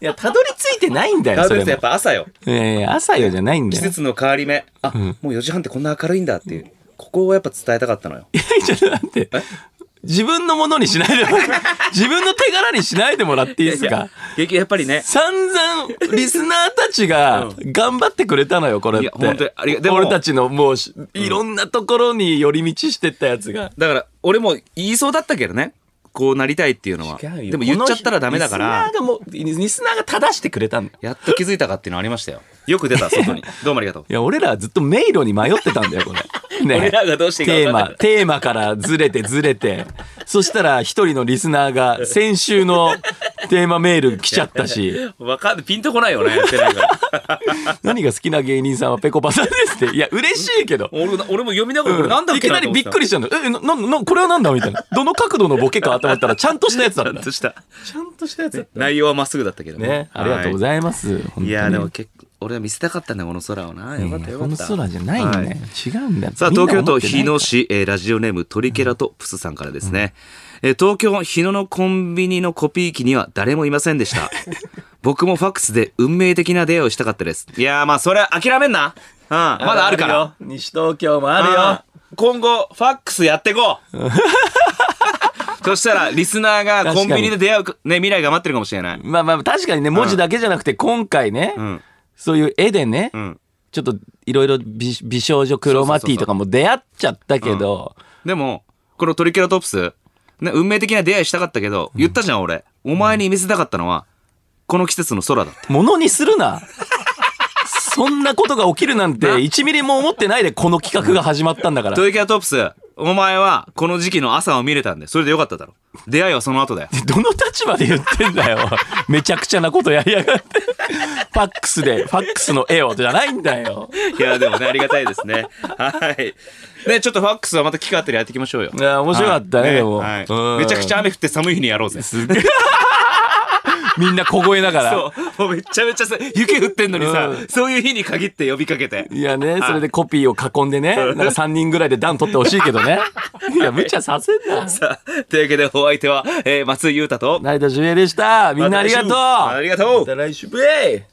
Speaker 1: いや、たどり着いてないんだよ、
Speaker 2: あ
Speaker 1: そ
Speaker 2: と
Speaker 1: れ
Speaker 2: やっ
Speaker 1: も。
Speaker 2: ぱ朝よ。
Speaker 1: ええ朝よじゃないん
Speaker 2: 季
Speaker 1: だよ。
Speaker 2: 節の変わり目。あ、もう4時半ってこんな明るいんだっていう。ここをやっぱ伝えたかったのよ。
Speaker 1: いや、ちょっと待って。自分のものにしないでもら
Speaker 2: [laughs]
Speaker 1: って、自分の手柄にしないでもらっていいですか
Speaker 2: 結局やっぱりね。
Speaker 1: 散々、リスナーたちが頑張ってくれたのよ、これって。
Speaker 2: いや本当にありがでも
Speaker 1: 俺たちのもうし、いろんなところに寄り道してったやつが。
Speaker 2: だから、俺も言いそうだったけどね。こうなりたいっていうのは。でも言っちゃったらダメだか
Speaker 1: リ
Speaker 2: ら
Speaker 1: ス、ナーがもう、リスナーが正してくれたんだよ。
Speaker 2: やっと気づいたかっていうのありましたよ。よく出た、外 [laughs] に。どうもありがとう。
Speaker 1: いや、俺らはずっと迷路に迷ってたんだよ、こ
Speaker 2: [laughs]
Speaker 1: れ。ね
Speaker 2: 俺らがどうしてい
Speaker 1: テー
Speaker 2: いか分かんな
Speaker 1: マ
Speaker 2: い、
Speaker 1: テーマからずれてずれて。そしたら一人のリスナーが先週のテーマメール来ちゃったし。
Speaker 2: [laughs] わかんない。ピンとこないよね。ってなんか
Speaker 1: 何が好きな芸人さんはペコパさんですって。いや、嬉しいけど。
Speaker 2: 俺俺も読みながら、俺なんだっ
Speaker 1: い
Speaker 2: け
Speaker 1: きなりびっく
Speaker 2: り。
Speaker 1: りしたの。え、な、な、なこれはなんだみたいな。どの角度のボケかと思ったら、ちゃんとしたやつだ
Speaker 2: [laughs]
Speaker 1: った。
Speaker 2: とした。
Speaker 1: ちゃんとしたやつだっ
Speaker 2: 内容はまっすぐだったけど
Speaker 1: た。ね、ありがとうございます。本当
Speaker 2: は
Speaker 1: に
Speaker 2: いいや、でも結構、俺は見せたかったんだよ、この空をな。よかったよ
Speaker 1: こ
Speaker 2: かっ
Speaker 1: の
Speaker 2: た。
Speaker 1: 空じゃないよね。
Speaker 2: は
Speaker 1: 違うんだよ。
Speaker 2: さあ、
Speaker 1: みんな
Speaker 2: 東京都
Speaker 1: 思ってない
Speaker 2: 日野市、えーラジオネームトリケラトプスさんからですね。えー東京日野のコンビニのコピー機には誰もいませんで
Speaker 1: [laughs]
Speaker 2: した。僕もファックスで運命的な出会いをしたかったです。いやー、まあ、それは諦めんな。うん、まだあるから。
Speaker 1: よ。西東京もあるよ。
Speaker 2: うん今後、ファックスやってこ [laughs] う。そしたら、リスナーがコンビニで出会う、ね、未来が待ってるかもしれない。
Speaker 1: まあまあ、確かにね、文字だけじゃなくて、今回ね、
Speaker 2: うん。
Speaker 1: そういう絵でね、
Speaker 2: うん。
Speaker 1: ちょっといろいろ美美少女クロマティとかも出会っちゃったけど、
Speaker 2: でも、このトリケラトプス、ね、運命的な出会いしたかったけど、言ったじゃん、俺。お前に見せたかったのは、この季節の空だって。
Speaker 1: ものにする [laughs] なそんなことが起きるなんて
Speaker 2: な
Speaker 1: 1ミリも思ってないでこの企画が始まったんだから
Speaker 2: トリケラトプス、お前はこの時期の朝を見れたんで、それでよかっただろ。出会いはその後だよ。
Speaker 1: どの立場で言ってんだよ。 [laughs] めちゃくちゃなことやりやがって。ファックスで、ファックスの絵をじゃないんだよ。
Speaker 2: [laughs] いや、でもね、ありがたいですね。はい。ね、ちょっとファックスはまた機会あったらやっていきましょうよ。
Speaker 1: いや面白かったね
Speaker 2: はい
Speaker 1: でも
Speaker 2: はい
Speaker 1: うん
Speaker 2: めちゃくちゃ雨降って寒い日にやろうぜ。
Speaker 1: すげえ。みんな凍えながら。
Speaker 2: そう。もうめちゃめちゃさ、雪降ってんのにさ、
Speaker 1: うん
Speaker 2: そういう日に限って呼びかけて。
Speaker 1: いやね、それでコピーを囲んでね、なんか3人ぐらいで段取ってほしいけ
Speaker 2: [laughs]
Speaker 1: どね。いや、無茶させんな。
Speaker 2: さあ、 [laughs] というわけでお相手は、えー松井裕太と、
Speaker 1: 成田純平でした。みんなありがとう。
Speaker 2: また来週ありがとう
Speaker 1: また来週、ブイ